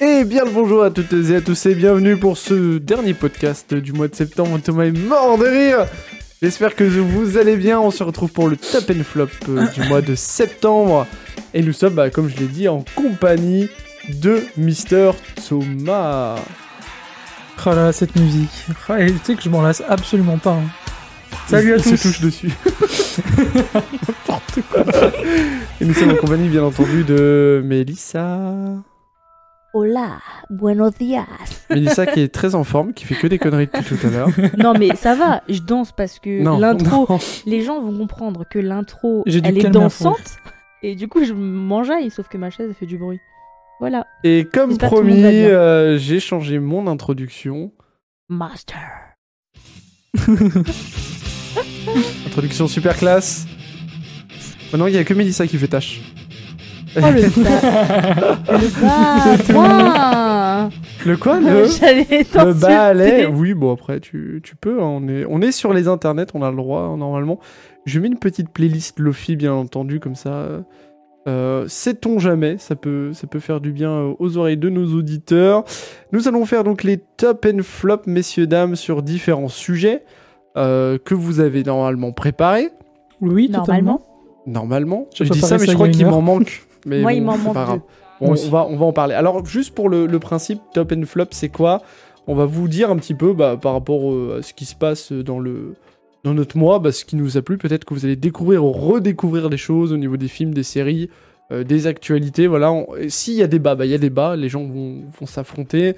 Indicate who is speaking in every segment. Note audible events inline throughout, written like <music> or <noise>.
Speaker 1: Eh bien le bonjour à toutes et à tous et bienvenue pour ce dernier podcast du mois de septembre. Thomas est mort de rire. J'espère que vous allez bien. On se retrouve pour le top and flop
Speaker 2: <laughs>
Speaker 1: euh, du mois de septembre. Et nous sommes, bah, comme je l'ai dit, en compagnie de Mister Thomas.
Speaker 2: Oh là, cette musique. Oh, et tu sais que je m'en lasse absolument pas. hein. Salut à
Speaker 1: Il se
Speaker 2: tous.
Speaker 1: touche
Speaker 2: <laughs>
Speaker 1: dessus. N'importe quoi. Et nous sommes en compagnie, bien entendu, de Mélissa.
Speaker 3: Hola, buenos días.
Speaker 1: Mélissa qui est très en forme, qui fait que des conneries depuis tout à l'heure.
Speaker 3: Non mais ça va, je danse parce que
Speaker 1: Non,
Speaker 3: l'intro,
Speaker 1: non.
Speaker 3: les gens vont comprendre que l'intro,
Speaker 2: J'ai dû
Speaker 3: elle est
Speaker 2: calmer la
Speaker 3: dansante et du coup je m'enjaille sauf que ma chaise elle fait du bruit. Voilà,
Speaker 1: Et comme
Speaker 3: J'espère que tout le monde
Speaker 1: promis,
Speaker 3: va bien.
Speaker 1: euh, j'ai changé mon introduction.
Speaker 3: master.
Speaker 1: Introduction super classe. Maintenant, il y a que Mélissa qui fait tâche.
Speaker 3: Oh <laughs> le bas, le bas, point.
Speaker 1: <laughs> Le quoi
Speaker 3: <laughs>
Speaker 1: Le,
Speaker 3: J'allais
Speaker 1: le balai
Speaker 3: t'insulter.
Speaker 1: Euh, bah, Oui, bon, après, tu, tu peux. hein, on, est, on est sur les internets, on a le droit, hein, normalement. Je mets une petite playlist Lofi, bien entendu, comme ça. euh, Sait-on jamais ça peut, ça peut faire du bien euh, aux oreilles de nos auditeurs. Nous allons faire donc les top and flop, messieurs, dames, sur différents sujets euh, que vous avez normalement préparés.
Speaker 2: Oui,
Speaker 3: <laughs> Normalement.
Speaker 2: totalement.
Speaker 1: Normalement, je
Speaker 2: J'ai
Speaker 1: dis
Speaker 2: préparé
Speaker 1: ça, mais
Speaker 2: ça
Speaker 1: je
Speaker 2: il y
Speaker 1: crois
Speaker 2: a une
Speaker 1: qu'il
Speaker 2: heure.
Speaker 1: m'en
Speaker 2: <laughs>
Speaker 1: manque. Mais
Speaker 3: Moi
Speaker 1: bon,
Speaker 3: il m'en
Speaker 1: c'est
Speaker 3: manque
Speaker 1: pas grave.
Speaker 3: deux.
Speaker 1: Bon,
Speaker 2: Moi
Speaker 1: on,
Speaker 2: aussi.
Speaker 1: va, on va en parler. Alors, juste pour le, le principe top and flop, c'est quoi On va vous dire un petit peu bah, par rapport euh, à ce qui se passe dans le dans notre mois, bah, ce qui nous a plu. Peut-être que vous allez découvrir ou redécouvrir des choses au niveau des films, des séries, euh, des actualités. Voilà. On- et S'il y a débat, bah, il y a débat. Les gens vont, vont s'affronter.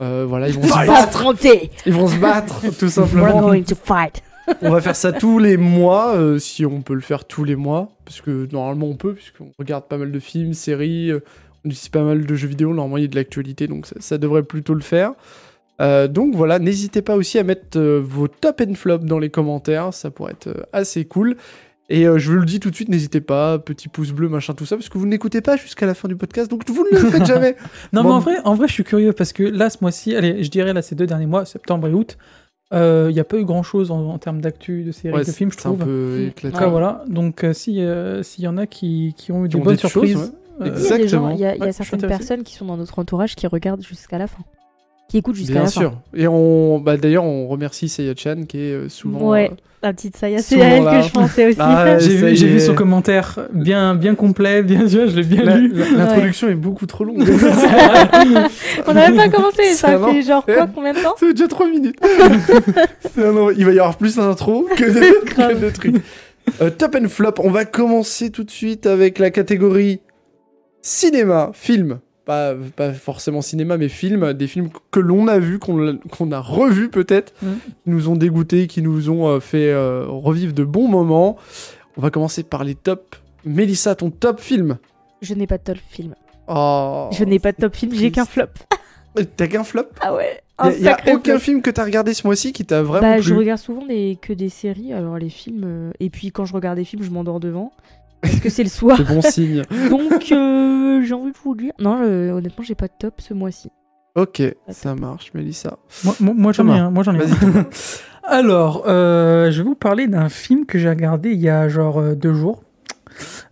Speaker 1: Euh, voilà, ils vont se
Speaker 3: Pas
Speaker 1: battre.
Speaker 3: affronter.
Speaker 1: Ils vont se battre, <laughs> tout
Speaker 3: We're
Speaker 1: simplement.
Speaker 3: going to fight.
Speaker 1: On va faire ça tous les mois, euh, si on peut le faire tous les mois, parce que normalement on peut, puisqu'on regarde pas mal de films, séries, euh, on utilise pas mal de jeux vidéo, normalement il y a de l'actualité, donc ça, ça devrait plutôt le faire. Euh, donc voilà, n'hésitez pas aussi à mettre euh, vos top and flop dans les commentaires, ça pourrait être euh, assez cool. Et euh, je vous le dis tout de suite, n'hésitez pas, petit pouce bleu, machin, tout ça, parce que vous n'écoutez pas jusqu'à la fin du podcast, donc vous ne le faites
Speaker 2: <laughs>
Speaker 1: jamais.
Speaker 2: Non,
Speaker 1: Bon.
Speaker 2: mais en vrai, en vrai, je suis curieux parce que là, ce mois-ci, allez, je dirais là, ces deux derniers mois, septembre et août, euh, il n'y a pas eu grand-chose en, en termes d'actu, de séries,
Speaker 1: Ouais,
Speaker 2: de films, je
Speaker 1: c'est un
Speaker 2: trouve.
Speaker 1: peu
Speaker 3: Mm.
Speaker 1: éclaté.
Speaker 2: En tout cas, voilà. Donc, euh, si, euh, s'il y en a qui, qui ont eu
Speaker 1: Qui
Speaker 2: des
Speaker 1: ont
Speaker 2: bonnes
Speaker 1: des choses,
Speaker 2: surprises,
Speaker 1: ouais.
Speaker 2: euh,
Speaker 3: Il y a des
Speaker 1: <laughs>
Speaker 3: gens,
Speaker 1: Exactement.
Speaker 3: il y a, il y a
Speaker 2: Ouais, je suis
Speaker 3: certaines
Speaker 2: intéressé.
Speaker 3: personnes qui sont dans notre entourage qui regardent jusqu'à la fin, qui écoutent jusqu'à
Speaker 1: Bien
Speaker 3: la fin.
Speaker 1: sûr. Et on, bah, d'ailleurs, on remercie Seiya Chan qui est euh, souvent.
Speaker 3: Ouais.
Speaker 1: euh,
Speaker 3: La petite Saya,
Speaker 1: Souvent
Speaker 3: c'est à elle
Speaker 1: là.
Speaker 3: que je pensais
Speaker 1: <laughs>
Speaker 3: aussi.
Speaker 1: Ah, ouais,
Speaker 2: j'ai
Speaker 1: ça y
Speaker 2: vu, j'ai vu
Speaker 1: est.
Speaker 2: son commentaire bien, bien complet, bien, <laughs> je l'ai bien
Speaker 1: La-
Speaker 2: lu.
Speaker 1: la- L'introduction est beaucoup trop longue. <laughs>
Speaker 2: <laughs>
Speaker 3: On n'avait pas commencé,
Speaker 1: Ça
Speaker 3: ça,
Speaker 1: va.
Speaker 3: fait
Speaker 1: <laughs>
Speaker 3: genre quoi, combien de temps
Speaker 1: C'est déjà 3 minutes. C'est un envoi. Il va y avoir plus d'intro que de, que
Speaker 3: Grave.
Speaker 1: de trucs. Euh, top and flop, on va commencer tout de suite avec la catégorie cinéma, film. Pas, pas forcément cinéma, mais film. Des films que l'on a vus, qu'on l'a- qu'on a revus peut-être,
Speaker 2: Mhm.
Speaker 1: qui nous ont dégoûtés, qui nous ont euh, fait euh, revivre de bons moments. On va commencer par les tops. Mélissa, ton top film
Speaker 3: Je n'ai pas de top film.
Speaker 1: Oh,
Speaker 3: je n'ai pas de top film, j'ai
Speaker 1: triste.
Speaker 3: qu'un flop.
Speaker 1: Oh. T'as qu'un flop
Speaker 3: Ah ouais,
Speaker 1: Il
Speaker 3: un
Speaker 1: y a,
Speaker 3: sacré
Speaker 1: aucun
Speaker 3: flop.
Speaker 1: film que t'as regardé ce mois-ci qui t'a vraiment
Speaker 3: Bah,
Speaker 1: plu.
Speaker 3: je regarde souvent des, que des séries, alors les films. euh, et puis quand je regarde des films, je m'endors devant. Parce que c'est le
Speaker 1: <laughs>
Speaker 3: soir.
Speaker 1: C'est bon signe.
Speaker 3: <laughs> Donc euh, j'ai envie de vous dire. Non, euh, honnêtement, j'ai pas de top ce mois-ci.
Speaker 1: Ok, ça marche, Mélissa.
Speaker 2: Moi, moi- moi, j'en ai
Speaker 1: Thomas,
Speaker 2: un. Moi, j'en ai un.
Speaker 1: Vas-y. Thomas.
Speaker 2: <laughs> Alors, euh, je vais vous parler d'un film que j'ai regardé il y a genre euh, deux jours.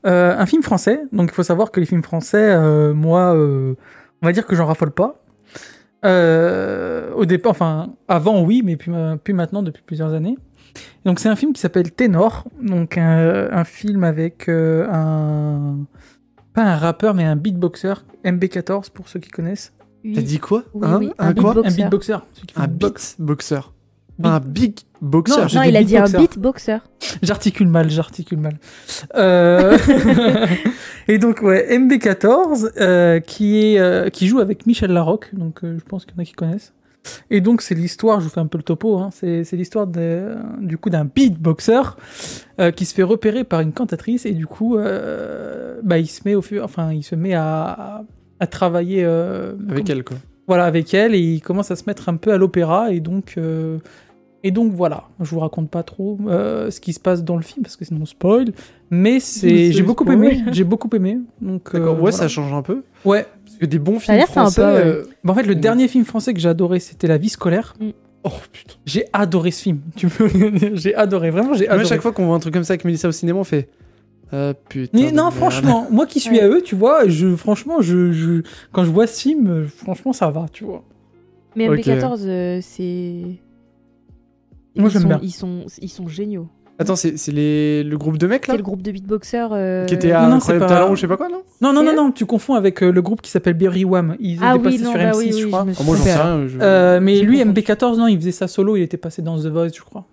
Speaker 2: Euh, un film français, donc il faut savoir que les films français, euh, moi, euh, on va dire que j'en raffole pas. Euh, au départ, enfin, avant oui, mais puis, euh, puis maintenant depuis plusieurs années. Donc c'est un film qui s'appelle Ténor, donc un, un film avec euh, un pas un rappeur mais un beatboxer MB14 pour ceux qui connaissent.
Speaker 3: Oui,
Speaker 1: T'as dit quoi
Speaker 3: oui,
Speaker 1: Hein
Speaker 3: oui,
Speaker 1: Un
Speaker 3: un,
Speaker 1: quoi
Speaker 2: Un
Speaker 3: beatboxer.
Speaker 2: beatboxer. celui qui fait
Speaker 1: Un
Speaker 2: du
Speaker 1: beat boxer.
Speaker 2: Beat-
Speaker 1: Un big boxer.
Speaker 2: Non, j'ai
Speaker 3: non,
Speaker 2: dit
Speaker 3: il a dit un
Speaker 2: beatboxer.
Speaker 3: beatboxer.
Speaker 2: <laughs> J'articule mal, j'articule mal. Euh, <laughs> Et donc ouais, MB14 euh, qui est euh, qui joue avec Michel Larocque, donc euh, je pense qu'il y en a qui connaissent. Et donc c'est l'histoire, je vous fais un peu le topo, hein, c'est c'est l'histoire de- du coup d'un beatboxer euh, qui se fait repérer par une cantatrice et du coup euh, bah il se met au fur, enfin il se met à à travailler euh,
Speaker 1: Avec elle, quoi.
Speaker 2: voilà avec elle et il commence à se mettre un peu à l'opéra et donc euh, et donc voilà je vous raconte pas trop euh, ce qui se passe dans le film parce que sinon on spoil mais c'est
Speaker 3: C'est
Speaker 2: j'ai beaucoup
Speaker 3: spoil.
Speaker 2: aimé j'ai beaucoup aimé donc
Speaker 1: D'accord,
Speaker 2: euh,
Speaker 1: ouais,
Speaker 2: voilà.
Speaker 1: ça change un peu.
Speaker 2: ouais
Speaker 1: Parce que des bons
Speaker 3: Ça a
Speaker 1: films
Speaker 3: l'air sympa,
Speaker 1: français.
Speaker 3: ouais.
Speaker 1: euh,
Speaker 2: Bah, en fait le
Speaker 1: Mm.
Speaker 2: dernier film français que j'ai adoré c'était La vie scolaire
Speaker 1: Oh putain.
Speaker 2: j'ai adoré ce film tu peux j'ai adoré vraiment j'ai
Speaker 1: Moi, à
Speaker 2: adoré
Speaker 1: chaque fois qu'on voit un truc comme ça avec Mélissa au cinéma, on fait. Ah, putain.
Speaker 2: Mais
Speaker 1: de
Speaker 2: non,
Speaker 1: merde.
Speaker 2: franchement, moi qui suis
Speaker 3: Ouais.
Speaker 2: à eux, tu vois, je, franchement, je, je- quand je vois ce film, euh, franchement, ça va, tu vois.
Speaker 3: Mais
Speaker 1: Ok.
Speaker 3: MB14, euh, c'est.
Speaker 2: Moi,
Speaker 3: ils
Speaker 2: j'aime
Speaker 3: sont-
Speaker 2: bien.
Speaker 3: Ils sont, ils sont géniaux.
Speaker 1: Attends, c'est c'est les... le groupe de mecs là
Speaker 3: C'est le groupe de beatboxers. euh,
Speaker 1: Qui était à
Speaker 2: Non, non,
Speaker 1: Incroyable
Speaker 2: c'est pas-
Speaker 1: Talent ou je sais pas quoi, non
Speaker 2: Non, non,
Speaker 3: C'est
Speaker 2: non,
Speaker 3: eux
Speaker 2: non, tu confonds avec euh, le groupe qui s'appelle Berry Wham. Ils
Speaker 3: Ah
Speaker 2: étaient
Speaker 3: oui,
Speaker 2: passés
Speaker 3: non,
Speaker 2: sur
Speaker 3: bah
Speaker 2: M6,
Speaker 3: oui,
Speaker 2: je
Speaker 3: oui,
Speaker 2: crois.
Speaker 3: je me
Speaker 1: Oh, Moi j'en
Speaker 3: souviens.
Speaker 1: sais rien. je-
Speaker 2: Euh, mais
Speaker 3: J'ai
Speaker 2: lui,
Speaker 3: confondu.
Speaker 2: MB14, non, il faisait ça solo, il était passé dans The Voice, je crois.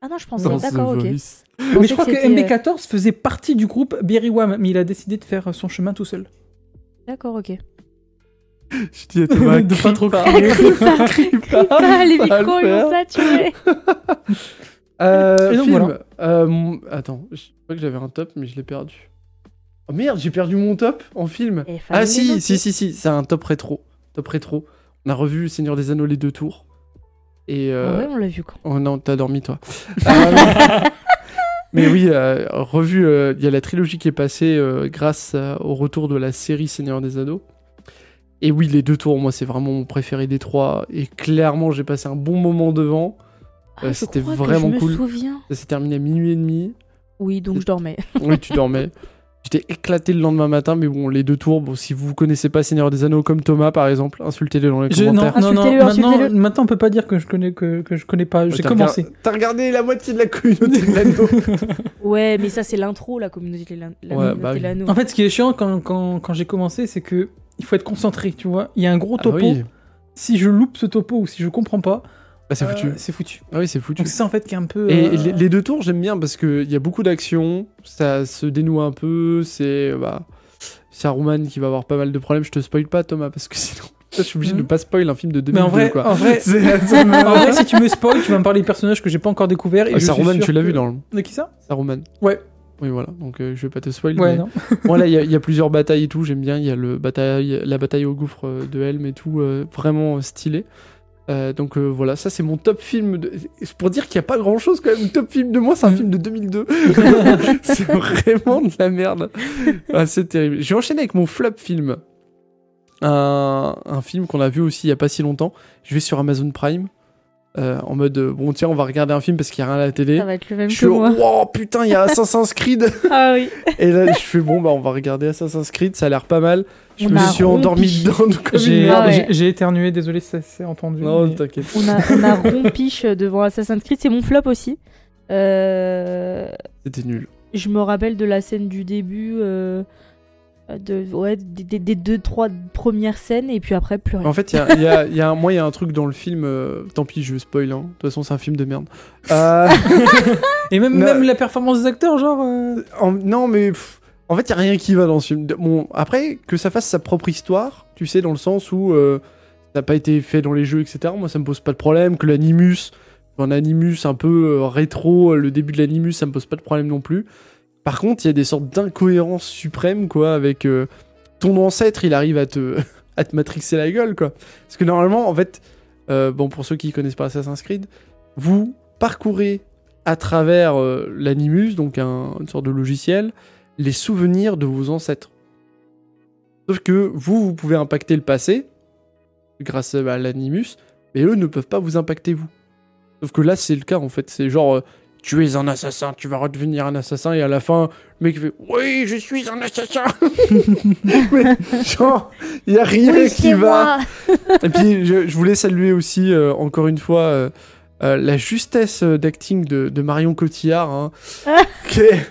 Speaker 3: Ah non, je pensais.
Speaker 1: Dans
Speaker 3: D'accord,
Speaker 1: The
Speaker 3: ok.
Speaker 1: Voice.
Speaker 2: Mais je
Speaker 3: pensais
Speaker 2: crois que,
Speaker 3: c'était, euh,
Speaker 2: MB14 faisait partie du groupe Berry Wham, mais il a décidé de faire euh, son chemin
Speaker 1: <laughs>
Speaker 2: tout seul.
Speaker 3: euh, D'accord, ok.
Speaker 1: Je dis à Thomas,
Speaker 2: <laughs> De pas
Speaker 1: <laughs>
Speaker 2: trop
Speaker 1: crier.
Speaker 3: Crie pas,
Speaker 1: Crie pas.
Speaker 3: Ah, les
Speaker 1: Ça va le
Speaker 3: micros, ils
Speaker 1: faire.
Speaker 3: ont ça, tu sais.
Speaker 1: Euh,
Speaker 2: Et donc,
Speaker 1: film.
Speaker 2: voilà.
Speaker 1: Euh, mon- Attends, je crois que j'avais un top, mais je l'ai perdu. Oh merde, j'ai perdu mon top en film.
Speaker 3: Eh,
Speaker 1: Ah
Speaker 3: fallait les
Speaker 1: si,
Speaker 3: noter.
Speaker 1: si, si, si, c'est un top rétro. Top rétro. On a revu Seigneur des Anneaux les deux tours. Et
Speaker 3: Ah
Speaker 1: euh,
Speaker 3: ouais, on l'a vu quand.
Speaker 1: oh non, t'as dormi toi. Euh, <laughs> Mais oui, euh, revu, euh, il y a la trilogie qui est passée euh, grâce à- au retour de la série Seigneur des Anneaux. Et oui, les deux tours, moi, c'est vraiment mon préféré des trois. Et clairement, j'ai passé un bon moment devant.
Speaker 3: Ah,
Speaker 1: Euh,
Speaker 3: je
Speaker 1: c'était
Speaker 3: crois que
Speaker 1: vraiment cool.
Speaker 3: Je me souviens.
Speaker 1: Ça s'est terminé à minuit et demi.
Speaker 3: Oui, donc je dormais.
Speaker 1: Oui, tu dormais. J'étais éclaté le lendemain matin, mais bon, les deux tours, bon, si vous connaissez pas Seigneur des Anneaux comme Thomas, par exemple, insultez-les dans les
Speaker 2: Je- non,
Speaker 1: commentaires.
Speaker 2: non, non,
Speaker 3: Insultez-le,
Speaker 2: maintenant,
Speaker 3: insultez-le.
Speaker 2: maintenant, on peut pas dire que je connais, que, que je connais pas,
Speaker 1: Ouais,
Speaker 2: j'ai
Speaker 1: Bah, t'as
Speaker 2: commencé.
Speaker 1: regard- T'as regardé la moitié de la communauté de
Speaker 2: <laughs>
Speaker 1: l'anneau.
Speaker 3: Ouais, mais ça, c'est l'intro, la communauté de l'an- la
Speaker 1: Ouais,
Speaker 3: communauté
Speaker 1: bah
Speaker 3: de
Speaker 1: oui.
Speaker 3: l'anneau.
Speaker 2: En fait, ce qui est chiant quand, quand, quand j'ai commencé, c'est que il faut être concentré, tu vois. Il y a un gros
Speaker 1: Ah
Speaker 2: topo.
Speaker 1: oui,
Speaker 2: Si je loupe ce topo ou si je comprends pas,
Speaker 1: Bah, c'est
Speaker 2: euh,
Speaker 1: foutu.
Speaker 2: c'est foutu.
Speaker 1: Ah oui, c'est foutu.
Speaker 2: Donc c'est ça en fait qui est un peu.
Speaker 1: Et
Speaker 2: euh,
Speaker 1: les, les deux tours, j'aime bien parce qu'il y a beaucoup d'action, ça se dénoue un peu, c'est. euh, Bah, Saruman qui va avoir pas mal de problèmes. Je te spoil pas, Thomas, parce que <laughs> sinon, je suis obligé de
Speaker 2: Mhm.
Speaker 1: pas spoil un film de 2002,
Speaker 2: Mais en vrai, oh,
Speaker 1: quoi. Ah,
Speaker 2: en vrai,
Speaker 1: C'est- ça me-
Speaker 2: en vrai, si tu me spoil, tu vas me parler de personnages que j'ai pas encore découvert. Et
Speaker 1: Ah,
Speaker 2: je suis
Speaker 1: Saruman,
Speaker 2: sûr
Speaker 1: tu l'as
Speaker 2: que-
Speaker 1: vu dans le.
Speaker 2: De qui ça
Speaker 1: Saruman.
Speaker 2: Ouais.
Speaker 1: Oui, voilà, donc euh, je vais pas te spoil. mais-
Speaker 2: Ouais,
Speaker 1: <laughs>
Speaker 2: non.
Speaker 1: voilà, il y, a- il y a plusieurs batailles et tout, j'aime bien, il y a le bataille, la bataille au gouffre euh, de Helm et tout, euh, vraiment euh, stylé. Euh, donc euh, voilà, ça c'est mon top film. De... c'est Pour dire qu'il n'y a pas grand chose quand même, top film de moi, c'est un
Speaker 2: Mm.
Speaker 1: film de
Speaker 3: <laughs>
Speaker 1: 2002. c'est vraiment de la merde. Ah, c'est terrible. Je vais enchaîner avec mon flop film. Un, un film qu'on a vu aussi il n'y a pas si longtemps. Je vais sur Amazon Prime euh, en mode euh, bon, tiens, on va regarder un film parce qu'il n'y a rien à la télé.
Speaker 3: Ça va être le Ah bah, même
Speaker 1: Je
Speaker 3: que
Speaker 1: suis
Speaker 3: moi.
Speaker 1: wow, putain, il y a Assassin's Creed.
Speaker 3: Ah oui.
Speaker 1: Et là, je fais bon, bah on va regarder Assassin's Creed, ça a l'air pas mal. Je
Speaker 3: On
Speaker 1: me
Speaker 3: a
Speaker 1: suis endormi
Speaker 3: <laughs> rompi.
Speaker 1: dedans donc, comme une
Speaker 2: J'ai
Speaker 1: merde.
Speaker 3: Ah ouais.
Speaker 2: j'ai- j'ai éternué, désolé, ça s'est
Speaker 1: <laughs>
Speaker 2: entendu.
Speaker 1: Non,
Speaker 2: mais-
Speaker 1: t'inquiète.
Speaker 3: On a, on a rompiche devant Assassin's Creed, c'est mon flop aussi. Euh,
Speaker 1: C'était nul.
Speaker 3: je me rappelle de la scène du début, euh, de, ouais, des, des- des deux, trois premières scènes, et puis après, plus rien.
Speaker 1: En fait, il y a, il y a- il y a un- moi, il y a un truc dans le film. euh, tant pis, je spoil. hein. De toute façon, c'est un film de merde. Euh,
Speaker 2: Et même,
Speaker 1: Non.
Speaker 2: même la performance des acteurs, genre. euh,
Speaker 1: en- non, mais pff, en fait, il y a rien qui va dans ce film. Bon, après, que ça fasse sa propre histoire, tu sais, dans le sens où euh, ça n'a pas été fait dans les jeux, etc. Moi, ça me pose pas de problème. Que l'animus, un animus un peu euh, rétro, euh, le début de l'animus, ça me pose pas de problème non plus. Par contre, il y a des sortes d'incohérences suprêmes, quoi, avec euh, ton ancêtre, il arrive à te, <laughs> à te matrixer la gueule, quoi. Parce que normalement, en fait, euh, bon, pour ceux qui connaissent pas Assassin's Creed, vous parcourez à travers euh, l'animus, donc un- une sorte de logiciel, les souvenirs de vos ancêtres. Sauf que vous, vous pouvez impacter le passé grâce à bah, l'animus, mais eux ne peuvent pas vous impacter vous. Sauf que là, c'est le cas en fait. C'est genre, euh, tu es un assassin, tu vas redevenir un assassin, et à la fin, le mec fait, oui, je suis un assassin. Mais, genre, il y a rien qui va. Et puis, je, je voulais saluer aussi, euh, encore une fois, euh, euh, la justesse euh, d'acting de, de Marion Cotillard. hein,
Speaker 3: Ah.
Speaker 1: qui est-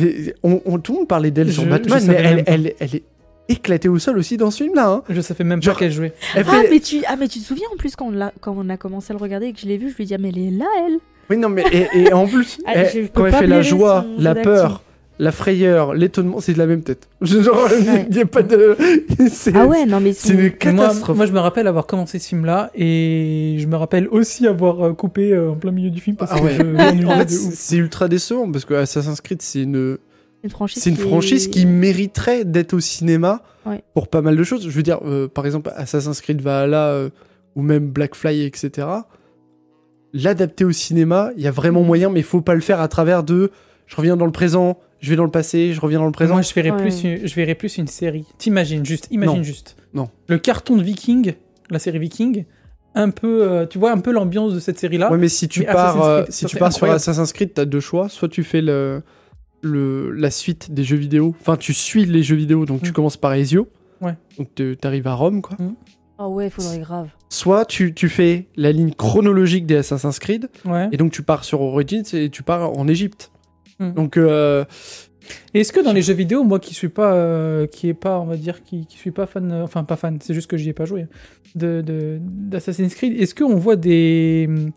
Speaker 1: Et on, on, tout le monde parlait d'elle sur
Speaker 2: Je-
Speaker 1: Batman,
Speaker 2: je
Speaker 1: mais
Speaker 2: savais
Speaker 1: elle,
Speaker 2: même pas.
Speaker 1: elle, elle est éclatée au sol aussi dans ce film-là. hein.
Speaker 2: Je savais même
Speaker 1: Genre-
Speaker 2: pas qu'elle jouait.
Speaker 1: Elle
Speaker 3: Ah
Speaker 1: fait-
Speaker 3: mais, tu, ah, mais tu te souviens en plus quand on, l'a- quand on a commencé à le regarder et que je l'ai vu, je lui ai dit, ah, mais elle est là,
Speaker 1: <laughs>
Speaker 3: elle
Speaker 1: Oui, non, mais et, et en plus,
Speaker 3: Ah,
Speaker 1: elle-
Speaker 3: je peux
Speaker 1: quand elle
Speaker 3: pas
Speaker 1: fait la
Speaker 3: blairer
Speaker 1: joie,
Speaker 3: son
Speaker 1: la
Speaker 3: jeu
Speaker 1: peur, la frayeur, l'étonnement, c'est de la même tête. <laughs> Genre, il n'y a pas de. c'est-
Speaker 3: Ah ouais, non, mais
Speaker 1: C'est
Speaker 3: son-
Speaker 1: une
Speaker 2: Mais Moi,
Speaker 1: catastrophe.
Speaker 2: moi, je me rappelle avoir commencé ce film-là et je me rappelle aussi avoir euh, coupé euh, en plein milieu du film parce
Speaker 1: Ah
Speaker 2: que
Speaker 1: ouais.
Speaker 2: je m'ennuyais
Speaker 1: en fait,
Speaker 2: de ouf.
Speaker 1: c'est c'est ultra décevant parce que Assassin's Creed, c'est une,
Speaker 3: une franchise,
Speaker 1: C'est une franchise
Speaker 3: est-
Speaker 1: qui mériterait d'être au cinéma
Speaker 3: Ouais.
Speaker 1: pour pas mal de choses. Je veux dire, euh, par exemple, Assassin's Creed Valhalla euh, ou même Blackfly, etc. L'adapter au cinéma, il y a
Speaker 2: Mm.
Speaker 1: vraiment moyen, mais il faut pas le faire à travers de je reviens dans le présent, je vais dans le passé, je reviens dans le présent.
Speaker 2: Moi, je verrais,
Speaker 3: Ouais.
Speaker 2: plus, une- je verrais plus une série. T'imagines juste, imagine
Speaker 1: Non.
Speaker 2: juste.
Speaker 1: Non.
Speaker 2: Le carton de Viking, la série Viking, un peu, euh, tu vois, un peu l'ambiance de cette série-là.
Speaker 1: ouais, mais si tu
Speaker 2: mais
Speaker 1: pars,
Speaker 2: Assassin's
Speaker 1: euh,
Speaker 2: Creed,
Speaker 1: si
Speaker 2: ça,
Speaker 1: tu
Speaker 2: c'est
Speaker 1: pars sur
Speaker 2: incroyable.
Speaker 1: Assassin's Creed, t'as deux choix. Soit tu fais le le, la suite des jeux vidéo. Enfin, tu suis les jeux vidéo, donc tu
Speaker 2: Mm.
Speaker 1: commences par Ezio.
Speaker 2: Ouais.
Speaker 1: Donc te- t'arrives à Rome, quoi.
Speaker 3: Ah ouais, faudrait grave.
Speaker 1: Soit tu, tu fais la ligne chronologique des Assassin's Creed,
Speaker 2: Ouais.
Speaker 1: et donc tu pars sur Origins et tu pars en Égypte.
Speaker 2: Mm.
Speaker 1: Donc, euh,
Speaker 2: Et Est-ce que dans les jeux vidéo, moi qui suis pas, euh, qui est pas, on va dire, qui, qui suis pas fan, euh, enfin pas fan, c'est juste que j'y ai pas joué, de de- d'Assassin's Creed, est-ce qu'on voit des mm,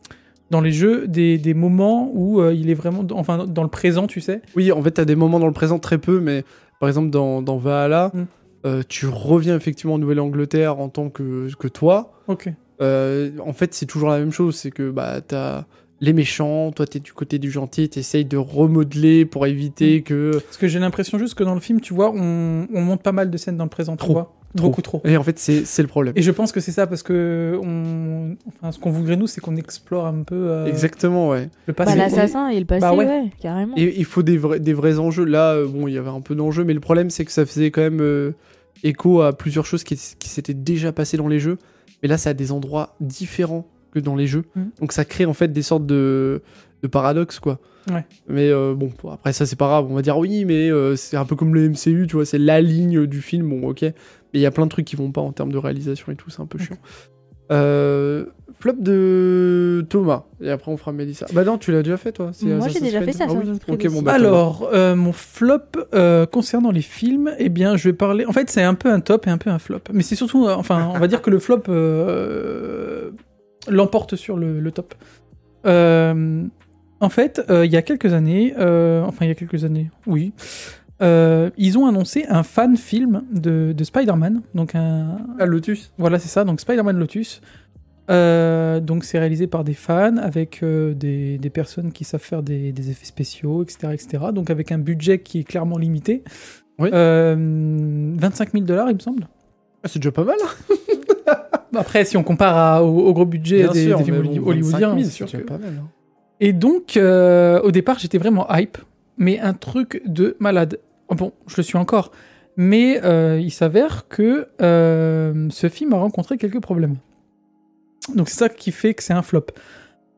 Speaker 2: dans les jeux des, des moments où euh, il est vraiment, enfin dans le présent, tu sais
Speaker 1: oui, en fait, t'as des moments dans le présent très peu, mais par exemple, dans, dans Valhalla,
Speaker 2: Mm.
Speaker 1: euh, tu reviens effectivement en Nouvelle-Angleterre en tant que, que toi.
Speaker 2: Ok.
Speaker 1: Euh, en fait, c'est toujours la même chose. C'est que bah, t'as les méchants, toi t'es du côté du gentil, t'essayes de remodeler pour éviter que.
Speaker 2: Parce que j'ai l'impression juste que dans le film, tu vois, on, on monte pas mal de scènes dans le présent, tu
Speaker 1: Trop.
Speaker 2: vois
Speaker 1: Trop.
Speaker 2: beaucoup trop.
Speaker 1: Et en fait, c'est c'est le problème.
Speaker 2: Et je pense que c'est ça parce que on, enfin, ce qu'on voudrait nous, c'est qu'on explore un peu euh,
Speaker 1: Exactement, ouais.
Speaker 2: le
Speaker 3: Bah,
Speaker 2: passé.
Speaker 3: l'assassin et le passé,
Speaker 2: Bah ouais.
Speaker 3: ouais. carrément.
Speaker 1: Et il faut des vrais, des vrais enjeux. Là, euh, bon, il y avait un peu d'enjeux, mais le problème, c'est que ça faisait quand même euh, écho à plusieurs choses qui, qui s'étaient déjà passées dans les jeux. Mais là, c'est à des endroits différents que dans les jeux.
Speaker 2: Mhm.
Speaker 1: Donc ça crée en fait des sortes de, de paradoxes, quoi.
Speaker 2: Ouais.
Speaker 1: Mais euh, bon, après ça, c'est pas grave. On va dire oui, mais euh, c'est un peu comme le MCU, tu vois, c'est la ligne du film. Bon, ok. Mais il y a plein de trucs qui vont pas en termes de réalisation et tout, c'est un peu
Speaker 2: Ok.
Speaker 1: chiant. Euh, flop de Thomas. Et après, on fera Mélissa. Bah non, tu l'as déjà fait, toi. c'est
Speaker 3: Moi,
Speaker 1: Assassin's
Speaker 3: j'ai déjà
Speaker 1: Creed.
Speaker 3: fait ça,
Speaker 1: Ah oui,
Speaker 3: Assassin's Creed
Speaker 1: ok, bon,
Speaker 3: aussi.
Speaker 1: bah, Thomas.
Speaker 2: Alors, euh, mon flop euh, concernant les films, eh bien, je vais parler. En fait, c'est un peu un top et un peu un flop. Mais c'est surtout, euh, enfin, on va dire que le flop euh, l'emporte sur le, le top. Euh, en fait, euh, il y a quelques années, euh, enfin, il y a quelques années, oui, euh, ils ont annoncé un fan film de, de Spider-Man, donc un,
Speaker 1: Ah, Lotus.
Speaker 2: Voilà, c'est ça. Donc Spider-Man Lotus. Euh, donc c'est réalisé par des fans avec euh, des, des personnes qui savent faire des, des effets spéciaux, etc., etc. Donc avec un budget qui est clairement limité.
Speaker 1: Oui.
Speaker 2: Euh, 25 000 dollars, il me semble.
Speaker 1: Ah, c'est déjà pas mal.
Speaker 2: Après, si on compare à- au, au gros budget des, des films holly- hollywoodiens, c'est sûr que-
Speaker 1: pas mal. hein.
Speaker 2: Et donc, euh, au départ, j'étais vraiment hype, mais un truc de malade. Ah Bon, je le suis encore, mais euh, il s'avère que euh, ce film a rencontré quelques problèmes. Donc c'est ça qui fait que c'est un flop.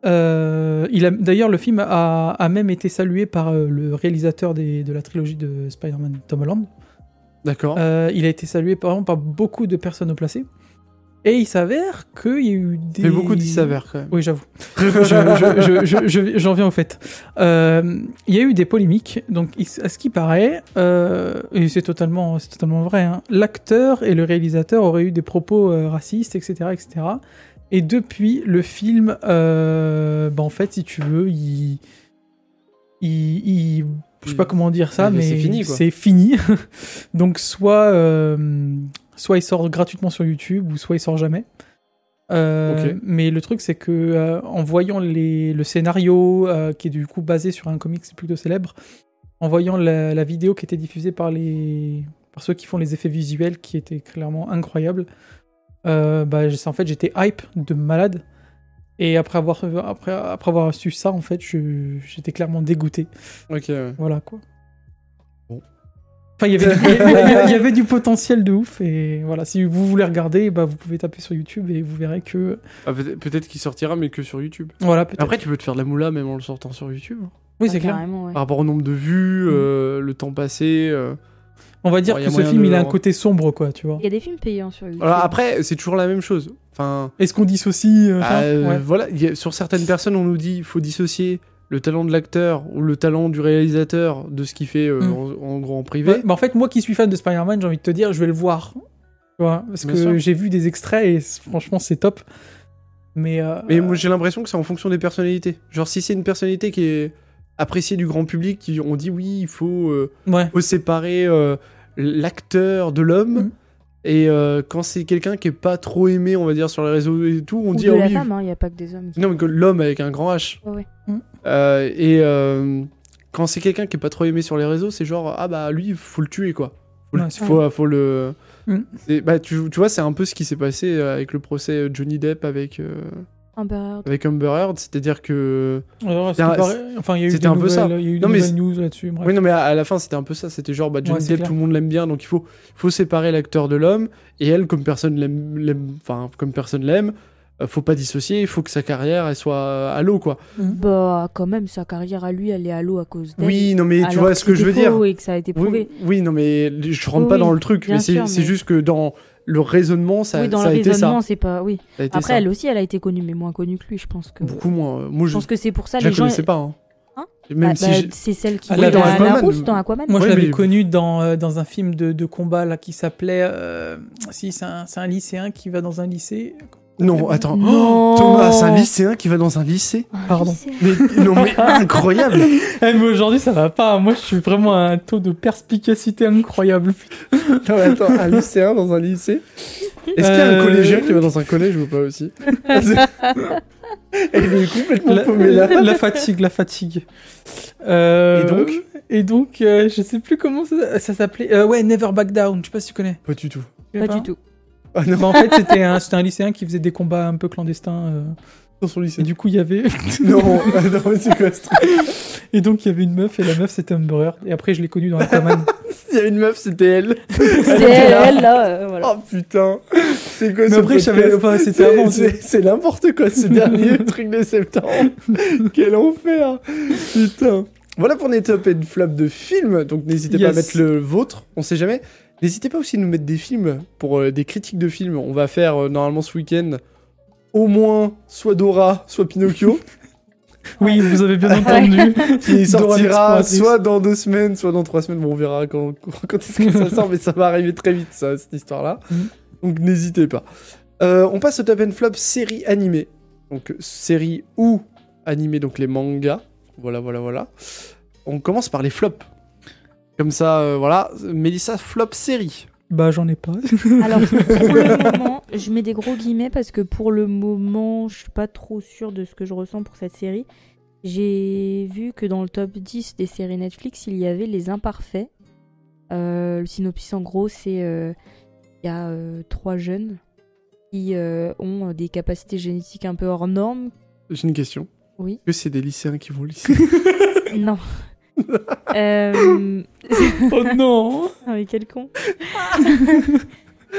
Speaker 2: Euh, il a- D'ailleurs, le film a, a même été salué par euh, le réalisateur des- de la trilogie de Spider-Man, Tom Holland.
Speaker 1: D'accord.
Speaker 3: Ah,
Speaker 2: Euh, il a été salué par, par beaucoup de personnes au placé. Et il s'avère qu'il y a eu des...
Speaker 1: Mais beaucoup d'y s'avèrent quand même.
Speaker 2: Oui, j'avoue. Je- je- je- je- je- J'en viens au fait. Euh, Il y a eu des polémiques. Donc, il- à ce qui paraît, euh, et c'est totalement, c'est totalement vrai, hein, l'acteur et le réalisateur auraient eu des propos euh, racistes, etc., etc. Et depuis, le film, euh, bah, en fait, si tu veux, il, il, il- je sais pas comment dire ça,
Speaker 1: Il-
Speaker 2: mais
Speaker 1: Hmm. c'est fini, quoi.
Speaker 2: C'est fini. <laughs> Donc, soit, euh, soit il sort gratuitement sur YouTube, ou soit il sort jamais. Euh,
Speaker 1: Ok.
Speaker 2: Mais le truc, c'est que euh, en voyant les, le scénario, euh, qui est du coup basé sur un comics plutôt célèbre, en voyant la, la vidéo qui était diffusée par, les, par ceux qui font les effets visuels, qui était clairement incroyable, euh, bah, j- en fait, j'étais hype de malade. Et après avoir, après, après avoir su ça, en fait, je- j'étais clairement dégoûté.
Speaker 3: Ah,
Speaker 1: Ok. ouais.
Speaker 2: Voilà quoi.
Speaker 1: Bon.
Speaker 2: Enfin, il
Speaker 1: <laughs>
Speaker 2: y, avait, il, y avait, il y avait du potentiel de ouf. Et voilà, si vous voulez regarder, bah, vous pouvez taper sur YouTube et vous verrez que.
Speaker 1: Ah, peut- Peut-être qu'il sortira, mais que sur YouTube.
Speaker 2: Voilà, peut-être.
Speaker 1: Après, tu peux te faire de la moula même en le sortant sur YouTube.
Speaker 2: oui,
Speaker 3: Ah,
Speaker 2: c'est clair.
Speaker 3: Carrément, ouais. Mm.
Speaker 1: Par rapport au nombre de vues, euh, le temps passé. euh.
Speaker 2: On va dire
Speaker 1: Bon, il y
Speaker 2: que
Speaker 1: a
Speaker 2: ce
Speaker 1: moyen
Speaker 2: film,
Speaker 1: de
Speaker 2: il a un
Speaker 1: le-
Speaker 2: côté sombre, quoi, tu vois.
Speaker 3: Il y a des films payants sur YouTube.
Speaker 1: Alors après, c'est toujours la même chose. Enfin,
Speaker 2: Est-ce qu'on dissocie euh, ça
Speaker 1: euh,
Speaker 2: Ouais.
Speaker 1: voilà. il y a- sur certaines personnes, on nous dit il faut dissocier le talent de l'acteur ou le talent du réalisateur de ce qu'il fait euh,
Speaker 2: Mm.
Speaker 1: en, en gros en
Speaker 2: Ouais,
Speaker 1: privé.
Speaker 2: bah, en fait, moi qui suis fan de Spider-Man, j'ai envie de te dire, je vais le voir. Tu vois, parce
Speaker 1: Bien
Speaker 2: que
Speaker 1: sûr.
Speaker 2: j'ai vu des extraits et c- franchement, c'est top. Mais. euh,
Speaker 1: Mais moi j'ai l'impression que c'est en fonction des personnalités. Genre si c'est une personnalité qui est appréciée du grand public, qui- on dit oui, il faut, euh,
Speaker 2: ouais.
Speaker 1: faut séparer euh, l'acteur de l'homme.
Speaker 3: Mm.
Speaker 2: Mhm.
Speaker 1: Et euh, quand c'est quelqu'un qui est pas trop aimé, on va dire, sur les réseaux et tout, on
Speaker 3: Ou
Speaker 1: dit
Speaker 3: de
Speaker 1: ah
Speaker 3: la
Speaker 1: oui,
Speaker 3: femme, hein, il n'y a pas que des hommes. qui-
Speaker 1: non mais que l'homme avec un grand H.
Speaker 3: Ouais, ouais.
Speaker 1: Euh, et euh, quand c'est quelqu'un qui est pas trop aimé sur les réseaux, c'est genre ah bah lui faut le tuer quoi. Faut, le-
Speaker 2: Ouais, c'est
Speaker 1: faut, faut le.
Speaker 2: Mm.
Speaker 1: Et bah tu, tu vois c'est un peu ce qui s'est passé euh, avec le procès Johnny Depp avec euh,
Speaker 3: Amber Heard.
Speaker 1: avec Amber Heard, c'est-à-dire que
Speaker 2: Alors, est-ce
Speaker 1: C'est
Speaker 2: que
Speaker 1: un-
Speaker 2: pareil- Enfin, il y a eu
Speaker 1: c'était
Speaker 2: des
Speaker 1: un peu ça.
Speaker 2: nouvelles- il y a eu des
Speaker 1: Non, mais
Speaker 2: nouvelles news là-dessus. bref.
Speaker 1: Oui, non, mais à, à la fin, c'était un peu ça. C'était genre, bah, Johnny
Speaker 2: Ouais, c'est
Speaker 1: Depp,
Speaker 2: clair.
Speaker 1: tout le monde l'aime bien, donc il faut, il faut séparer l'acteur de l'homme. Et elle, comme personne l'aime, l'aime- enfin, comme personne l'aime, euh, faut pas dissocier, il faut que sa carrière elle soit euh, à l'eau quoi.
Speaker 3: Bah, quand même, sa carrière à lui, elle est à l'eau à cause d'elle.
Speaker 1: Oui, non mais tu
Speaker 3: Alors
Speaker 1: vois ce que
Speaker 3: c'est
Speaker 1: je veux dire.
Speaker 3: faux Et que ça a été prouvé.
Speaker 1: Oui, oui, non mais je rentre
Speaker 3: Oui,
Speaker 1: pas
Speaker 3: oui,
Speaker 1: dans le truc,
Speaker 3: bien
Speaker 1: mais c'est
Speaker 3: sûr,
Speaker 1: c'est
Speaker 3: mais-
Speaker 1: juste que dans le raisonnement ça,
Speaker 3: oui, dans
Speaker 1: ça a
Speaker 3: le
Speaker 1: été ça.
Speaker 3: raisonnement, c'est pas. Oui.
Speaker 1: Ça a été
Speaker 3: Après,
Speaker 1: ça.
Speaker 3: elle aussi, elle a été connue, mais moins connue que lui, je pense que.
Speaker 1: beaucoup moins. euh, Moi
Speaker 3: Je
Speaker 1: je,
Speaker 3: pense que c'est pour ça
Speaker 1: je la
Speaker 3: les gens.
Speaker 1: connaissais pas. hein.
Speaker 3: Hein
Speaker 1: Même
Speaker 3: Bah,
Speaker 1: si
Speaker 3: bah,
Speaker 1: j'ai-
Speaker 3: c'est celle qui
Speaker 2: Ah,
Speaker 3: est
Speaker 2: la-
Speaker 3: dans
Speaker 2: dans
Speaker 3: la,
Speaker 1: Aquaman.
Speaker 3: rousse dans Aquaman.
Speaker 2: Moi,
Speaker 1: Ouais,
Speaker 2: je l'avais
Speaker 1: mais-
Speaker 2: connu dans, euh, dans un film de, de combat là, qui s'appelait. euh, si, c'est un, c'est un lycéen qui va dans un lycée.
Speaker 1: non, attends.
Speaker 3: Non.
Speaker 1: Oh, Thomas, c'est un lycéen qui va dans un lycée.
Speaker 2: Pardon.
Speaker 1: Mais, non mais incroyable.
Speaker 2: Eh, mais aujourd'hui, ça va pas. Moi, je suis vraiment à un taux de perspicacité incroyable.
Speaker 1: Non, mais attends, un lycéen dans un lycée Est-ce qu'il y a un
Speaker 2: Euh.
Speaker 1: collégien qui va dans un collège ou pas aussi Elle est complètement
Speaker 2: La,
Speaker 1: paumée là.
Speaker 2: la fatigue, la fatigue. Euh,
Speaker 1: Et donc
Speaker 2: Et donc, euh, je sais plus comment ça, ça s'appelait. Euh, ouais, Never Back Down, je sais pas si tu connais.
Speaker 1: Pas du tout.
Speaker 3: Pas du tout.
Speaker 1: Ah non,
Speaker 2: Bah, en fait, c'était un, c'était un lycéen qui faisait des combats un peu clandestins. euh,
Speaker 1: dans son lycée.
Speaker 2: et du coup, il y avait.
Speaker 1: Non, <laughs> ah non mais c'est quoi ce truc
Speaker 2: Et donc, il y avait une meuf et la meuf, c'était Amber. Heard. Et après, je l'ai connue dans Aquaman.
Speaker 1: Il y a une meuf, c'était elle.
Speaker 3: C'est elle, elle, là. euh, voilà.
Speaker 1: Oh putain. C'est quoi
Speaker 2: Mais
Speaker 1: ce
Speaker 2: après, je savais
Speaker 1: podcast
Speaker 2: pas, c'était
Speaker 1: C'est-
Speaker 2: avant.
Speaker 1: C'est c'est n'importe quoi
Speaker 2: <laughs>
Speaker 1: ce dernier truc de septembre. Quel enfer. Putain. Voilà pour les top et flop de films. Donc n'hésitez pas à
Speaker 2: Yes.
Speaker 1: mettre le vôtre. On sait jamais. N'hésitez pas aussi à nous mettre des films pour euh, des critiques de films. On va faire euh, normalement ce week-end au moins soit Dora, soit Pinocchio,
Speaker 2: Oui, vous avez bien entendu.
Speaker 1: qui
Speaker 2: Dora
Speaker 1: sortira
Speaker 2: l'exploratrice.
Speaker 1: soit dans deux semaines, soit dans trois semaines. Bon, on verra quand, <laughs> quand est-ce que ça sort, mais ça va arriver très vite, ça, cette histoire-là.
Speaker 2: Mhm.
Speaker 1: Donc n'hésitez pas. Euh, on passe au top and flop série animée. Donc série ou animée, donc les mangas. Voilà, voilà, voilà. On commence par les flops. Comme ça, euh, voilà. Mélissa, flop série.
Speaker 2: bah, j'en ai pas.
Speaker 3: <laughs> Alors, pour le moment, je mets des gros guillemets parce que pour le moment, je suis pas trop sûre de ce que je ressens pour cette série. J'ai vu que dans le top 10 des séries Netflix, il y avait Les Imparfaits. Euh, le synopsis, en gros, c'est euh, il y a euh, trois jeunes qui euh, ont des capacités génétiques un peu hors normes.
Speaker 1: J'ai une question.
Speaker 3: Oui.
Speaker 1: Est-ce que c'est des lycéens qui vont au lycée
Speaker 3: <laughs> Non. Euh,
Speaker 2: oh non
Speaker 3: Ah mais quel
Speaker 1: <laughs>
Speaker 3: con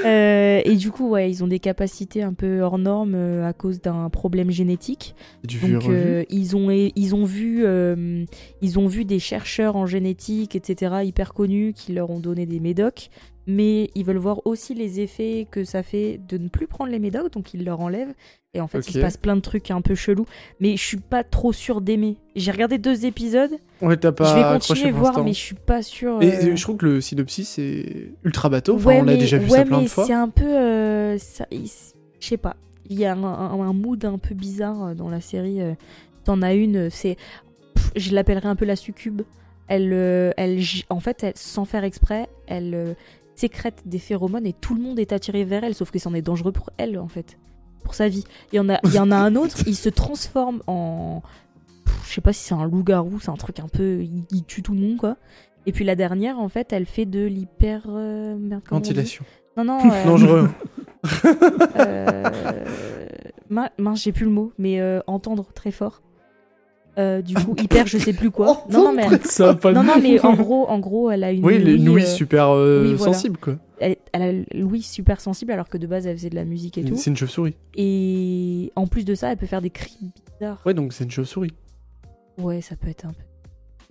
Speaker 3: Euh, Et du coup, ouais, ils ont des capacités un peu hors normes euh, à cause d'un problème génétique.
Speaker 1: Du vu et
Speaker 3: Donc
Speaker 1: revu.
Speaker 3: euh, ils, ont, ils, ont vu, euh, ils ont vu des chercheurs en génétique, etc., hyper connus, qui leur ont donné des médocs. Mais ils veulent voir aussi les effets que ça fait de ne plus prendre les médocs, donc ils leur enlèvent. Et en fait, il se
Speaker 1: Ok.
Speaker 3: passe plein de trucs un peu chelous. Mais je suis pas trop sûre d'aimer. J'ai regardé deux épisodes.
Speaker 1: Ouais, t'as pas
Speaker 3: je vais
Speaker 1: accroché
Speaker 3: continuer
Speaker 1: pour
Speaker 3: voir,
Speaker 1: l'instant.
Speaker 3: mais je suis pas sûre.
Speaker 1: Et
Speaker 3: euh,
Speaker 1: euh, je trouve que le synopsis est ultra bateau. Enfin,
Speaker 3: ouais,
Speaker 1: on l'a
Speaker 3: mais-
Speaker 1: déjà vu
Speaker 3: ouais,
Speaker 1: ça plein
Speaker 3: mais
Speaker 1: de fois.
Speaker 3: C'est un peu. euh, ça- il- je sais pas. Il y a un, un- un mood un peu bizarre euh, dans la série. euh. T'en as une, euh, c'est. pff, Je l'appellerais un peu la succube. Elle, euh, elle, g- en fait, elle, sans faire exprès, elle euh, sécrète des phéromones et tout le monde est attiré vers elle, sauf que c'en est dangereux pour elle, en fait. Pour sa vie. Il y en a, il y en a un autre, il se transforme en. pff, Je sais pas si c'est un loup-garou, c'est un truc un peu. Il, il tue tout le monde, quoi. Et puis la dernière, en fait, elle fait de l'hyper. euh, merde, comment on dit
Speaker 1: Ventilation. <laughs>
Speaker 3: non, non. euh,
Speaker 1: Dangereux.
Speaker 3: euh, min- mince, j'ai plus le mot, mais euh, entendre très fort. Euh, du coup, hyper, je sais plus quoi. Non, non, mais,
Speaker 2: Ça a pas de
Speaker 3: non, non, mais en gros, en gros, elle a une
Speaker 1: Oui, les nouilles
Speaker 3: euh,
Speaker 1: super euh,
Speaker 3: oui, voilà.
Speaker 1: sensibles, quoi.
Speaker 3: elle, elle a l'ouïe super sensible, alors que de base, elle faisait de la musique et tout.
Speaker 1: C'est une chauve-souris.
Speaker 3: Et en plus de ça, elle peut faire des cris bizarres.
Speaker 1: Ouais, donc c'est une chauve-souris.
Speaker 3: Ouais, ça peut être un peu.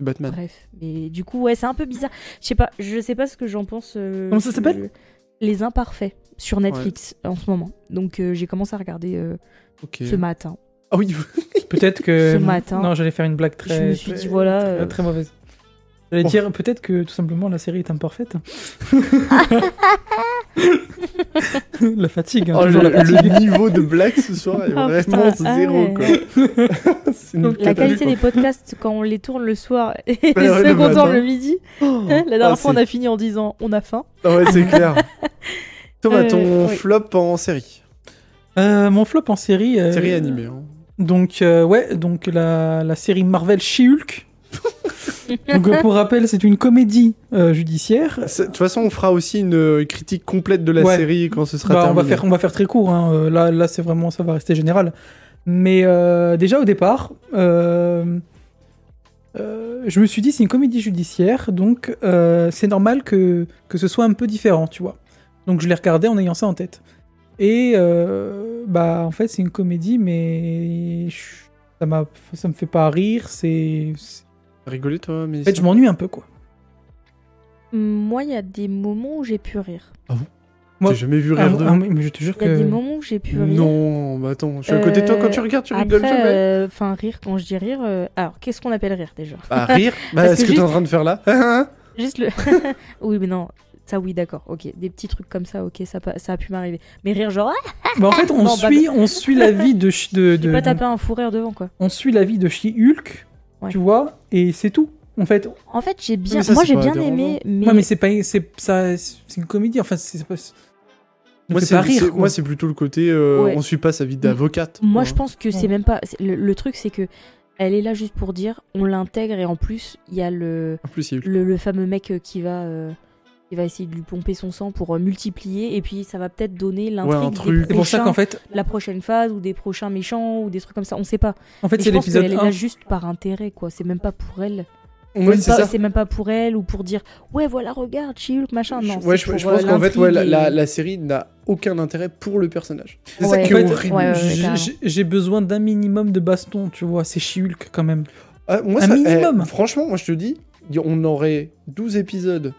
Speaker 1: Batman.
Speaker 3: Bref, mais du coup, ouais, c'est un peu bizarre. Je sais pas, je sais pas ce que j'en pense. euh,
Speaker 2: Comment ça
Speaker 3: je-
Speaker 2: s'appelle
Speaker 3: Les Imparfaits sur Netflix en ce moment. Donc euh, j'ai commencé à regarder euh,
Speaker 1: Ok.
Speaker 3: ce matin.
Speaker 1: Ah oui,
Speaker 3: <laughs>
Speaker 2: Peut-être que.
Speaker 3: Ce matin,
Speaker 2: Non, j'allais faire une blague très.
Speaker 3: je me suis
Speaker 2: très-
Speaker 3: dit voilà.
Speaker 2: très,
Speaker 3: euh,
Speaker 2: très mauvaise. J'allais
Speaker 1: Bon.
Speaker 2: dire peut-être que tout simplement la série est imparfaite. <laughs> la fatigue, hein,
Speaker 1: Oh, le,
Speaker 2: toujours la fatigue.
Speaker 1: le niveau de blague ce soir est
Speaker 3: Ah,
Speaker 1: vraiment
Speaker 3: putain, ah
Speaker 1: zéro,
Speaker 3: ouais.
Speaker 1: quoi.
Speaker 3: <laughs>
Speaker 1: c'est une
Speaker 3: La
Speaker 1: cata-
Speaker 3: qualité des podcasts quand on les tourne le soir <laughs> et
Speaker 1: Ouais, ouais,
Speaker 3: ceux
Speaker 1: le
Speaker 3: qu'on tourne
Speaker 1: matin.
Speaker 3: le midi.
Speaker 1: Oh,
Speaker 3: La
Speaker 1: <laughs>
Speaker 3: dernière
Speaker 1: ah,
Speaker 3: fois, on
Speaker 1: c'est-
Speaker 3: a fini en disant on a faim.
Speaker 1: Ah ouais, c'est
Speaker 3: <laughs>
Speaker 1: clair. Thomas,
Speaker 3: Euh,
Speaker 1: ton
Speaker 3: oui.
Speaker 1: flop en série.
Speaker 2: Euh, mon flop en série. euh,
Speaker 1: Série animée. hein.
Speaker 2: Donc, euh, ouais, donc la, la série Marvel She-Hulk. donc, euh, pour rappel, c'est une comédie euh, judiciaire.
Speaker 1: C'est- De toute façon, on fera aussi une euh, critique complète de la
Speaker 2: Ouais.
Speaker 1: série quand ce sera
Speaker 2: Bah, on
Speaker 1: terminé.
Speaker 2: va faire on va faire très court hein. Euh, là là c'est vraiment ça va rester général mais euh, déjà au départ euh, euh, je me suis dit c'est une comédie judiciaire donc euh, c'est normal que que ce soit un peu différent tu vois donc je l'ai regardé en ayant ça en tête Et euh, bah en fait c'est une comédie mais je- ça m'a ça me fait pas rire, c'est c'est-
Speaker 1: T'as rigolé, toi, mais.
Speaker 2: en fait je m'ennuie un peu quoi.
Speaker 3: Moi, il y a des moments où j'ai pu rire.
Speaker 2: moi-
Speaker 1: J'ai jamais vu
Speaker 2: Ah,
Speaker 1: rire de.
Speaker 2: ah, mais mais je te jure
Speaker 3: Il y a des
Speaker 2: que
Speaker 3: moments où j'ai pu rire.
Speaker 1: Non, bah attends, je suis à côté de toi quand tu
Speaker 3: Euh,
Speaker 1: regardes, tu rigoles
Speaker 3: Après,
Speaker 1: jamais.
Speaker 3: euh, enfin, rire, quand je dis rire, euh, alors qu'est-ce qu'on appelle rire déjà
Speaker 1: Bah, rire Bah,
Speaker 3: parce
Speaker 1: est-ce que
Speaker 3: que
Speaker 1: t'es en
Speaker 3: juste-
Speaker 1: train de faire là
Speaker 3: Juste le. <laughs> oui, mais non, ça oui, d'accord, ok. Des petits trucs comme ça, ok, ça, pa- ça a pu m'arriver. Mais rire, genre, ah,
Speaker 2: bah, en fait on
Speaker 3: <laughs> Non, bah,
Speaker 2: suit on suit la vie de Ch- de,
Speaker 3: <laughs> j'ai
Speaker 2: de-
Speaker 3: pas tapé un fou rire devant, quoi.
Speaker 2: on suit la vie de She-Hulk,
Speaker 3: Ouais.
Speaker 2: tu vois et c'est tout. En fait,
Speaker 3: En fait, j'ai bien.
Speaker 1: ça,
Speaker 3: Moi,
Speaker 1: c'est
Speaker 3: j'ai
Speaker 1: pas
Speaker 3: bien
Speaker 1: dérangeant.
Speaker 3: aimé, mais.
Speaker 2: ouais, mais c'est pas c'est ça c'est une comédie enfin c'est c'est pas ça me
Speaker 1: Moi,
Speaker 2: fait
Speaker 1: c'est
Speaker 2: pas rire.
Speaker 1: c'est-
Speaker 2: quoi.
Speaker 1: moi, c'est plutôt le côté euh,
Speaker 3: Ouais.
Speaker 1: on suit pas sa vie d'avocate.
Speaker 3: Moi,
Speaker 1: quoi.
Speaker 3: je pense que
Speaker 2: Ouais.
Speaker 3: c'est même pas. c'est- Le, le truc, c'est que elle est là juste pour dire, on l'intègre et en plus, il y a le,
Speaker 1: En plus, il y a eu-
Speaker 3: le, le fameux mec euh, qui va, euh, qui va essayer de lui pomper son sang pour euh, multiplier et puis ça va peut-être donner l'intrigue
Speaker 1: un
Speaker 3: des
Speaker 1: truc.
Speaker 2: c'est pour ça
Speaker 3: prochains-
Speaker 2: qu'en fait
Speaker 3: la prochaine phase ou des prochains méchants ou des trucs comme ça, on sait pas.
Speaker 2: en fait
Speaker 3: Et
Speaker 2: c'est
Speaker 3: je pense
Speaker 2: l'épisode
Speaker 3: qu'elle est là
Speaker 2: 1.
Speaker 3: juste par intérêt, quoi. C'est même pas pour elle.
Speaker 1: Ouais,
Speaker 3: Même
Speaker 1: c'est
Speaker 3: pas-
Speaker 1: ça.
Speaker 3: c'est même pas pour elle ou pour dire ouais voilà regarde She-Hulk machin. Non,
Speaker 1: Je- ouais,
Speaker 3: c'est
Speaker 1: je,
Speaker 3: pour,
Speaker 1: je pense
Speaker 3: euh,
Speaker 1: qu'en fait, ouais, la,
Speaker 3: l'intrigue
Speaker 1: la-
Speaker 3: et-
Speaker 1: la série n'a aucun intérêt pour le personnage. C'est ça
Speaker 3: Ouais.
Speaker 1: qui est
Speaker 2: En fait,
Speaker 1: horrible.
Speaker 3: ouais, ouais, ouais,
Speaker 2: J'ai-
Speaker 3: carrément.
Speaker 2: j'ai- J'ai besoin d'un minimum de baston, tu vois. C'est She-Hulk quand même.
Speaker 1: Ah, moi,
Speaker 2: Un
Speaker 1: ça- eh,
Speaker 2: minimum.
Speaker 1: franchement, moi, je te dis, y- on aurait 12 épisodes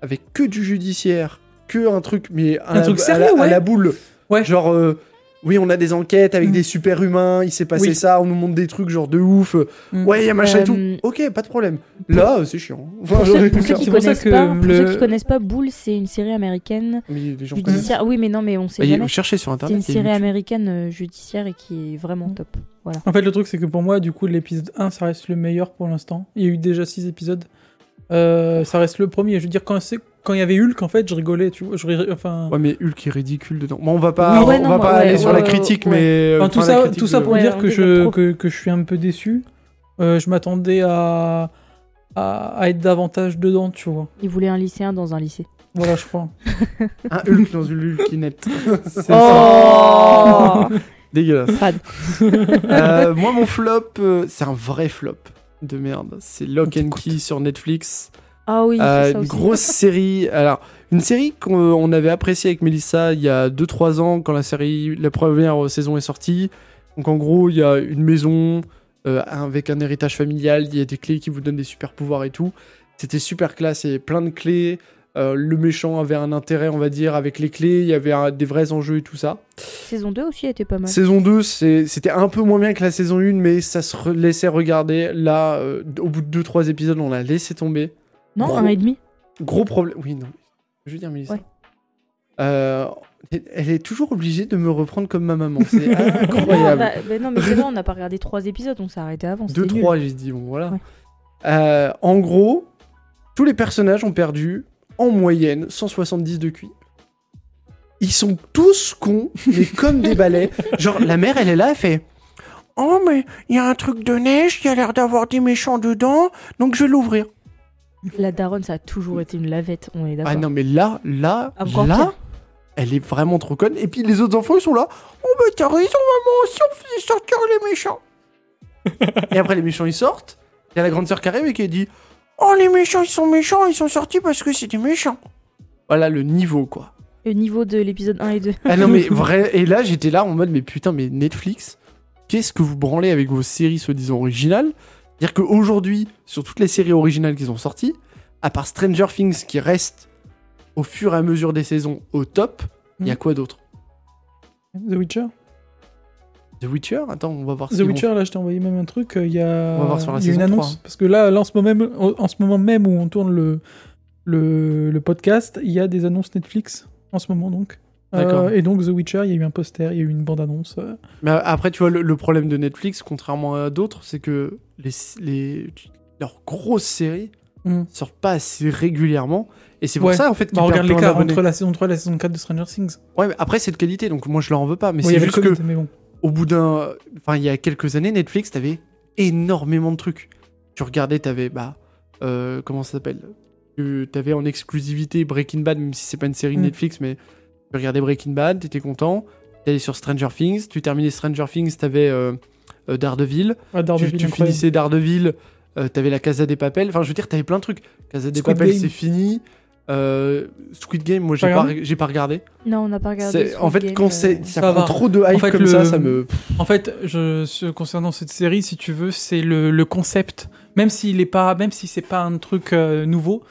Speaker 1: avec que du judiciaire, que un truc, mais à
Speaker 2: Un
Speaker 1: la-
Speaker 2: truc
Speaker 1: à
Speaker 2: sérieux,
Speaker 1: la, à
Speaker 2: ouais.
Speaker 1: la boule.
Speaker 2: Ouais.
Speaker 1: Genre, euh, oui, on a des enquêtes avec
Speaker 2: Mm.
Speaker 1: des super-humains, il s'est passé
Speaker 2: Oui.
Speaker 1: ça, on nous montre des trucs genre de ouf. euh,
Speaker 2: Mm.
Speaker 1: Ouais, il y a machin et
Speaker 3: Euh,
Speaker 1: tout. Ok, pas de problème. Là, euh, c'est chiant. Enfin, euh,
Speaker 3: Pour
Speaker 1: j'aurais
Speaker 3: ceux,
Speaker 1: pu
Speaker 3: pour ceux
Speaker 1: faire-
Speaker 3: qui
Speaker 2: C'est pour ça
Speaker 3: connaissent
Speaker 2: que
Speaker 3: pas, pour
Speaker 2: le-
Speaker 3: ceux qui connaissent pas, Bull, c'est une série américaine
Speaker 1: Mais les gens connaissent.
Speaker 3: judiciaire. Oui, mais non, mais on
Speaker 1: Bah,
Speaker 3: sait jamais.
Speaker 1: Cherchez sur
Speaker 3: C'est une
Speaker 1: internet. il y a
Speaker 3: série
Speaker 1: YouTube.
Speaker 3: américaine euh, judiciaire et qui est vraiment top. Voilà.
Speaker 2: En fait, le truc, c'est que pour moi, du coup, l'épisode 1, ça reste le meilleur pour l'instant. Il y a eu déjà 6 épisodes. Euh, ça reste le premier. Je veux dire, quand c'est- quand il y avait Hulk, en fait, je rigolais, tu vois. Je ri- enfin,
Speaker 1: Ouais, mais Hulk est ridicule dedans. Bon, on va pas,
Speaker 3: Oui, ouais,
Speaker 1: on
Speaker 3: non,
Speaker 1: va
Speaker 3: mais
Speaker 1: pas
Speaker 3: ouais,
Speaker 1: aller
Speaker 3: ouais,
Speaker 1: sur la
Speaker 3: ouais,
Speaker 1: critique,
Speaker 3: ouais.
Speaker 1: mais. euh,
Speaker 2: enfin, tout,
Speaker 1: enfin, la
Speaker 2: ça,
Speaker 1: critique
Speaker 2: tout ça
Speaker 1: de-
Speaker 2: pour
Speaker 3: Ouais,
Speaker 2: dire
Speaker 3: on
Speaker 2: que
Speaker 3: développe
Speaker 2: je,
Speaker 3: trop.
Speaker 2: que, que je suis un peu déçu. Euh, je m'attendais à, à, à être davantage dedans, tu vois.
Speaker 3: Ils voulaient un lycéen dans un lycée.
Speaker 2: Voilà, je crois.
Speaker 1: Un Hulk dans une
Speaker 3: <laughs>
Speaker 1: Hulkinette.
Speaker 2: C'est
Speaker 3: Oh
Speaker 1: <laughs> Dégueulasse.
Speaker 3: Fad.
Speaker 1: Euh, moi, mon flop, euh, c'est un vrai flop de merde. C'est Lock and Key sur Netflix.
Speaker 3: Ah oui,
Speaker 1: Euh,
Speaker 3: c'est ça
Speaker 1: une
Speaker 3: aussi. <laughs>
Speaker 1: grosse série. Alors, une série qu'on on avait appréciée avec Melissa il y a 2-3 ans quand la série, la première euh, saison est sortie. Donc, en gros, il y a une maison euh, avec un héritage familial. Il y a des clés qui vous donnent des super pouvoirs et tout. C'était super classe. Il y avait plein de clés. Euh, le méchant avait un intérêt, on va dire, avec les clés. Il y avait un- des vrais enjeux et tout ça.
Speaker 3: Saison 2 aussi était pas mal.
Speaker 1: Saison 2, c'est- c'était un peu moins bien que la saison 1, mais ça se re- laissait regarder. Là, euh, au bout de 2-3 épisodes, on l'a laissé tomber.
Speaker 3: Non,
Speaker 1: Gros.
Speaker 3: un et demi.
Speaker 1: Gros problème. Oui, non. Je veux dire, Mélissa.
Speaker 3: Ouais.
Speaker 1: Euh, elle- elle est toujours obligée de me reprendre comme ma maman.
Speaker 3: <laughs>
Speaker 1: C'est incroyable.
Speaker 3: Ah, bah, bah non, mais c'est vrai, on n'a pas regardé trois épisodes, on s'est arrêté avant.
Speaker 1: Deux,
Speaker 3: c'était nul.
Speaker 1: trois, j'ai dit, bon, voilà.
Speaker 3: Ouais.
Speaker 1: Euh, en gros, tous les personnages ont perdu, en moyenne, 170 de QI. Ils sont tous cons,
Speaker 3: <laughs>
Speaker 1: mais comme des balais. Genre, la mère, elle est là, elle fait... Oh, mais il y a un truc de neige qui a l'air d'avoir des méchants dedans, donc je vais l'ouvrir.
Speaker 3: La daronne, ça a toujours été une lavette, on est d'accord.
Speaker 1: Ah non, mais là, là,
Speaker 3: Encore
Speaker 1: là,
Speaker 3: pire.
Speaker 1: elle est vraiment trop conne. Et puis les autres enfants, ils sont là. Oh, bah t'as raison, maman, si on faisait sortir les méchants. et après, les méchants, ils sortent. Il y a la grande sœur qui arrive et qui dit Oh, les méchants, ils sont méchants, ils sont sortis parce que c'était méchant. Voilà le niveau, quoi.
Speaker 3: Le niveau de l'épisode 1 et 2.
Speaker 1: Ah non, mais vrai. Et là, j'étais là en mode Mais putain, mais Netflix, qu'est-ce que vous branlez avec vos séries soi-disant originales C'est-à-dire qu'aujourd'hui, sur toutes les séries originales qu'ils ont sorties, à part Stranger Things qui reste au fur et à mesure des saisons au top, il y a
Speaker 2: Mhm.
Speaker 1: quoi d'autre
Speaker 2: The Witcher.
Speaker 1: The Witcher Attends, on va voir
Speaker 2: The
Speaker 1: si on-
Speaker 2: Witcher, là, je t'ai envoyé même un truc. euh, Il y a,
Speaker 1: On va voir sur la
Speaker 2: il y a une
Speaker 1: saison
Speaker 2: annonce.
Speaker 1: 3.
Speaker 2: Parce que là, là en, ce moment même, en ce moment même où on tourne le, le, le podcast, il y a des annonces Netflix en ce moment donc. Euh,
Speaker 1: D'accord.
Speaker 2: et donc, The Witcher, il y a eu un poster, il y a eu une bande-annonce. euh.
Speaker 1: Mais euh, après, tu vois, le, le problème de Netflix, contrairement à d'autres, c'est que les, les, leurs grosses séries
Speaker 2: Mm.
Speaker 1: sortent pas assez régulièrement. Et c'est pour
Speaker 2: Ouais.
Speaker 1: ça, en fait, qu'ils
Speaker 2: Bah,
Speaker 1: perdent
Speaker 2: regarde
Speaker 1: plein
Speaker 2: l'écart
Speaker 1: d'abonnés.
Speaker 2: entre la saison 3 et la saison 4 de Stranger Things.
Speaker 1: Ouais, mais après, c'est de qualité, donc moi, je leur en veux pas. Mais
Speaker 2: Bon, il y
Speaker 1: c'est
Speaker 2: avait le
Speaker 1: juste
Speaker 2: Covid,
Speaker 1: que,
Speaker 2: mais bon.
Speaker 1: au bout d'un... Enfin, il y a quelques années, Netflix, t'avais énormément de trucs. Tu regardais, t'avais, bah... euh, comment ça s'appelle Tu- T'avais en exclusivité Breaking Bad, même si c'est pas une série
Speaker 2: Mm.
Speaker 1: Netflix, mais... Tu regardais Breaking Bad, t'étais content. T'allais sur Stranger Things. Tu terminais Stranger Things, t'avais euh, euh, Daredevil.
Speaker 2: Ah,
Speaker 1: tu,
Speaker 2: Daredevil,
Speaker 1: tu
Speaker 2: incroyable.
Speaker 1: finissais Daredevil, euh, t'avais la Casa des Papels, enfin je veux dire, t'avais plein de trucs. Casa des
Speaker 2: Squid
Speaker 1: Papels,
Speaker 2: Game.
Speaker 1: c'est fini. Euh, Squid Game, moi, j'ai
Speaker 2: T'as
Speaker 1: pas,
Speaker 2: regardé
Speaker 1: j'ai pas regardé.
Speaker 3: Non, on n'a pas regardé.
Speaker 1: C'est- En
Speaker 3: Squid
Speaker 1: fait,
Speaker 3: Game,
Speaker 1: quand
Speaker 3: euh,
Speaker 1: c'est- ça,
Speaker 4: Ça va.
Speaker 1: prend trop de hype
Speaker 4: En fait,
Speaker 1: comme
Speaker 4: le-
Speaker 1: ça, ça me.
Speaker 4: En fait, je, ce- concernant cette série, si tu veux, c'est le, le concept. Même s'il est pas, même si c'est pas un truc euh, nouveau,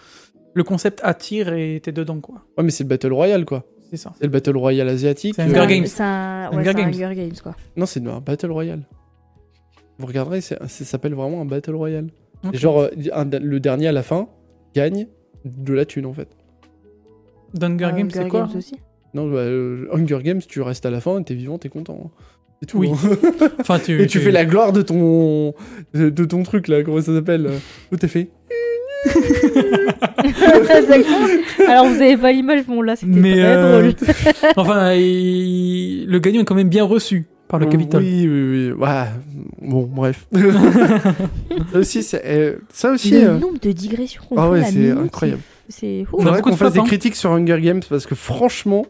Speaker 4: le concept attire et t'es dedans quoi.
Speaker 1: Ouais, mais c'est le Battle Royale, quoi.
Speaker 4: C'est ça.
Speaker 1: C'est le Battle Royale asiatique.
Speaker 4: C'est
Speaker 1: euh,
Speaker 4: un
Speaker 3: euh, c'est
Speaker 4: Hunger
Speaker 3: un-
Speaker 4: Games.
Speaker 3: C'est un, ouais,
Speaker 4: Hunger
Speaker 3: c'est un
Speaker 4: Games.
Speaker 3: Hunger Games, quoi.
Speaker 1: Non, c'est un Battle Royale. Vous regarderez, c'est- ça s'appelle vraiment un Battle Royale.
Speaker 4: Ok.
Speaker 1: Et genre, euh, un- le dernier à la fin gagne de la thune, en fait.
Speaker 4: Hunger
Speaker 3: Ah,
Speaker 4: Games, c'est quoi
Speaker 3: Games
Speaker 4: <laughs>
Speaker 3: aussi. <laughs>
Speaker 1: Non, bah, euh, Hunger Games, tu restes à la fin, t'es vivant, t'es content. hein. C'est tout.
Speaker 4: <laughs> Oui.
Speaker 1: hein.
Speaker 4: Enfin, tu,
Speaker 1: Et tu fais la gloire de ton de, de ton truc là, comment ça s'appelle euh, Où t'as fait
Speaker 3: D'accord. Alors, vous avez pas l'image, bon, là, c'était
Speaker 4: Mais,
Speaker 3: très
Speaker 4: euh,
Speaker 3: drôle.
Speaker 4: Enfin, il- le gagnant est quand même bien reçu par le
Speaker 1: Oh,
Speaker 4: Capitole.
Speaker 1: Oui, oui, oui. Ouais. Bon,
Speaker 4: <laughs>
Speaker 1: bref. ça aussi, c'est, euh, ça aussi.
Speaker 3: Le
Speaker 1: euh,
Speaker 3: nombre de digressions qu'on
Speaker 1: Ah
Speaker 3: fait,
Speaker 1: ouais,
Speaker 3: la
Speaker 1: c'est
Speaker 3: minute,
Speaker 1: incroyable.
Speaker 3: C'est fou.
Speaker 4: On a
Speaker 1: faudrait
Speaker 4: beaucoup
Speaker 1: qu'on
Speaker 4: de
Speaker 1: fasse des
Speaker 4: pop, hein.
Speaker 1: critiques sur Hunger Games parce que franchement,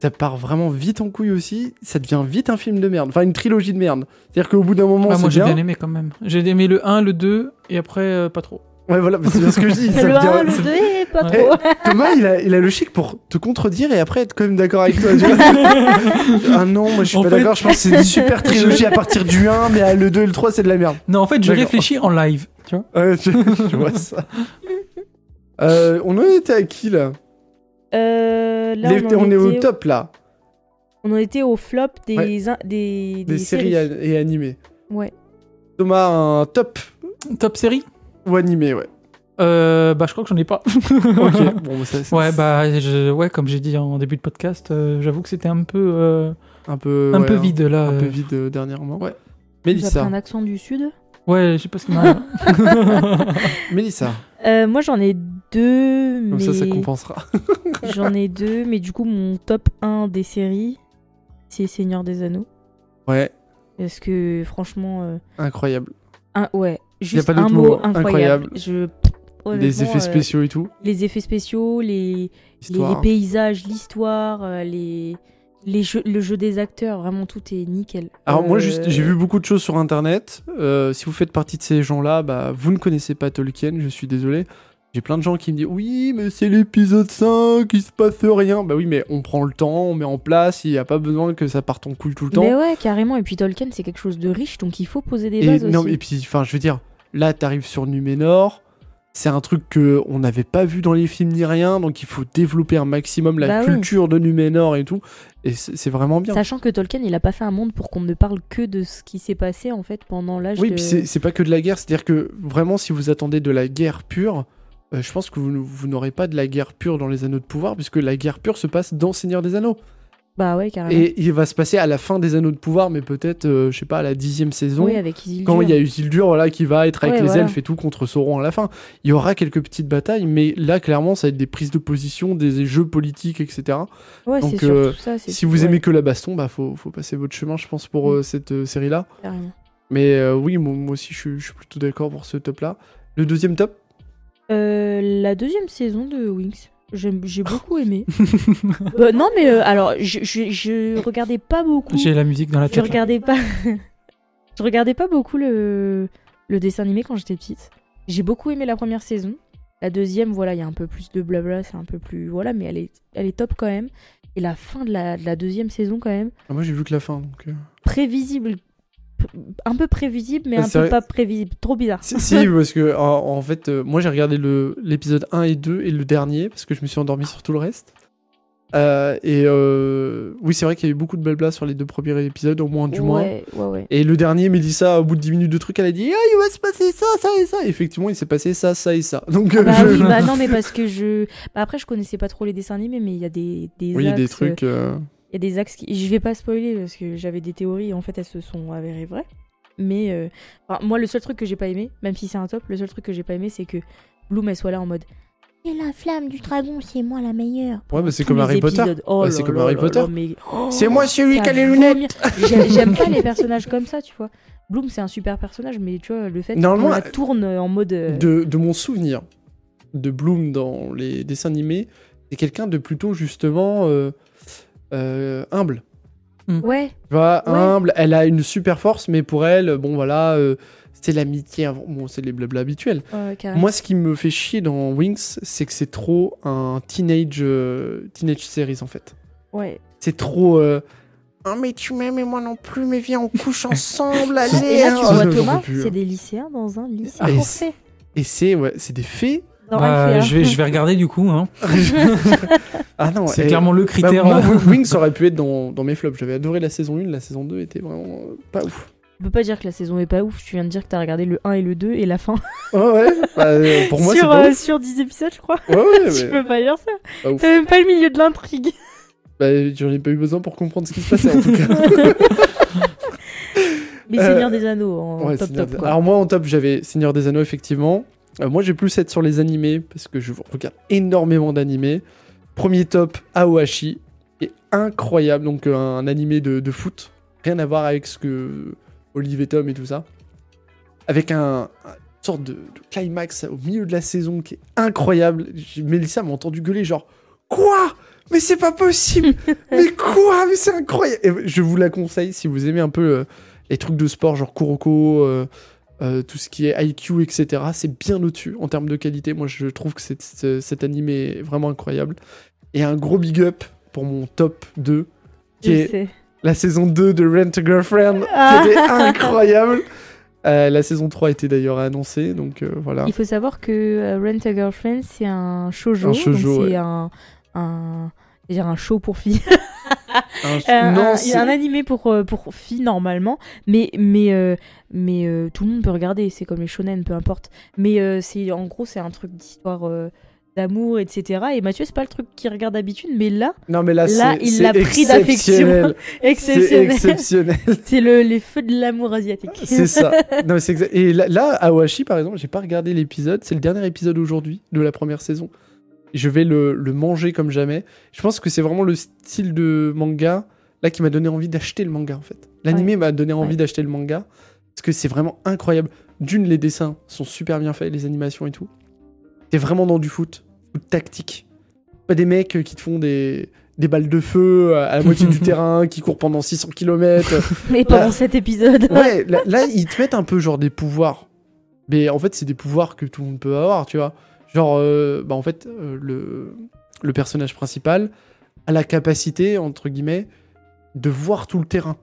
Speaker 1: ça part vraiment vite en couille aussi. Ça devient vite un film de merde, enfin une trilogie de merde. C'est-à-dire qu'au bout d'un moment,
Speaker 4: Ah,
Speaker 1: c'est
Speaker 4: moi j'ai
Speaker 1: bien.
Speaker 4: bien aimé quand même. J'ai aimé le 1, le 2 et après euh, pas trop.
Speaker 1: Ouais, voilà, c'est bien ce que
Speaker 4: <laughs>
Speaker 1: je dis. ça
Speaker 3: Le
Speaker 1: devient-
Speaker 3: 1, le
Speaker 1: ça-
Speaker 3: 2, et pas
Speaker 4: Ouais.
Speaker 3: trop.
Speaker 1: <laughs> Thomas, il a, il a le chic pour te contredire et après être quand même d'accord avec toi.
Speaker 4: <laughs>
Speaker 1: tu vois. ah non, moi je suis
Speaker 4: En
Speaker 1: pas
Speaker 4: fait-
Speaker 1: d'accord, je pense que c'est
Speaker 4: <laughs>
Speaker 1: une super trilogie à partir du 1, mais ah, le 2 et le 3 c'est de la merde.
Speaker 4: Non, en fait, je
Speaker 1: D'accord.
Speaker 4: réfléchis en live. Tu vois
Speaker 1: Ouais, je, je <laughs> vois ça. Euh, on en était à qui là,
Speaker 3: Euh, là,
Speaker 1: Les-
Speaker 3: on, en
Speaker 1: On est au
Speaker 3: était-
Speaker 1: top là,
Speaker 3: On en était au flop des,
Speaker 1: Ouais.
Speaker 3: in- des, des
Speaker 1: des, séries, an- et animés.
Speaker 3: Ouais.
Speaker 1: Thomas, un top
Speaker 4: Top série
Speaker 1: ou animé,
Speaker 4: <laughs>
Speaker 1: ouais.
Speaker 4: euh, Bah, je crois que j'en ai pas.
Speaker 1: Ok, <laughs> bon, ça,
Speaker 4: <laughs>
Speaker 1: c'est
Speaker 4: Ouais, bah, je- ouais, comme j'ai dit en début de podcast, euh, j'avoue que c'était un peu, euh,
Speaker 1: un peu,
Speaker 4: un
Speaker 1: ouais, hein.
Speaker 4: peu vide là.
Speaker 1: Un
Speaker 4: euh.
Speaker 1: peu vide euh, dernièrement.
Speaker 4: Ouais.
Speaker 3: J'ai
Speaker 1: Mélissa,
Speaker 3: un accent du sud.
Speaker 4: Ouais, je sais
Speaker 3: <laughs>
Speaker 4: pas ce qu'il m'a.
Speaker 1: Mélissa,
Speaker 3: Euh, moi, j'en ai deux,
Speaker 1: comme
Speaker 3: mais
Speaker 1: ça ça compensera.
Speaker 3: j'en ai deux, mais du coup, mon top 1 des séries, c'est Seigneur des Anneaux.
Speaker 1: Ouais,
Speaker 3: Parce que franchement, euh,
Speaker 1: incroyable.
Speaker 3: un, ouais, juste
Speaker 1: pas
Speaker 3: un
Speaker 1: d'autre
Speaker 3: mot,
Speaker 1: mot,
Speaker 3: incroyable.
Speaker 1: incroyable.
Speaker 3: Je,
Speaker 1: Les
Speaker 3: honnêtement,
Speaker 1: effets
Speaker 3: euh,
Speaker 1: spéciaux et tout.
Speaker 3: les effets spéciaux, les, les- les,
Speaker 1: Histoire.
Speaker 3: paysages, l'histoire, euh, les, les jeux, le jeu des acteurs, vraiment tout est nickel.
Speaker 1: Alors moi
Speaker 3: Euh,
Speaker 1: juste j'ai vu beaucoup de choses sur internet. Euh, si vous faites partie de ces gens-là, bah vous ne connaissez pas Tolkien, je suis désolé. J'ai plein de gens qui me disent oui mais c'est l'épisode 5, il se passe rien. Bah oui mais on prend le temps, on met en place, il n'y a pas besoin que ça parte en couille tout le temps.
Speaker 3: Mais ouais, carrément. Et puis Tolkien, c'est quelque chose de riche, donc il faut poser des
Speaker 1: et
Speaker 3: bases
Speaker 1: non
Speaker 3: aussi.
Speaker 1: mais- et puis enfin je veux dire là t'arrives sur Numénor, c'est un truc que on n'avait pas vu dans les films ni rien, donc il faut développer un maximum la
Speaker 3: Bah oui.
Speaker 1: culture de Numénor et tout. Et c'est c'est vraiment bien.
Speaker 3: Sachant que Tolkien, il a pas fait un monde pour qu'on ne parle que de ce qui s'est passé en fait pendant l'âge
Speaker 1: Oui,
Speaker 3: de.
Speaker 1: puis c'est c'est pas que de la guerre, c'est-à-dire que vraiment, si vous attendez de la guerre pure, euh, je pense que vous, n- vous n'aurez pas de la guerre pure dans les Anneaux de Pouvoir, puisque la guerre pure se passe dans Seigneur des Anneaux.
Speaker 3: Bah ouais, carrément.
Speaker 1: Et il va se passer à la fin des Anneaux de Pouvoir, mais peut-être, euh, je sais pas, à la dixième saison.
Speaker 3: oui, avec Isildur.
Speaker 1: Quand il y a Usildur voilà, qui va être avec
Speaker 3: Ouais,
Speaker 1: les
Speaker 3: voilà.
Speaker 1: elfes et tout contre Sauron à la fin, il y aura quelques petites batailles, mais là clairement ça va être des prises de position, des jeux politiques, etc.
Speaker 3: Ouais, c'est
Speaker 1: donc,
Speaker 3: surtout
Speaker 1: euh,
Speaker 3: ça. c'est-
Speaker 1: Si vous
Speaker 3: ouais, Mm.
Speaker 1: aimez que la baston, bah faut, faut passer votre chemin, je pense, pour euh, cette euh, série-là.
Speaker 3: carrément.
Speaker 1: Mais euh, oui, moi, moi aussi, je, suis- je suis plutôt d'accord pour ce top-là. Le deuxième top
Speaker 3: Euh, la deuxième saison de Wings. J'aime-
Speaker 1: <laughs>
Speaker 3: J'ai beaucoup aimé. Euh, non, mais euh, alors, je, je, je regardais pas beaucoup.
Speaker 4: J'ai la musique dans la
Speaker 3: Je
Speaker 4: tête. là.
Speaker 3: regardais pas. <laughs> je regardais pas beaucoup le, le dessin animé quand j'étais petite. J'ai beaucoup aimé la première saison. La deuxième, voilà, il y a un peu plus de blabla, c'est un peu plus. Voilà, mais elle est, elle est top quand même. Et la fin de la, de la deuxième saison, quand même,
Speaker 1: Ah, Moi, j'ai vu que la fin. Donc, euh.
Speaker 3: prévisible. P- Un peu prévisible, mais
Speaker 1: Ah,
Speaker 3: un
Speaker 1: c'est
Speaker 3: peu
Speaker 1: vrai.
Speaker 3: pas prévisible. Trop bizarre.
Speaker 1: si,
Speaker 3: <laughs>
Speaker 1: si, parce que en, en fait, euh, moi, j'ai regardé le- l'épisode 1 et 2 et le dernier parce que je me suis endormi sur tout le reste. Euh, et euh, oui, c'est vrai qu'il y a eu beaucoup de blabla sur les deux premiers épisodes, au moins du moins.
Speaker 3: Ouais, ouais, ouais.
Speaker 1: Et le dernier, Mélissa, au bout de 10 minutes de truc, elle a dit Ah, il va se passer ça, ça et ça. Et effectivement, il s'est passé ça, ça et ça. Donc, euh,
Speaker 3: Bah
Speaker 1: <laughs> je-
Speaker 3: oui, bah non, mais parce que je. Bah après, je connaissais pas trop les dessins animés, mais il y a des. des
Speaker 1: oui, il y a des
Speaker 3: axes, euh,
Speaker 1: trucs. euh,
Speaker 3: Il y a des axes qui... Je vais pas spoiler parce que j'avais des théories et en fait elles se sont avérées vraies. Mais euh, enfin, moi le seul truc que j'ai pas aimé, même si c'est un top, le seul truc que j'ai pas aimé c'est que Bloom elle soit là en mode Et la flamme du dragon, c'est moi la meilleure.
Speaker 1: Ouais, bah, c'est
Speaker 3: Tous
Speaker 1: comme
Speaker 3: les
Speaker 1: Harry Potter.
Speaker 3: épisodes. Oh
Speaker 1: Bah, c'est
Speaker 3: là
Speaker 1: comme
Speaker 3: là
Speaker 1: Harry
Speaker 3: là
Speaker 1: Potter.
Speaker 3: là, mais- Oh,
Speaker 1: C'est moi celui
Speaker 3: ça
Speaker 1: qui a les lunettes.
Speaker 3: vomit. J'ai- J'aime pas
Speaker 1: <laughs>
Speaker 3: les personnages comme ça, tu vois. Bloom c'est un super personnage, mais tu vois, le fait qu'on
Speaker 1: Normalement,
Speaker 3: la tourne en mode. euh,
Speaker 1: de, de mon souvenir de Bloom dans les dessins animés, c'est quelqu'un de plutôt justement euh, euh, humble.
Speaker 3: Ouais,
Speaker 1: Tu vois,
Speaker 3: Ouais.
Speaker 1: humble, elle a une super force, mais pour elle, bon voilà, euh, c'est l'amitié avant. Bon, c'est les blabla habituels.
Speaker 3: Ouais, carrément.
Speaker 1: Moi, ce qui me fait chier dans Wings, c'est que c'est trop un teenage, euh, teenage series en fait.
Speaker 3: Ouais.
Speaker 1: C'est trop. euh, Ah, mais tu m'aimes et moi non plus, mais viens, on couche <laughs> ensemble, allez
Speaker 3: Et là, tu
Speaker 1: hein.
Speaker 3: vois
Speaker 1: J'en peux
Speaker 3: Thomas,
Speaker 1: plus,
Speaker 3: c'est
Speaker 1: hein.
Speaker 3: des lycéens dans un lycée
Speaker 1: Ah, et
Speaker 3: français.
Speaker 1: Et c'est ouais, c'est des <laughs> faits.
Speaker 3: Dans
Speaker 4: Bah,
Speaker 3: Alphea.
Speaker 4: je, vais, je vais regarder du coup. hein.
Speaker 1: Ah non,
Speaker 4: C'est
Speaker 1: eh,
Speaker 4: clairement le
Speaker 1: bah,
Speaker 4: critère.
Speaker 1: moi,
Speaker 4: euh,
Speaker 1: <laughs> Wings aurait pu être dans, dans mes flops. J'avais adoré la saison 1, la saison 2 était vraiment euh, pas ouf.
Speaker 3: Je peux pas dire que la saison est pas ouf. Tu viens de dire que t'as regardé le 1 et le 2 et la fin.
Speaker 1: Ouais, ouais, bah, euh, pour moi, c'est
Speaker 3: <laughs> sur,
Speaker 1: pas
Speaker 3: euh,
Speaker 1: ouf.
Speaker 3: sur 10 épisodes, <laughs> je crois.
Speaker 1: Ouais, ouais, <laughs>
Speaker 3: tu
Speaker 1: mais-
Speaker 3: peux pas dire ça.
Speaker 1: Pas ouf.
Speaker 3: T'as même pas le milieu de l'intrigue.
Speaker 1: Bah, j'en ai pas eu besoin pour comprendre ce qui se passait en tout cas.
Speaker 3: Mais
Speaker 1: Euh,
Speaker 3: Seigneur des Anneaux, en
Speaker 1: Ouais,
Speaker 3: top
Speaker 1: Seigneur
Speaker 3: top
Speaker 1: des-
Speaker 3: quoi.
Speaker 1: Alors moi en top j'avais Seigneur des Anneaux effectivement. Euh, moi j'ai plus être sur les animés parce que je regarde énormément d'animés. Premier top Aohashi est incroyable donc euh, un animé de, de foot rien à voir avec ce que Olive et Tom et tout ça avec un, un- une sorte de, de climax au milieu de la saison qui est incroyable. J'ai- Mélissa m'a entendu gueuler genre quoi mais c'est pas
Speaker 3: <laughs>
Speaker 1: possible Mais quoi Mais c'est incroyable Et Je vous la conseille si vous aimez un peu euh, les trucs de sport, genre Kuroko, euh, euh, tout ce qui est IQ, etc. C'est bien au-dessus en termes de qualité. Moi, je trouve que c'est- c'est- cet anime est vraiment incroyable. Et un gros big up pour mon top 2, qui
Speaker 3: Je
Speaker 1: est
Speaker 3: sais.
Speaker 1: la saison 2 de Rent a Girlfriend,
Speaker 3: Ah.
Speaker 1: qui était incroyable. Euh, la saison 3 était d'ailleurs annoncée, donc euh, voilà.
Speaker 3: Ah. Il faut savoir que euh, Rent a Girlfriend, c'est un shoujo.
Speaker 1: Un
Speaker 3: donc
Speaker 1: shoujo,
Speaker 3: C'est
Speaker 1: ouais.
Speaker 3: un. un... je veux dire un show pour filles.
Speaker 1: Un-
Speaker 3: Euh,
Speaker 1: non,
Speaker 3: un,
Speaker 1: c'est-
Speaker 3: un animé pour, euh, pour filles normalement, mais, mais, euh, mais euh, tout le monde peut regarder, c'est comme les shonen, peu importe. Mais euh, c'est en gros, c'est un truc d'histoire euh, d'amour, etc. Et Mathieu, c'est pas le truc qu'il regarde d'habitude, mais là,
Speaker 1: non, mais là,
Speaker 3: là,
Speaker 1: c'est-
Speaker 3: il
Speaker 1: c'est
Speaker 3: l'a pris
Speaker 1: exceptionnel.
Speaker 3: d'affection.
Speaker 1: C'est <laughs>
Speaker 3: exceptionnel,
Speaker 1: exceptionnel.
Speaker 3: <laughs> c'est le, les feux de l'amour asiatique.
Speaker 1: C'est
Speaker 3: <laughs>
Speaker 1: ça. Non, mais c'est exact. Et là, là, Awashi, par exemple, j'ai pas regardé l'épisode. C'est le dernier épisode aujourd'hui de la première saison. Je vais le, le manger comme jamais. Je pense que c'est vraiment le style de manga là qui m'a donné envie d'acheter le manga en fait. L'animé m'a donné envie
Speaker 3: Ouais.
Speaker 1: d'acheter le manga parce que c'est vraiment incroyable. D'une, les dessins sont super bien faits, les animations et tout. T'es vraiment dans du foot, foot tactique. Pas des mecs euh, qui te font des, des balles de feu à à la moitié
Speaker 3: <laughs>
Speaker 1: du terrain, qui courent pendant 600 km.
Speaker 3: Et pendant cet épisode,
Speaker 1: Ouais, là, là, ils te mettent un peu genre des pouvoirs. Mais en fait, c'est des pouvoirs que tout le monde peut avoir, tu vois. Genre, euh, bah en fait, euh, le, le personnage principal a la capacité, entre guillemets, de voir tout le terrain.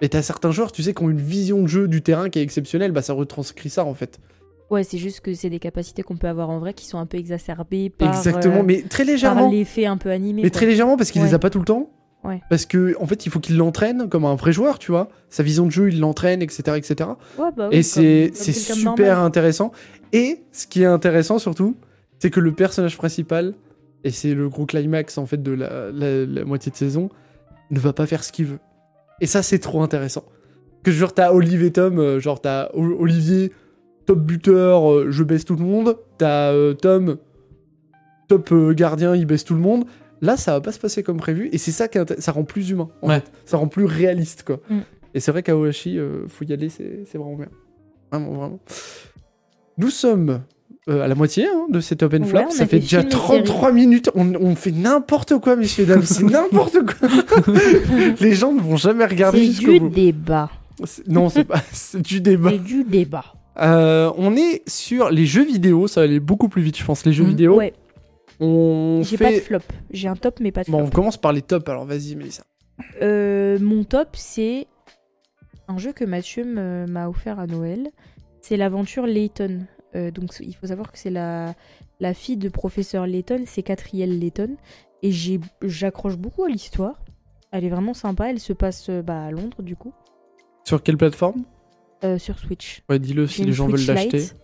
Speaker 1: Et t'as certains joueurs, tu sais, qui ont une vision de jeu du terrain qui est exceptionnelle, bah ça retranscrit ça en fait.
Speaker 3: <laughs> ouais, c'est juste que c'est des capacités qu'on peut avoir en vrai qui sont un peu exacerbées par,
Speaker 1: Exactement,
Speaker 3: euh,
Speaker 1: mais très
Speaker 3: par
Speaker 1: légèrement.
Speaker 3: l'effet un peu animé.
Speaker 1: Mais
Speaker 3: quoi.
Speaker 1: très légèrement parce qu'il
Speaker 3: Ouais.
Speaker 1: les a pas tout le temps.
Speaker 3: Ouais.
Speaker 1: Parce que en fait, il faut qu'il l'entraîne comme un vrai joueur, tu vois. Sa vision de jeu, il l'entraîne, etc., etc.
Speaker 3: Ouais, bah oui,
Speaker 1: Et c'est
Speaker 3: comme- comme
Speaker 1: c'est
Speaker 3: quelqu'un de
Speaker 1: super euh,
Speaker 3: normal.
Speaker 1: intéressant. Et ce qui est intéressant surtout, c'est que le personnage principal, et c'est le gros climax en fait de la, la- la moitié de saison, ne va pas faire ce qu'il veut. Et ça, c'est trop intéressant. Que genre, t'as Olive et Tom, euh, genre, t'as O- Olivier, top buteur, euh, je baisse tout le monde. T'as euh, Tom, top euh, gardien, il baisse tout le monde. Là, ça va pas se passer comme prévu. Et c'est ça qui est inté- ça rend plus humain. en
Speaker 4: Ouais.
Speaker 1: fait. Ça rend plus réaliste, quoi.
Speaker 3: Mm.
Speaker 1: Et c'est vrai qu'Aohashi, euh, faut y aller, c'est c'est vraiment bien. Vraiment, vraiment. Nous sommes euh, à la moitié hein, de cet Open
Speaker 3: Ouais,
Speaker 1: Flap.
Speaker 3: on a
Speaker 1: Ça
Speaker 3: fait
Speaker 1: fait déjà
Speaker 3: film et
Speaker 1: 33 minutes. On, on fait n'importe quoi, messieurs, dames. C'est n'importe
Speaker 3: <laughs>
Speaker 1: quoi. Les gens ne vont jamais regarder
Speaker 3: C'est
Speaker 1: jusqu'au
Speaker 3: du
Speaker 1: bout. Bah.
Speaker 3: débat.
Speaker 1: C'est- Non, c'est pas. <laughs> C'est du débat.
Speaker 3: C'est du débat.
Speaker 1: Euh, on est sur les jeux vidéo. Ça va aller beaucoup plus vite, je pense. Les jeux
Speaker 4: Mhm.
Speaker 1: vidéo.
Speaker 3: Mm. Ouais.
Speaker 1: On
Speaker 3: J'ai
Speaker 1: fait.
Speaker 3: pas de flop. J'ai un top, mais pas de
Speaker 1: Bon,
Speaker 3: flop.
Speaker 1: on commence par les tops. Alors, vas-y, Mélissa.
Speaker 3: Euh, mon top, c'est un jeu que Mathieu me- m'a offert à Noël. C'est l'aventure Layton. Euh, donc, il faut savoir que c'est la, la fille de professeur Layton, c'est Catriel Layton. Et j'ai- j'accroche beaucoup à l'histoire. Elle est vraiment sympa. Elle se passe euh, bah, à Londres, du coup,
Speaker 1: Sur quelle plateforme
Speaker 3: euh, sur Switch.
Speaker 1: Ouais, dis-le
Speaker 3: J'ai
Speaker 1: si
Speaker 3: une
Speaker 1: les gens veulent
Speaker 3: Switch
Speaker 1: l'acheter.
Speaker 3: Lite.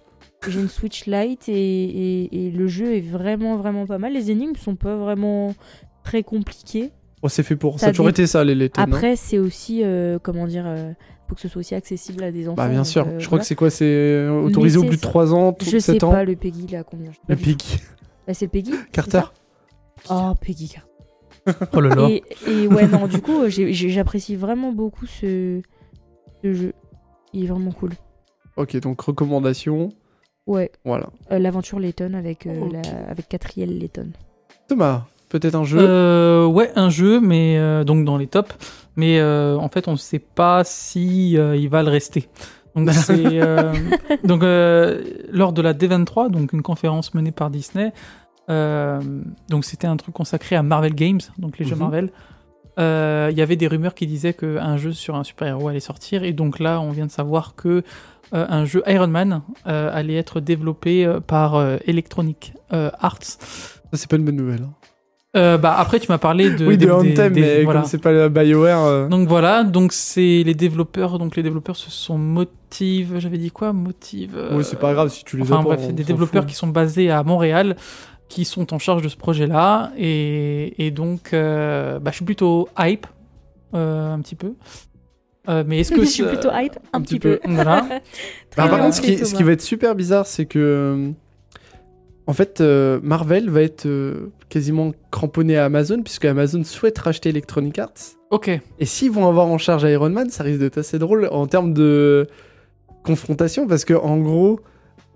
Speaker 3: J'ai une Switch Lite et, et- et le jeu est vraiment, vraiment pas mal. Les énigmes sont pas vraiment très compliquées.
Speaker 1: Oh, c'est fait pour.
Speaker 3: Ça
Speaker 1: Ça a toujours
Speaker 3: dé-
Speaker 1: été ça, les Letton. hein
Speaker 3: Après, c'est aussi, euh, comment dire, euh, faut que ce soit aussi accessible à des enfants.
Speaker 1: Bah, bien
Speaker 3: donc,
Speaker 1: sûr.
Speaker 3: euh,
Speaker 1: je crois
Speaker 3: voilà.
Speaker 1: que c'est quoi C'est euh, autorisé au
Speaker 3: c'est-
Speaker 1: plus de 3 ans,
Speaker 3: Je sais
Speaker 1: 7 ans
Speaker 3: pas le Peggy, là, combien. je sais pas
Speaker 1: Le
Speaker 3: du tout.
Speaker 1: pic.
Speaker 3: Bah, c'est le Peggy c'est
Speaker 1: Carter.
Speaker 3: ça Oh, Peggy Carter.
Speaker 1: <laughs>
Speaker 4: Oh là là.
Speaker 3: Et, et ouais, non, du coup, j'ai- j'ai- j'apprécie vraiment beaucoup ce, ce jeu. Il est vraiment cool.
Speaker 1: Ok, donc recommandation.
Speaker 3: Ouais,
Speaker 1: Voilà.
Speaker 3: euh, l'aventure Layton avec, euh,
Speaker 1: Ok.
Speaker 3: la- avec Catriel Layton.
Speaker 1: Thomas, peut-être un jeu
Speaker 4: Euh, ouais, un jeu, mais euh, donc dans les tops. Mais euh, en fait, on ne sait pas si euh, il va le rester.
Speaker 1: <laughs>
Speaker 2: Donc, c'est, euh, donc, euh, lors de la D23, donc une conférence menée par Disney, euh, donc c'était un truc consacré à Marvel Games, donc les jeux
Speaker 1: Mhm.
Speaker 2: Marvel. Euh, Il y avait des rumeurs qui disaient qu'un jeu sur un super-héros allait sortir, et donc là, on vient de savoir que euh, un jeu Iron Man euh, allait être développé euh, par euh, Electronic euh, Arts.
Speaker 1: Ça, c'est pas une bonne nouvelle. hein.
Speaker 2: Euh, bah, après, tu m'as parlé de.
Speaker 1: oui,
Speaker 2: des-
Speaker 1: de
Speaker 2: des-
Speaker 1: Anthem,
Speaker 2: des-
Speaker 1: mais
Speaker 2: voilà.
Speaker 1: comme c'est pas la BioWare. euh,
Speaker 2: Donc voilà, donc c'est les développeurs, donc les développeurs se sont motive, j'avais dit quoi, motive. euh,
Speaker 1: Oui, c'est pas grave si tu les as
Speaker 2: Enfin
Speaker 1: pas,
Speaker 2: bref,
Speaker 1: on
Speaker 2: c'est des
Speaker 1: s'en
Speaker 2: développeurs
Speaker 1: fout.
Speaker 2: qui sont basés à Montréal, qui sont en charge de ce projet-là, et, et donc euh, bah, je suis plutôt hype euh, un petit peu. Euh, mais est-ce que
Speaker 3: <laughs> Je suis
Speaker 2: ça-
Speaker 3: plutôt hype, un, petit peu.
Speaker 2: <laughs> Voilà.
Speaker 1: Bah, par
Speaker 2: Euh,
Speaker 1: contre, ce qui,
Speaker 3: Thomas.
Speaker 1: ce qui va être super bizarre, c'est que. euh, En fait, euh, Marvel va être euh, quasiment cramponné à Amazon, puisque Amazon souhaite racheter Electronic Arts.
Speaker 2: Ok.
Speaker 1: Et s'ils vont avoir en charge Iron Man, ça risque d'être assez drôle en termes de confrontation, parce que en gros,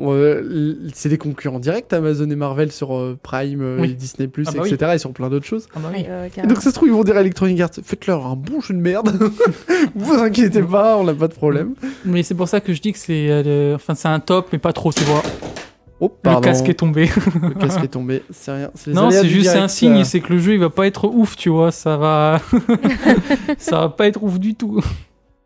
Speaker 1: euh, l- c'est des concurrents directs, Amazon et Marvel sur euh, Prime euh,
Speaker 2: Oui.
Speaker 1: et Disney,
Speaker 2: Ah bah oui.
Speaker 1: etc., et sur plein d'autres choses.
Speaker 2: Ah bah oui.
Speaker 3: Ouais, euh,
Speaker 1: Et
Speaker 3: carrément.
Speaker 1: donc ça se trouve, ils vont dire à Electronic Arts, faites-leur un bon jeu de merde, <laughs> vous inquiétez pas, on n'a pas de problème.
Speaker 2: Mais c'est pour ça que je dis que c'est, euh, enfin c'est un top, mais pas trop. C'est voir.
Speaker 1: Oh,
Speaker 2: Le
Speaker 1: pardon,
Speaker 2: casque est tombé.
Speaker 1: le casque est tombé, c'est rien. les
Speaker 2: Non,
Speaker 1: aléas du
Speaker 2: c'est juste c'est
Speaker 1: direct, euh.
Speaker 2: un signe,
Speaker 1: ça.
Speaker 2: c'est que le jeu il va pas être ouf, tu vois, ça va <laughs> ça va pas être ouf du tout.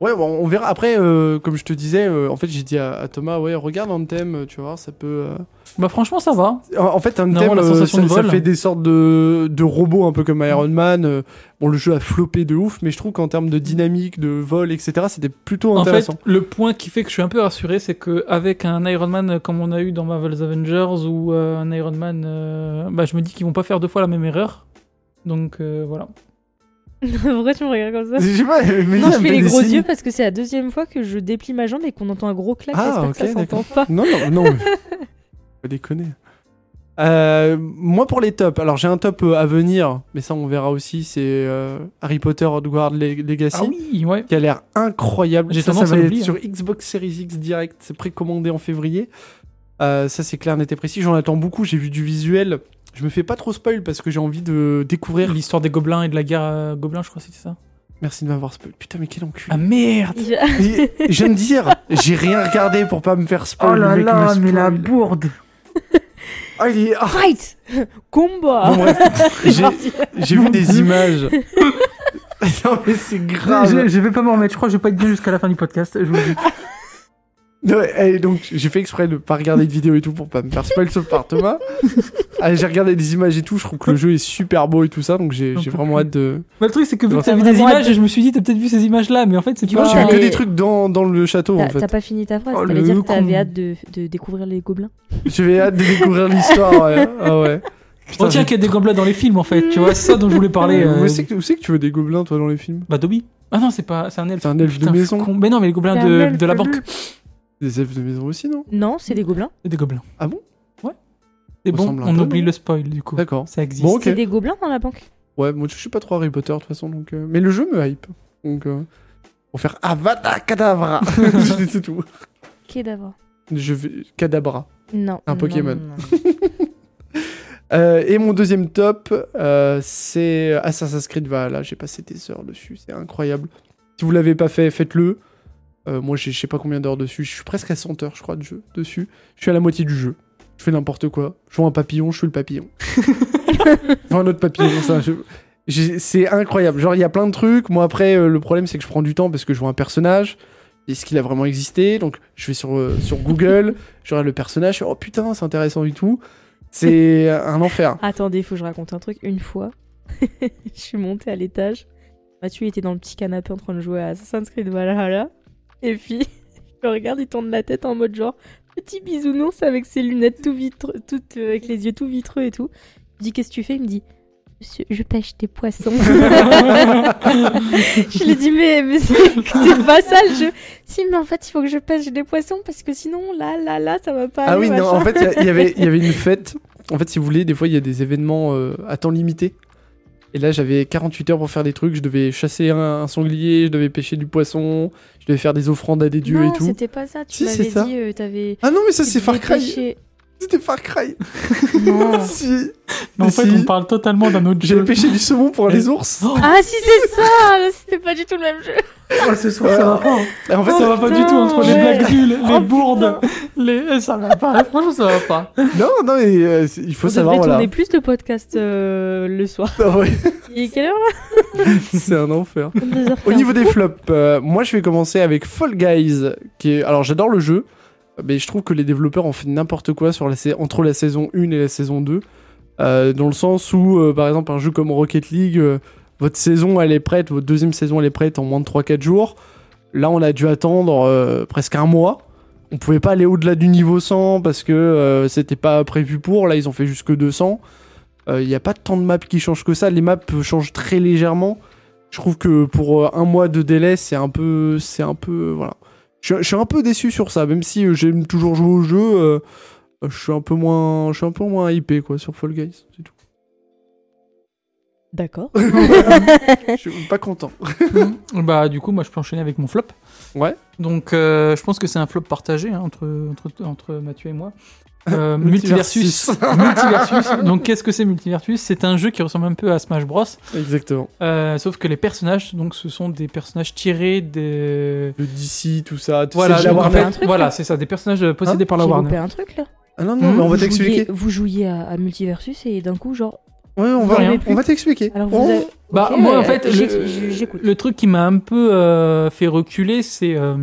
Speaker 1: Ouais, bon, on verra. Après, euh, comme je te disais, euh, en fait, j'ai dit à, à Thomas, ouais, regarde Anthem, tu vois, ça peut... euh,
Speaker 2: Bah franchement ça va.
Speaker 1: En, en fait, un
Speaker 2: Non,
Speaker 1: thème,
Speaker 2: la
Speaker 1: euh,
Speaker 2: sensation
Speaker 1: ça,
Speaker 2: de
Speaker 1: ça
Speaker 2: vol.
Speaker 1: fait des sortes de, de robots un peu comme Iron Man. euh, Bon, le jeu a floppé de ouf, mais je trouve qu'en termes de dynamique, de vol, etc., c'était plutôt
Speaker 2: En fait,
Speaker 1: intéressant.
Speaker 2: le point qui fait que je suis un peu rassuré, c'est que avec un Iron Man comme on a eu dans Marvel's Avengers ou euh, un Iron Man, euh, bah je me dis qu'ils vont pas faire deux fois la même erreur. Donc euh, voilà.
Speaker 3: <laughs> Pourquoi tu me regardes comme
Speaker 1: <laughs>
Speaker 3: ça
Speaker 1: Je sais pas, mais
Speaker 3: Non,
Speaker 1: ça me
Speaker 3: je fais
Speaker 1: fait
Speaker 3: les
Speaker 1: des
Speaker 3: gros
Speaker 1: signes.
Speaker 3: yeux parce que c'est la deuxième fois que je déplie ma jambe et qu'on entend un gros claque.
Speaker 1: Ah,
Speaker 3: J'espère
Speaker 1: ok,
Speaker 3: que ça s'entend
Speaker 1: d'accord.
Speaker 3: pas.
Speaker 1: Non, non,
Speaker 2: <laughs>
Speaker 1: non. mais- Faut pas déconner. Euh, moi, pour les tops, alors j'ai un top euh, à venir, mais ça, on verra aussi. C'est euh, Harry Potter Hogwarts Leg- Legacy.
Speaker 2: Ah oui, ouais.
Speaker 1: qui a l'air incroyable.
Speaker 2: J'ai
Speaker 1: ça, ça
Speaker 2: tendance
Speaker 1: va
Speaker 2: à
Speaker 1: être
Speaker 2: l'oublier, hein.
Speaker 1: sur Xbox Series X direct, c'est précommandé en février. Euh, ça c'est clair, n'était précis. J'en attends beaucoup. J'ai vu du visuel. Je me fais pas trop spoil parce que j'ai envie de découvrir.
Speaker 2: L'histoire des gobelins et de la guerre euh, gobelin, je crois que c'était ça.
Speaker 1: Merci de m'avoir spoil. Putain mais quel enculé.
Speaker 2: Ah
Speaker 1: <laughs>
Speaker 2: merde.
Speaker 3: Je-
Speaker 1: Et- et je viens de dire, j'ai rien regardé pour pas me faire spoil.
Speaker 5: Oh là
Speaker 1: le mec
Speaker 5: là,
Speaker 1: me
Speaker 5: mais la
Speaker 1: spoil.
Speaker 5: bourde
Speaker 1: Ah, il est- ah.
Speaker 3: Fight Combat <laughs>
Speaker 1: Bon,
Speaker 2: <laughs>
Speaker 1: bref, j'ai-
Speaker 3: parti.
Speaker 1: j'ai vu des images. <laughs> non mais c'est grave.
Speaker 5: je, je vais pas m'en remettre, je crois que je vais pas être bien jusqu'à la fin du podcast, je vous le dis.
Speaker 1: Non, et donc j'ai fait exprès de pas regarder de vidéo et tout pour pas me faire spoil sauf par Thomas. Ah, j'ai regardé des images et tout, je trouve que le jeu est super beau et tout ça, donc j'ai
Speaker 2: J'en
Speaker 1: j'ai
Speaker 2: peux
Speaker 1: vraiment
Speaker 2: plus.
Speaker 1: hâte de.
Speaker 2: Bah, le truc c'est que vu
Speaker 1: J'aurais
Speaker 2: que t'as vu
Speaker 3: vraiment
Speaker 2: des images,
Speaker 3: hâte.
Speaker 2: je me suis dit t'as peut-être vu ces images là, mais en fait c'est
Speaker 3: Tu vois,
Speaker 2: pas.
Speaker 1: Ah, J'ai vu que
Speaker 3: t'avais-
Speaker 1: des trucs dans, dans le château
Speaker 3: T'as
Speaker 1: en
Speaker 3: t'as
Speaker 1: fait.
Speaker 3: pas fini ta phrase,
Speaker 2: Oh,
Speaker 3: t'allais
Speaker 2: le
Speaker 3: dire que t'avais
Speaker 2: con.
Speaker 3: hâte de, de découvrir les gobelins.
Speaker 1: J'avais hâte de découvrir l'histoire. Ouais. Ah ouais. Putain,
Speaker 2: Retiens
Speaker 1: j'ai-
Speaker 2: qu'il y a des gobelins dans les films en fait, tu vois, c'est ça dont je voulais parler.
Speaker 1: Où
Speaker 2: euh,
Speaker 1: c'est que, où c'est que tu veux des gobelins toi dans les films
Speaker 2: Bah Dobby. Ah non, c'est pas, c'est un elfe.
Speaker 1: C'est un elfe de
Speaker 2: Putain, je suis
Speaker 1: maison.
Speaker 2: con. Mais non, mais les gobelins
Speaker 3: C'est un
Speaker 2: de,
Speaker 3: elfe
Speaker 2: de la
Speaker 3: de
Speaker 2: banque.
Speaker 3: maison.
Speaker 1: Des elfes de maison aussi non
Speaker 3: Non, c'est des gobelins.
Speaker 2: C'est Des gobelins.
Speaker 1: Ah bon
Speaker 2: Ouais. C'est
Speaker 1: Ça
Speaker 2: bon,
Speaker 1: ressemble un
Speaker 2: on
Speaker 1: peu,
Speaker 2: oublie
Speaker 1: non
Speaker 2: le spoil du coup.
Speaker 1: D'accord.
Speaker 2: Ça existe. <laughs>
Speaker 1: Bon ok.
Speaker 3: C'est des gobelins dans la banque.
Speaker 1: Ouais, moi je suis pas trop Harry Potter de toute façon donc. euh, Mais le jeu me hype. Donc. euh, Pour faire Avada Kedavra. <laughs> c'est tout.
Speaker 3: Qu'est d'avoir
Speaker 1: Je vais. Kadabra.
Speaker 3: Non.
Speaker 1: Un
Speaker 3: non,
Speaker 1: Pokémon.
Speaker 3: non, non, non.
Speaker 1: Euh, et mon deuxième top, euh, c'est Assassin's Creed Valhalla. J'ai passé des heures dessus, c'est incroyable. Si vous l'avez pas fait, faites-le. Euh, moi, j'ai- je sais pas combien d'heures dessus. Je suis presque à 100 heures, je crois, de jeu dessus. Je suis à la moitié du jeu. Je fais n'importe quoi. Je vois un papillon, je suis le papillon. je vois un autre papillon, ça. je- j'ai- C'est incroyable. Genre, il y a plein de trucs. Moi, après, euh, le problème, c'est que je prends du temps parce que je vois un personnage. Est-ce qu'il a vraiment existé Donc, je vais sur, euh, sur Google, je regarde le personnage. je fais, Oh putain, c'est intéressant et tout. C'est un enfer.
Speaker 3: Attendez, faut que je raconte un truc. Une fois, <laughs> je suis montée à l'étage. Mathieu était dans le petit canapé en train de jouer à Assassin's Creed Valhalla. Et puis, <laughs> je le regarde, il tourne la tête en mode genre petit bisounours avec ses lunettes tout vitre, toutes, euh, avec les yeux tout vitreux et tout. Je dis qu'est-ce que tu fais Il me dit Monsieur, je pêche des poissons. <laughs> je lui dis mais, mais c'est c'est pas ça le jeu. Si mais en fait il faut que je pêche des poissons parce que sinon là là là ça va pas.
Speaker 1: Ah oui,
Speaker 3: aller,
Speaker 1: non,
Speaker 3: machin.
Speaker 1: en fait, il y a- il y,
Speaker 3: <laughs>
Speaker 1: avait, il y avait une fête. En fait, si vous voulez, des fois, il y a des événements euh, à temps limité. Et là, j'avais 48 heures pour faire des trucs. Je devais chasser un, un sanglier, je devais pêcher du poisson, je devais faire des offrandes à des dieux
Speaker 3: non,
Speaker 1: et tout.
Speaker 3: c'était pas ça. Tu
Speaker 1: Si, c'est
Speaker 3: m'avais
Speaker 1: ça.
Speaker 3: dit euh, t'avais
Speaker 1: Ah non, mais ça,
Speaker 3: Tu
Speaker 1: c'est Far
Speaker 3: devais
Speaker 1: Cry.
Speaker 3: <laughs> pêcher.
Speaker 1: C'était Far Cry.
Speaker 3: Non.
Speaker 1: si.
Speaker 2: Mais en
Speaker 1: Mais
Speaker 2: fait,
Speaker 1: si.
Speaker 2: on parle totalement d'un autre
Speaker 1: J'ai
Speaker 2: jeu.
Speaker 1: pêché du saumon pour les ours.
Speaker 2: Oh,
Speaker 3: Ah si <laughs> c'est ça C'était pas du tout le même jeu
Speaker 6: Oh, ce soir, ça va pas.
Speaker 3: Oh.
Speaker 1: Et en fait,
Speaker 2: ça
Speaker 1: ça-
Speaker 2: va pas
Speaker 3: putain,
Speaker 2: du tout entre les
Speaker 3: ouais.
Speaker 2: blagues nulles, les
Speaker 3: Oh,
Speaker 2: bourdes, les... ça va pas. Franchement, ça va pas.
Speaker 1: Non, non, mais, euh, c'est- il faut
Speaker 3: On
Speaker 1: savoir,
Speaker 3: devrait
Speaker 1: voilà.
Speaker 3: tourner plus de podcasts euh, le soir.
Speaker 1: Ah <laughs> ouais,
Speaker 3: <laughs> Il est quelle heure
Speaker 1: c'est un enfer.
Speaker 3: là 22h15.
Speaker 1: Au niveau des flops, euh, moi je vais commencer avec Fall Guys, qui est... Alors j'adore le jeu, mais je trouve que les développeurs ont fait n'importe quoi sur la sa- entre la saison 1 et la saison 2, euh, dans le sens où, euh, par exemple, un jeu comme Rocket League, euh, votre saison elle est prête, votre deuxième saison elle est prête en moins de 3-4 jours. Là on a dû attendre euh, presque un mois. On pouvait pas aller au-delà du niveau 100 parce que euh, c'était pas prévu pour. Là ils ont fait jusque 200. Il n'y a pas tant de maps qui changent que ça. Les maps euh, changent très légèrement je trouve que pour euh, un mois de délai, c'est un peu, c'est un peu, euh, voilà. Je, je suis un peu déçu sur ça, même si euh, j'aime toujours jouer au jeu, euh, euh, je suis un peu moins, je suis un peu moins hypé quoi sur Fall Guys, c'est tout.
Speaker 3: D'accord.
Speaker 1: je suis pas content.
Speaker 2: Mm. <laughs> bah du coup moi je peux enchaîner avec mon flop.
Speaker 1: Ouais.
Speaker 2: Donc euh, je pense que c'est un flop partagé hein, entre, entre, entre Mathieu
Speaker 1: <laughs>
Speaker 2: et moi. Euh, multiversus. Multiversus. Donc qu'est-ce que c'est Multiversus C'est un jeu qui ressemble un peu à Smash Bros.
Speaker 1: Exactement.
Speaker 2: euh, sauf que les personnages donc ce sont des personnages tirés des
Speaker 1: Le DC, tout ça, tout
Speaker 2: voilà,
Speaker 1: ça, la
Speaker 2: donc, en
Speaker 1: Warner.
Speaker 2: fait,
Speaker 3: Un truc,
Speaker 2: voilà,
Speaker 3: là. Hein?
Speaker 2: c'est ça, des personnages euh, possédés par la
Speaker 3: J'ai
Speaker 2: Warner.
Speaker 3: loupé un truc là.
Speaker 1: Ah non non, mais on va
Speaker 3: Vous
Speaker 1: t'expliquer.
Speaker 3: jouiez- Vous jouiez à, à Multiversus et d'un coup genre.
Speaker 1: Ouais, on
Speaker 2: Vous
Speaker 1: va,
Speaker 2: auriez
Speaker 1: on va t'expliquer.
Speaker 3: Alors vous
Speaker 1: On-
Speaker 3: avez-
Speaker 2: Bah
Speaker 3: Ok,
Speaker 2: moi en
Speaker 3: euh,
Speaker 2: fait
Speaker 3: j'ai-
Speaker 2: le,
Speaker 3: j'ai- j'écoute.
Speaker 2: le truc qui m'a un peu euh, fait reculer c'est euh,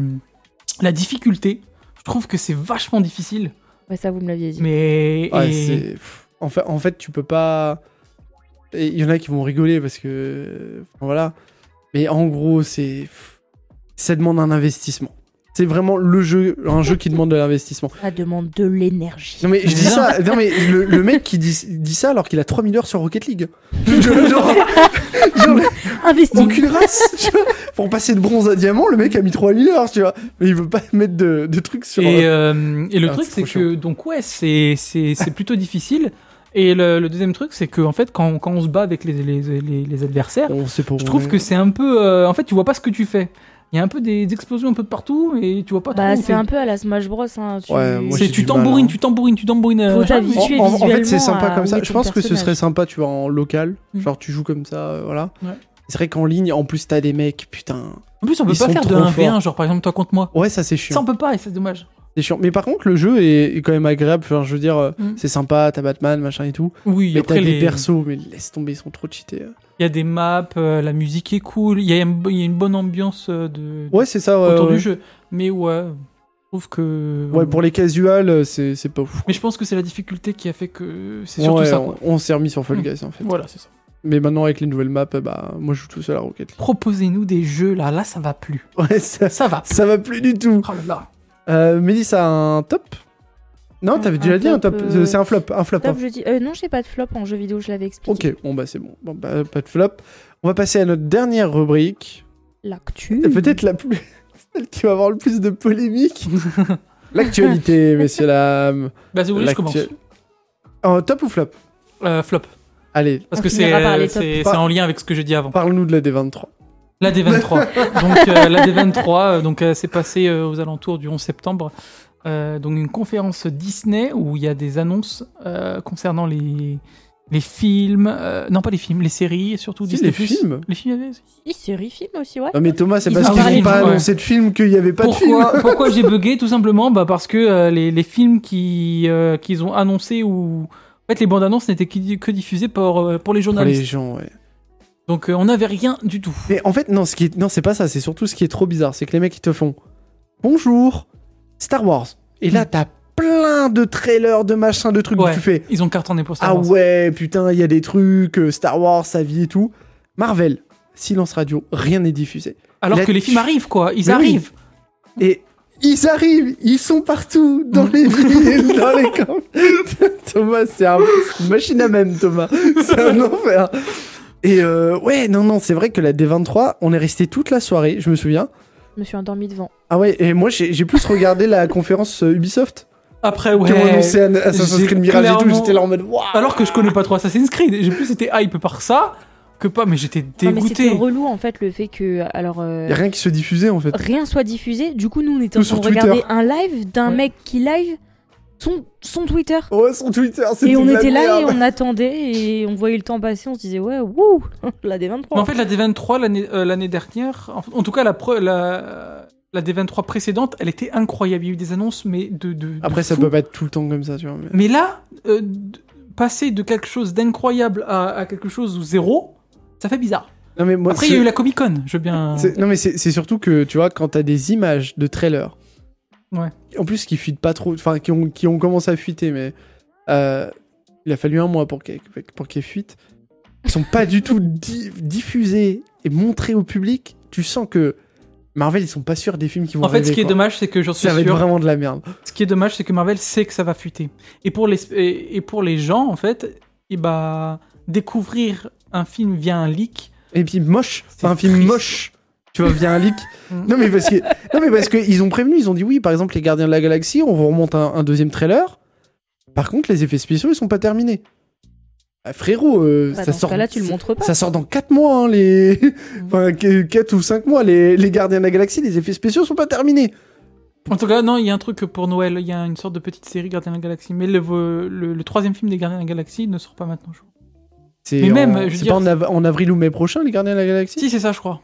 Speaker 2: la difficulté. Je trouve que c'est vachement difficile.
Speaker 3: Ouais, bah, ça vous me l'aviez dit.
Speaker 2: Mais
Speaker 1: Ouais,
Speaker 2: et-
Speaker 1: c'est- pff, en fait, en fait, tu peux pas. Et Il y en a qui vont rigoler parce que euh, voilà. Mais en gros, c'est pff, ça demande un investissement. C'est vraiment le jeu, un jeu qui demande de l'investissement.
Speaker 3: Ça demande de l'énergie.
Speaker 1: Non mais je dis ça, non mais le, le mec qui dit, dit ça alors qu'il a 3000 heures sur Rocket <laughs> League. Genre, genre, genre,
Speaker 3: Investis.
Speaker 1: aucune race. tu vois. Pour passer de bronze à diamant, le mec a mis 3000 heures, tu vois. Mais il veut pas mettre de, de trucs sur.
Speaker 2: Et, euh, et le
Speaker 1: Ah,
Speaker 2: truc,
Speaker 1: c'est
Speaker 2: c'est
Speaker 1: trop
Speaker 2: que, donc, ouais, c'est c'est- c'est plutôt difficile. Et le, le deuxième truc, c'est que, en fait, quand, quand on se bat avec les, les, les- les adversaires,
Speaker 1: On sait pas où
Speaker 2: je
Speaker 1: on
Speaker 2: trouve
Speaker 1: est.
Speaker 2: que c'est un peu. euh, en fait, tu vois pas ce que tu fais. Il y a un peu des explosions un peu de partout et tu vois pas
Speaker 3: Bah
Speaker 2: trop. où
Speaker 3: c'est
Speaker 2: t'es.
Speaker 3: un peu à la Smash Bros. Hein, tu...
Speaker 1: Ouais, moi,
Speaker 2: C'est-
Speaker 1: j'ai
Speaker 2: tu
Speaker 1: du mal,
Speaker 2: tambourines,
Speaker 1: hein.
Speaker 2: tu tambourines, tu tambourines. euh,
Speaker 3: Faut
Speaker 2: machin,
Speaker 3: t'habituer.
Speaker 2: mais-
Speaker 3: habitué
Speaker 1: en, en- en fait, c'est
Speaker 3: visuellement
Speaker 1: sympa
Speaker 3: à
Speaker 1: comme
Speaker 3: où
Speaker 1: ça.
Speaker 3: est
Speaker 1: Je
Speaker 3: ton
Speaker 1: pense que ce
Speaker 3: personnage.
Speaker 1: serait sympa, tu vois, en local.
Speaker 2: Mm.
Speaker 1: Genre, tu joues comme ça, euh, voilà.
Speaker 2: Ouais.
Speaker 1: C'est vrai qu'en ligne, en plus, t'as des mecs, putain.
Speaker 2: En plus, on peut
Speaker 1: Ils
Speaker 2: pas
Speaker 1: sont
Speaker 2: faire de
Speaker 1: trop
Speaker 2: 1v1, genre par exemple, toi contre moi.
Speaker 1: Ouais, ça, c'est
Speaker 2: Ça, on
Speaker 1: chiant.
Speaker 2: peut pas et c'est dommage.
Speaker 1: C'est chiant. Mais par contre, le jeu est, est quand même agréable. Enfin, je veux dire, euh,
Speaker 2: Mm.
Speaker 1: c'est sympa, t'as Batman, machin et tout.
Speaker 2: Oui,
Speaker 1: mais t'as
Speaker 2: après,
Speaker 1: des
Speaker 2: les-
Speaker 1: persos, mais laisse tomber, ils sont trop cheatés. euh.
Speaker 2: il y a des maps, euh, la musique est cool, il y, a une il y a une bonne ambiance euh, de,
Speaker 1: Ouais, c'est ça. ouais,
Speaker 2: autour
Speaker 1: ouais.
Speaker 2: du jeu. Mais ouais, je trouve que.
Speaker 1: Ouais, pour les casuals, euh, c'est c'est pas ouf.
Speaker 2: Mais je pense que c'est la difficulté qui a fait que c'est
Speaker 1: Ouais,
Speaker 2: surtout
Speaker 1: ouais,
Speaker 2: ça.
Speaker 1: on
Speaker 2: Quoi.
Speaker 1: on s'est remis sur Fall
Speaker 2: Mm.
Speaker 1: Guys, en fait.
Speaker 2: Voilà, c'est ça.
Speaker 1: Mais maintenant, avec les nouvelles maps, euh, bah, moi, je joue tout seul à Rocket
Speaker 2: Proposez-nous des jeux là, là ça va
Speaker 1: League.
Speaker 2: plus.
Speaker 1: <laughs> Ouais, ça,
Speaker 2: Ça va.
Speaker 1: ça va plus du tout.
Speaker 2: Oh là là.
Speaker 1: Euh, Mélissa, un top Non,
Speaker 3: Un-
Speaker 1: t'avais
Speaker 3: un
Speaker 1: déjà dit un top.
Speaker 3: top, euh,
Speaker 1: C'est un flop, un flop. hein.
Speaker 3: Top, je dis. Euh, non, j'ai pas de flop en jeu vidéo, je l'avais expliqué.
Speaker 1: Ok, bon bah c'est bon, Bon, bah, pas de flop. On va passer à notre dernière rubrique,
Speaker 3: L'actu.
Speaker 1: Et Euh, peut-être la plus, <laughs> celle qui va avoir le plus de
Speaker 2: <laughs>
Speaker 1: polémique. L'actualité, messieurs dames.
Speaker 2: Bah, si vous voulez, je commence.
Speaker 1: L'actu- Oh, top ou flop
Speaker 2: Euh, flop.
Speaker 1: Allez,
Speaker 2: Parce
Speaker 3: On
Speaker 2: que c'est
Speaker 3: finira par
Speaker 2: euh,
Speaker 3: les
Speaker 2: c'est-
Speaker 1: tops.
Speaker 2: c'est en lien avec ce que j'ai dit avant.
Speaker 1: parle-nous de la D23.
Speaker 2: La <laughs> D23. donc euh, la D23, euh, donc euh, c'est passé euh, aux alentours du 11 septembre. Euh, donc une conférence Disney où il y a des annonces euh, concernant les les films, euh, non pas les films, les séries et surtout
Speaker 1: Si,
Speaker 2: Disney+.
Speaker 1: les films
Speaker 2: Les films, il y avait
Speaker 3: Il série film aussi, ouais.
Speaker 1: Non mais Thomas, c'est
Speaker 3: Ils
Speaker 1: parce
Speaker 3: en
Speaker 1: qu'ils
Speaker 3: parlent,
Speaker 1: n'ont pas
Speaker 2: ouais.
Speaker 1: annoncé de film qu'il n'y avait pas de film.
Speaker 2: pourquoi, pourquoi j'ai bugué Tout simplement bah, parce que euh, les, les films qui, euh, qu'ils ont annoncés ou. En fait, les bandes annonces n'étaient que que diffusées pour, euh, pour les
Speaker 1: Pour les
Speaker 2: journalistes.
Speaker 1: gens, ouais.
Speaker 2: Donc euh, on n'avait rien du tout.
Speaker 1: Mais en fait, non, ce qui est... non, c'est pas ça. C'est surtout ce qui est trop bizarre, c'est que les mecs ils te font bonjour Star Wars. Et là,
Speaker 2: Mm.
Speaker 1: t'as plein de trailers, de machins, de trucs. où
Speaker 2: Ouais.
Speaker 1: Tu fais
Speaker 2: Ils ont cartonné pour Star
Speaker 1: Ah
Speaker 2: Wars.
Speaker 1: ouais, putain, il y a des trucs, euh, Star Wars, sa vie et tout. Marvel, silence radio, rien n'est diffusé.
Speaker 2: Alors
Speaker 1: La-
Speaker 2: que les films arrivent, quoi. Ils
Speaker 1: Mais oui.
Speaker 2: arrivent.
Speaker 1: Et ils arrivent, ils sont partout, dans
Speaker 2: Mhm.
Speaker 1: les
Speaker 2: <laughs>
Speaker 1: villes, dans les camps. <laughs> Thomas, c'est un- c'est une machine à même, Thomas. C'est un enfer. Et euh, ouais, non, non, c'est vrai que la D23, on est resté toute la soirée, je me souviens.
Speaker 3: Je me suis endormie devant.
Speaker 1: Ah ouais, et moi j'ai j'ai plus regardé la conférence euh, Ubisoft
Speaker 2: Après,
Speaker 1: qui ont
Speaker 2: ouais.
Speaker 1: annoncé Assassin's
Speaker 2: j'ai
Speaker 1: Creed Mirage et tout,
Speaker 2: clairement-
Speaker 1: j'étais là en mode waouh.
Speaker 2: Alors que je connais pas trop Assassin's Creed. J'ai plus été hype par ça que pas. Mais j'étais
Speaker 3: Non, mais c'était
Speaker 2: dégoûté.
Speaker 3: relou en fait le fait que alors euh,
Speaker 1: Y a rien qui se diffusait en fait.
Speaker 3: rien soit diffusé. Du coup, nous on
Speaker 1: Tout
Speaker 3: était en train
Speaker 1: sur
Speaker 3: de regarder
Speaker 1: Twitter.
Speaker 3: un live d'un
Speaker 2: Ouais.
Speaker 3: mec qui live son, son Twitter.
Speaker 1: Ouais, son Oh, Twitter, c'était
Speaker 3: Et on
Speaker 1: de la
Speaker 3: était là et
Speaker 1: merde.
Speaker 3: on attendait et on voyait le temps passer, on se disait ouais, wouh, <laughs> la D23.
Speaker 2: Mais en fait, la D23 l'année euh, l'année dernière, en, en tout cas la, pre- la, la D23 précédente, elle était incroyable. Il y a eu des annonces, mais de. de- de
Speaker 1: Après, ça
Speaker 2: fou.
Speaker 1: peut pas être tout le temps comme ça, tu vois. mais-
Speaker 2: Mais là, euh, d- passer de quelque chose d'incroyable à, à quelque chose où zéro, ça fait bizarre.
Speaker 1: Non, mais moi,
Speaker 2: Après,
Speaker 1: c'est-
Speaker 2: il y a eu la Comic Con, je veux bien.
Speaker 1: c'est- Non, mais c'est c'est surtout que, tu vois, quand t'as des images de trailers.
Speaker 2: Ouais.
Speaker 1: En plus, qui fuitent pas trop. Enfin, qui ont, qui ont commencé à fuiter, mais. euh, il a fallu un mois pour qu'elles pour qu'elles fuitent. Ils sont pas du tout di- diffusés et montrés au public. Tu sens que Marvel, ils sont pas sûrs des films qui vont
Speaker 2: En fait, ce
Speaker 1: arriver,
Speaker 2: qui est
Speaker 1: quoi.
Speaker 2: dommage, c'est que j'en suis
Speaker 1: Ça va être
Speaker 2: sûr.
Speaker 1: vraiment de la merde.
Speaker 2: Ce qui est dommage, c'est que Marvel sait que ça va fuiter. Et pour les, et et pour les gens, en fait, et bah, découvrir un film via un leak.
Speaker 1: Et puis moche,
Speaker 2: C'est
Speaker 1: enfin, un film
Speaker 2: triste.
Speaker 1: moche. Tu vois, via un leak.
Speaker 2: Mm.
Speaker 1: non mais parce que, non mais parce que ils ont prévenu, ils ont dit oui. Par exemple, les Gardiens de la Galaxie, on vous remonte un, un deuxième trailer. Par contre, les effets spéciaux, ils sont pas terminés. Ah, frérot, euh,
Speaker 3: Bah,
Speaker 1: ça
Speaker 3: dans ce
Speaker 1: sort.
Speaker 3: cas-là, tu le montres pas.
Speaker 1: Ça sort dans 4 mois, hein, les.
Speaker 2: Mm.
Speaker 1: enfin, 4 ou 5 mois, les, les Gardiens de la Galaxie, les effets spéciaux sont pas terminés.
Speaker 2: En tout cas, non, il y a un truc pour Noël. Il y a une sorte de petite série Gardiens de la Galaxie. Mais le, le, le troisième film des Gardiens de la Galaxie ne sort pas maintenant, je crois.
Speaker 1: C'est
Speaker 2: Mais même,
Speaker 1: en-
Speaker 2: je veux
Speaker 1: c'est
Speaker 2: dire-
Speaker 1: pas en, av- en avril ou mai prochain, les Gardiens de la Galaxie
Speaker 2: Si, c'est ça, je crois.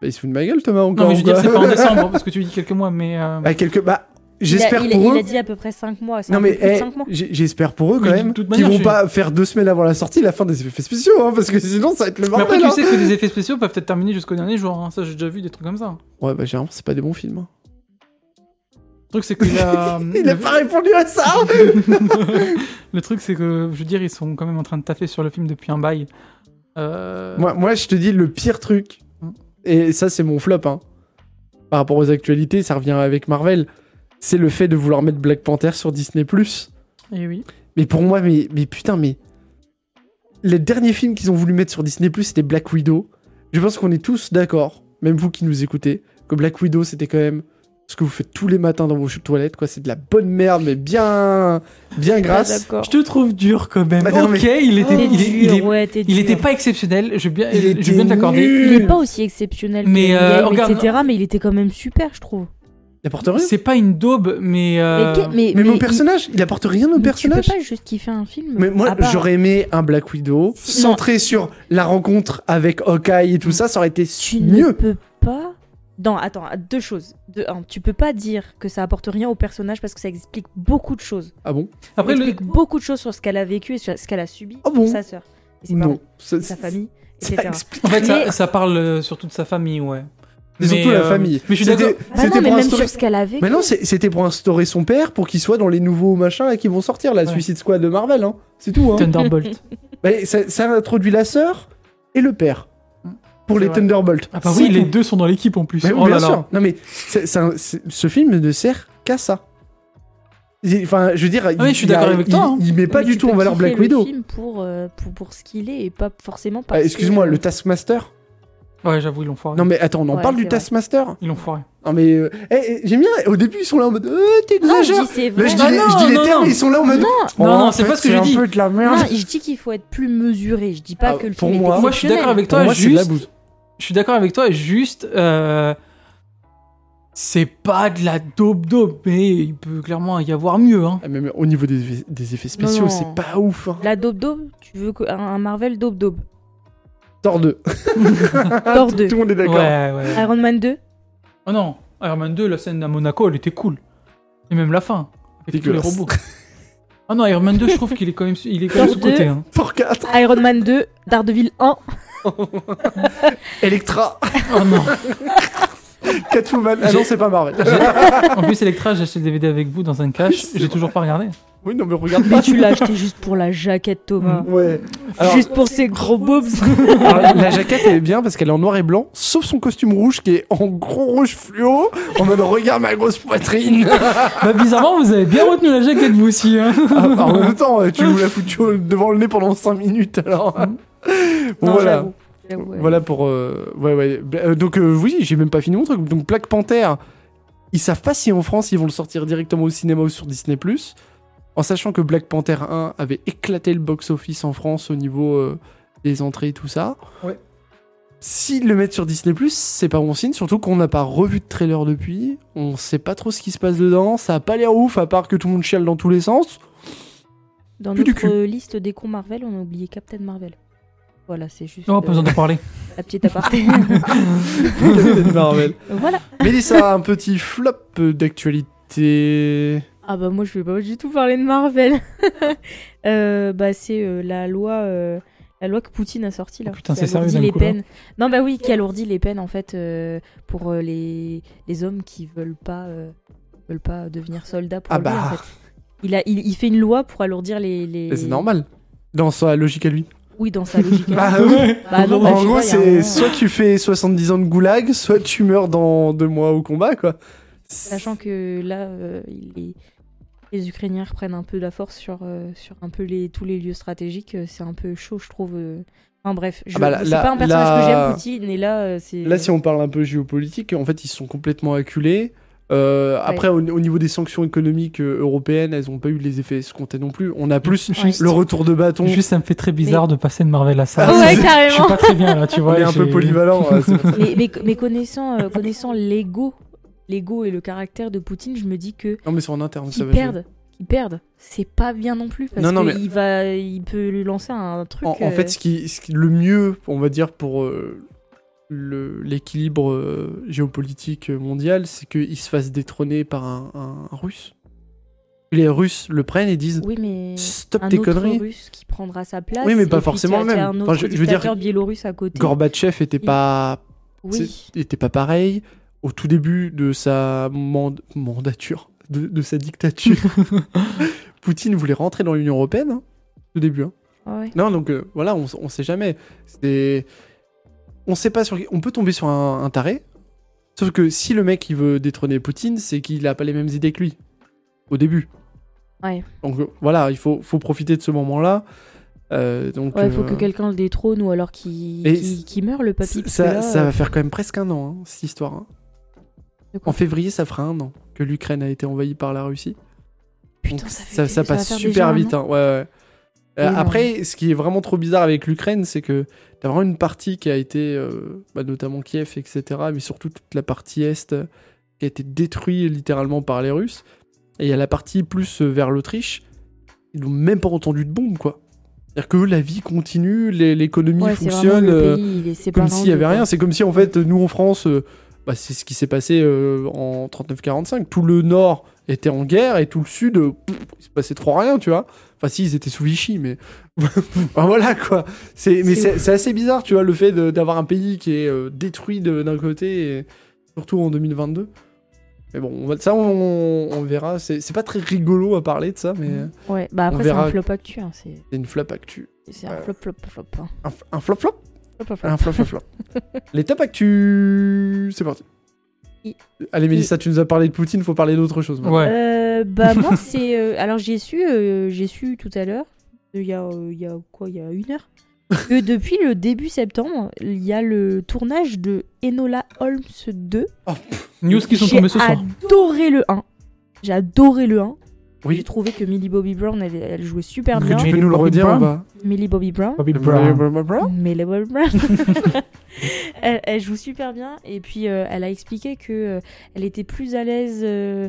Speaker 1: Bah, Ils se foutent de ma gueule, Thomas, encore.
Speaker 2: Non, mais je veux
Speaker 1: ou quoi
Speaker 2: dire, c'est
Speaker 1: <laughs>
Speaker 2: pas en décembre, parce que tu dis quelques mois, mais. euh,
Speaker 1: Bah, quelque... bah,
Speaker 3: Il a-
Speaker 1: j'espère
Speaker 3: il, a-
Speaker 1: pour
Speaker 3: il
Speaker 1: eux.
Speaker 3: a dit à peu près 5 mois. c'est
Speaker 1: Non
Speaker 3: un
Speaker 1: mais
Speaker 3: peu plus de
Speaker 1: eh,
Speaker 3: cinq mois.
Speaker 1: j'ai- j'espère pour eux quand
Speaker 2: Mais de
Speaker 1: même
Speaker 2: toute
Speaker 1: qu'ils
Speaker 2: manière,
Speaker 1: vont
Speaker 2: je-
Speaker 1: pas faire deux semaines avant la sortie la fin des effets spéciaux hein, parce que sinon ça va être le
Speaker 2: Mais
Speaker 1: bordel.
Speaker 2: après, tu
Speaker 1: hein.
Speaker 2: sais que les effets spéciaux peuvent être terminés jusqu'au dernier jour. hein. Ça, j'ai déjà vu des trucs comme ça.
Speaker 1: Ouais bah généralement c'est pas des bons films. hein.
Speaker 2: Le truc, c'est que la-
Speaker 1: <laughs> Il a
Speaker 2: le-
Speaker 1: pas répondu à
Speaker 2: <laughs>
Speaker 1: ça.
Speaker 2: le truc, c'est que, je veux dire, ils sont quand même en train de taffer sur le film depuis un bail. Euh,
Speaker 1: moi, moi je te dis le pire truc et ça c'est mon flop hein. Par rapport aux actualités ça revient avec Marvel c'est le fait de vouloir mettre Black Panther sur Disney
Speaker 2: Et oui.
Speaker 1: Mais pour moi mais mais putain mais le dernier film qu'ils ont voulu mettre sur Disney c'était Black Widow. Je pense qu'on est tous d'accord même vous qui nous écoutez que Black Widow c'était quand même ce que vous faites tous les matins dans vos toilettes quoi c'est de la bonne merde mais bien bien
Speaker 3: Ah,
Speaker 1: grasse.
Speaker 3: d'accord.
Speaker 2: Je te trouve dur quand même.
Speaker 1: Bah, non, mais-
Speaker 2: ok, il était,
Speaker 3: T'es
Speaker 2: il, il-
Speaker 3: dur,
Speaker 2: il-
Speaker 3: ouais, t'es
Speaker 2: il
Speaker 3: dur.
Speaker 2: était pas exceptionnel. Je veux bien, je
Speaker 1: était
Speaker 2: veux bien t'accorder.
Speaker 1: nul.
Speaker 3: Il est pas aussi exceptionnel
Speaker 2: Mais,
Speaker 3: que
Speaker 2: euh,
Speaker 3: Endgame,
Speaker 2: regarde-
Speaker 3: etc. Mais il était quand même super, je trouve.
Speaker 1: N'importe rien.
Speaker 2: C'est pas une daube, mais. euh,
Speaker 3: Mais, que- mais,
Speaker 1: Mais,
Speaker 3: mais
Speaker 1: mon
Speaker 3: il-
Speaker 1: personnage, il... apporte rien au
Speaker 3: tu
Speaker 1: personnage.
Speaker 3: peux pas juste kiffer un film.
Speaker 1: Mais moi,
Speaker 3: à part-
Speaker 1: j'aurais aimé un Black Widow
Speaker 3: Si-
Speaker 1: centré sur la rencontre avec Hawkeye et tout ça, ça aurait été
Speaker 3: Tu ne
Speaker 1: mieux.
Speaker 3: peux pas. Non, attends, deux choses. De un, tu peux pas dire que ça apporte rien au personnage parce que ça explique beaucoup de choses.
Speaker 1: Ah bon
Speaker 2: Après,
Speaker 3: ça
Speaker 2: le-
Speaker 3: explique beaucoup de choses sur ce qu'elle a vécu et sur ce qu'elle a subi.
Speaker 1: Ah bon
Speaker 3: sur sa sœur, et ses
Speaker 1: Non.
Speaker 3: parents,
Speaker 1: Ça-
Speaker 3: sa famille,
Speaker 1: ça
Speaker 3: etc.
Speaker 1: explique-
Speaker 2: en fait, ça,
Speaker 3: Mais-
Speaker 2: ça parle euh, surtout de sa famille, ouais.
Speaker 1: Mais surtout la
Speaker 2: euh,
Speaker 1: famille.
Speaker 2: Mais je suis
Speaker 1: C'était-
Speaker 2: d'accord.
Speaker 3: Ah non,
Speaker 1: C'était
Speaker 3: mais
Speaker 1: pour
Speaker 3: même
Speaker 1: instaurer-
Speaker 3: sur ce qu'elle a vécu.
Speaker 1: Mais non, c'est- c'était pour instaurer son père pour qu'il soit dans les nouveaux machins là, qui vont sortir, la
Speaker 2: Ouais.
Speaker 1: Suicide Squad de Marvel. Hein. C'est tout. Hein.
Speaker 2: Thunderbolt.
Speaker 1: Mais ça, ça introduit la sœur et le père pour
Speaker 2: C'est
Speaker 1: les
Speaker 2: vrai.
Speaker 1: Thunderbolts.
Speaker 2: Ah bah
Speaker 1: C'est
Speaker 2: oui,
Speaker 1: tout.
Speaker 2: les deux sont dans l'équipe en plus.
Speaker 1: Mais oui,
Speaker 2: oh
Speaker 1: bien
Speaker 2: là là.
Speaker 1: sûr. Non, mais c'est- c'est un- c'est- ce film ne sert qu'à ça. Il- Enfin, je veux dire, il-
Speaker 2: Ah je suis
Speaker 1: il a-
Speaker 2: d'accord avec
Speaker 1: il-
Speaker 2: toi, hein.
Speaker 1: Il, met pas
Speaker 3: Mais
Speaker 1: du
Speaker 3: tu
Speaker 1: tout en
Speaker 3: peux
Speaker 1: valeur
Speaker 3: kiffer
Speaker 1: Black
Speaker 3: le
Speaker 1: Widow.
Speaker 3: film pour, euh, pour, pour ce qu'il est et pas forcément parce
Speaker 1: Ah,
Speaker 3: que-
Speaker 1: Excuse-moi, le Taskmaster.
Speaker 2: Ouais, j'avoue, ils l'ont foiré.
Speaker 1: Non mais attends, on en
Speaker 3: Ouais,
Speaker 1: parle du
Speaker 3: c'est vrai.
Speaker 1: Taskmaster.
Speaker 2: Ils l'ont foiré.
Speaker 1: Non mais euh, eh, eh, j'aime bien. Au début, ils sont là en mode, euh,
Speaker 3: Non, je
Speaker 1: t'exagères.
Speaker 3: dis c'est
Speaker 1: Là,
Speaker 3: vrai.
Speaker 1: je dis,
Speaker 2: Bah
Speaker 1: les,
Speaker 2: non,
Speaker 1: je dis les
Speaker 2: non,
Speaker 1: termes,
Speaker 2: non.
Speaker 1: ils sont là en mode. oh,
Speaker 2: Non, non,
Speaker 1: en
Speaker 2: c'est
Speaker 1: fait,
Speaker 2: pas ce que j'ai dit.
Speaker 1: Un peu de la merde.
Speaker 3: Non, je dis qu'il faut être plus mesuré. Je dis pas
Speaker 1: Ah,
Speaker 3: que le
Speaker 1: pour
Speaker 3: film
Speaker 1: moi-
Speaker 3: est
Speaker 2: Moi, je suis d'accord
Speaker 3: exceptionnel.
Speaker 2: avec
Speaker 1: Pour
Speaker 2: toi.
Speaker 1: moi, c'est de la
Speaker 2: juste,
Speaker 1: bouse.
Speaker 2: je suis d'accord avec toi. Juste, euh, c'est pas de la daube daube, mais il peut clairement y avoir mieux. Hein.
Speaker 1: Ah, mais, mais au niveau des, des effets
Speaker 3: Non,
Speaker 1: spéciaux,
Speaker 3: non.
Speaker 1: c'est pas ouf. Hein.
Speaker 3: La Dope Dope, tu veux que- un, un Marvel Dope Dope.
Speaker 1: Thor 2.
Speaker 3: Thor 2.
Speaker 1: Ah, Tout le monde est
Speaker 2: Ouais,
Speaker 1: d'accord.
Speaker 2: ouais.
Speaker 3: Iron Man 2.
Speaker 2: Oh non, Iron Man 2, la scène à Monaco, elle était cool. Et même la fin. Avec tous les
Speaker 1: Dégueulasse.
Speaker 2: robots. Ah non, Iron Man 2, je trouve qu'il est quand même, il est quand même
Speaker 3: Thor
Speaker 2: sous-côté. hein.
Speaker 1: Thor 4.
Speaker 3: Iron Man 2. Daredevil 1.
Speaker 1: <laughs> Electra.
Speaker 2: Oh non.
Speaker 1: Catwoman. Ah non, c'est pas Marvel.
Speaker 2: En plus, Electra, j'ai acheté le DVD avec vous dans un cache, j'ai toujours pas regardé.
Speaker 1: <laughs> oui, non mais regarde
Speaker 3: Mais
Speaker 1: pas.
Speaker 3: tu l'as acheté juste pour la jaquette, Thomas.
Speaker 1: Ouais. Mm. Alors,
Speaker 3: Juste pour ses
Speaker 1: <laughs>
Speaker 3: gros boobs.
Speaker 1: Alors, Ah, la jaquette elle est bien parce qu'elle est en noir et blanc, sauf son costume rouge qui est en gros rouge fluo, en mode regarde ma grosse poitrine.
Speaker 2: Bah, bizarrement, vous avez bien retenu la jaquette, vous aussi. Hein.
Speaker 1: <laughs> Ah, en même temps, tu nous l'as foutu au- devant le nez pendant 5 minutes alors. Mm.
Speaker 2: Mhm.
Speaker 1: Bon,
Speaker 3: Non,
Speaker 1: voilà.
Speaker 3: j'avoue. J'avoue, ouais.
Speaker 1: Voilà pour. euh, ouais, ouais. Bah, euh, donc, euh, oui, j'ai même pas fini mon truc. Donc, Black Panther, ils savent pas si en France ils vont le sortir directement au cinéma ou sur Disney. En sachant que Black Panther 1 avait éclaté le box-office en France au niveau euh, des entrées et tout ça.
Speaker 2: Ouais.
Speaker 1: S'ils le mettent sur Disney, c'est pas bon signe, surtout qu'on n'a pas revu de trailer depuis. On sait pas trop ce qui se passe dedans. Ça a pas l'air ouf, à part que tout le monde chiale dans tous les sens.
Speaker 3: Dans
Speaker 1: Plus du
Speaker 3: notre liste des cons Marvel, on a oublié Captain Marvel. Voilà, c'est juste
Speaker 4: Oh,
Speaker 3: euh,
Speaker 4: pas besoin d'en parler.
Speaker 3: la
Speaker 1: <laughs>
Speaker 3: petite aparté.
Speaker 1: Captain Marvel.
Speaker 3: voilà.
Speaker 1: Mélissa, un petit flop d'actualité.
Speaker 3: Ah bah moi je vais pas du tout parler de Marvel. Euh, bah c'est euh, la loi euh, la loi que Poutine a sortie là.
Speaker 4: Oh putain,
Speaker 3: qui
Speaker 4: c'est sérieux,
Speaker 3: alourdit
Speaker 4: d'un
Speaker 3: les
Speaker 4: coup, là
Speaker 3: peines. Non bah oui, qui alourdit les peines en fait euh, pour euh, les, les hommes qui veulent pas euh, veulent pas devenir soldats pour
Speaker 1: Ah
Speaker 3: lui, en
Speaker 1: bah.
Speaker 3: fait. Il a il, il fait une loi pour alourdir les, les...
Speaker 1: Mais C'est normal. Dans sa logique à lui.
Speaker 3: Oui, dans sa logique. à lui.
Speaker 1: <laughs> Bah oui.
Speaker 3: Bah non, bah, je
Speaker 1: en
Speaker 3: sais
Speaker 1: gros,
Speaker 3: pas, il y a un
Speaker 1: c'est
Speaker 3: moment- hein.
Speaker 1: soit tu fais 70 ans de goulag, soit tu meurs dans deux mois au combat, quoi.
Speaker 3: Sachant que là, euh, il- les, les Ukrainiens reprennent un peu de la force sur, euh, sur un peu les, tous les lieux stratégiques. euh, C'est un peu chaud, je trouve. euh. Enfin bref, je-
Speaker 1: Ah bah là-
Speaker 3: c'est
Speaker 1: là-
Speaker 3: pas un personnage
Speaker 1: là-
Speaker 3: que j'aime, Poutine, et là, euh, c'est.
Speaker 1: Là, si on parle un peu géopolitique, en fait, ils se sont complètement acculés. Euh, Après, au, au niveau des sanctions économiques euh, européennes, elles n'ont pas eu les effets escomptés non plus. On a plus
Speaker 3: Juste.
Speaker 1: le retour de bâton.
Speaker 4: Juste, ça me fait très bizarre de passer de Marvel à ça.
Speaker 1: Ah,
Speaker 3: ouais,
Speaker 4: Je suis
Speaker 3: carrément.
Speaker 4: pas très bien là, tu
Speaker 1: On
Speaker 4: vois.
Speaker 1: est un peu
Speaker 4: j'ai-
Speaker 1: polyvalent. ouais,
Speaker 3: <laughs>
Speaker 1: c'est pour ça.
Speaker 3: <laughs> Mais, mais- mais connaissant, euh, connaissant l'ego, l'ego et le caractère de Poutine, je me dis que
Speaker 1: non, mais c'est en interne, ça
Speaker 3: qu'ils
Speaker 1: va. jouer.
Speaker 3: perdent, qu'ils perdent, c'est pas bien non plus parce
Speaker 1: Non, non,
Speaker 3: que
Speaker 1: mais-
Speaker 3: il va, il peut lui lancer un truc.
Speaker 1: En, en
Speaker 3: euh,
Speaker 1: fait, ce qui, ce qui- le mieux, on va dire, pour euh, le- l'équilibre euh, géopolitique mondial, c'est qu'il se fasse détrôner par un, un- un Russe. Les Russes le prennent et disent
Speaker 3: euh, Oui, mais.
Speaker 1: Stop
Speaker 3: Un
Speaker 1: tes
Speaker 3: autre
Speaker 1: conneries.
Speaker 3: russe qui prendra sa place.
Speaker 1: Oui, mais
Speaker 3: et
Speaker 1: pas
Speaker 3: puis
Speaker 1: forcément
Speaker 3: t'as-
Speaker 1: le même.
Speaker 3: t'as Un autre
Speaker 1: Enfin, je- je veux dire-
Speaker 3: dictateur biélorusse à côté.
Speaker 1: Gorbatchev était
Speaker 3: Il-
Speaker 1: pas
Speaker 3: oui.
Speaker 1: c'est- était pas pareil au tout début de sa mand- mandature, de, de sa
Speaker 3: <laughs>
Speaker 1: dictature. Poutine voulait rentrer dans l'Union européenne, hein, au début. hein.
Speaker 3: Ah ouais.
Speaker 1: Non, donc euh, voilà, on, s- on sait jamais. C'est, on sait pas sur, qui- on peut tomber sur un, un taré. Sauf que si le mec il veut détrôner Poutine, c'est qu'il a pas les mêmes idées que lui au début.
Speaker 3: Ouais.
Speaker 1: Donc euh, voilà, il faut, faut profiter de ce moment-là. Euh, donc
Speaker 3: Ouais, il faut
Speaker 1: euh,
Speaker 3: que quelqu'un le détrône ou alors qu'il
Speaker 1: Et
Speaker 3: qu'il- qu'il meure le
Speaker 1: ça,
Speaker 3: papy. parce que là,
Speaker 1: ça
Speaker 3: euh,
Speaker 1: va faire quand même presque un an, hein, cette histoire. hein.
Speaker 3: De quoi
Speaker 1: En février, ça fera un an que l'Ukraine a été envahie par la Russie.
Speaker 3: putain,
Speaker 1: Donc,
Speaker 3: ça, fait-
Speaker 1: ça, ça
Speaker 3: va
Speaker 1: passe
Speaker 3: faire déjà
Speaker 1: super
Speaker 3: un
Speaker 1: vite. hein,
Speaker 3: an.
Speaker 1: ouais, ouais. Euh,
Speaker 3: Énorme.
Speaker 1: après, ce qui est vraiment trop bizarre avec l'Ukraine, c'est que t'as vraiment une partie qui a été, euh, bah, notamment Kiev, etc., mais surtout toute la partie est euh, qui a été détruite littéralement par les Russes. Et il y a la partie plus euh, vers l'Autriche. Ils n'ont même pas entendu de bombe, quoi. C'est-à-dire que la vie continue, les- l'économie
Speaker 3: Ouais, c'est vraiment
Speaker 1: hein. fonctionne.
Speaker 3: le
Speaker 1: euh,
Speaker 3: pays, il est séparé
Speaker 1: comme
Speaker 3: en
Speaker 1: s'il y
Speaker 3: deux,
Speaker 1: avait
Speaker 3: quoi.
Speaker 1: rien. C'est comme si en fait nous en France, euh, bah, c'est ce qui s'est passé euh, en 39-45. Tout le nord était en guerre et tout le sud, euh, pff, il se passait trop rien, tu vois. Enfin si, ils étaient sous Vichy, mais <laughs> Enfin, voilà quoi. C'est mais
Speaker 3: C'est
Speaker 1: c'est c'est assez bizarre, tu vois, le fait de- d'avoir un pays qui est euh, détruit de- d'un côté, et surtout en 2022. Mais bon, on va- ça on, on verra. C'est c'est pas très rigolo à parler de ça, mais euh,
Speaker 3: Ouais, bah
Speaker 1: On
Speaker 3: après, c'est
Speaker 1: verra.
Speaker 3: un flop actu. hein, C'est
Speaker 1: c'est une flop actu.
Speaker 3: c'est un
Speaker 1: Ouais. Ah,
Speaker 3: flop, flop, flop. hein.
Speaker 1: Un, f- un flop flop.
Speaker 3: Flop, flop, flop.
Speaker 1: Un flop, flop, flop. <laughs> Les top actu, c'est parti.
Speaker 3: I-
Speaker 1: Allez, Mélissa, tu nous as parlé de Poutine, faut parler d'autre chose.
Speaker 4: <laughs>
Speaker 1: maintenant.
Speaker 4: Ouais.
Speaker 3: Euh,
Speaker 1: <laughs>
Speaker 3: bah moi c'est euh, alors j'ai su euh, j'ai su tout à l'heure il y a euh, il y a quoi il y a
Speaker 1: <laughs>
Speaker 3: une heure que depuis le début septembre il y a le tournage de Enola Holmes 2
Speaker 4: News qui sont tombées ce soir.
Speaker 3: j'ai adoré le 1 j'ai adoré le 1
Speaker 1: Oui.
Speaker 3: j'ai trouvé que Millie Bobby Brown elle, elle jouait super
Speaker 1: Est-ce
Speaker 3: bien
Speaker 1: que tu
Speaker 4: Mais
Speaker 1: peux
Speaker 4: les
Speaker 1: nous le
Speaker 4: Bobby
Speaker 1: redire
Speaker 4: Brown
Speaker 1: ou pas
Speaker 3: Millie Bobby Brown
Speaker 4: Bobby Brown.
Speaker 3: Millie Bobby
Speaker 1: <laughs>
Speaker 3: Brown <laughs> elle, elle joue super bien et puis euh, elle a expliqué que euh, elle était plus à l'aise euh,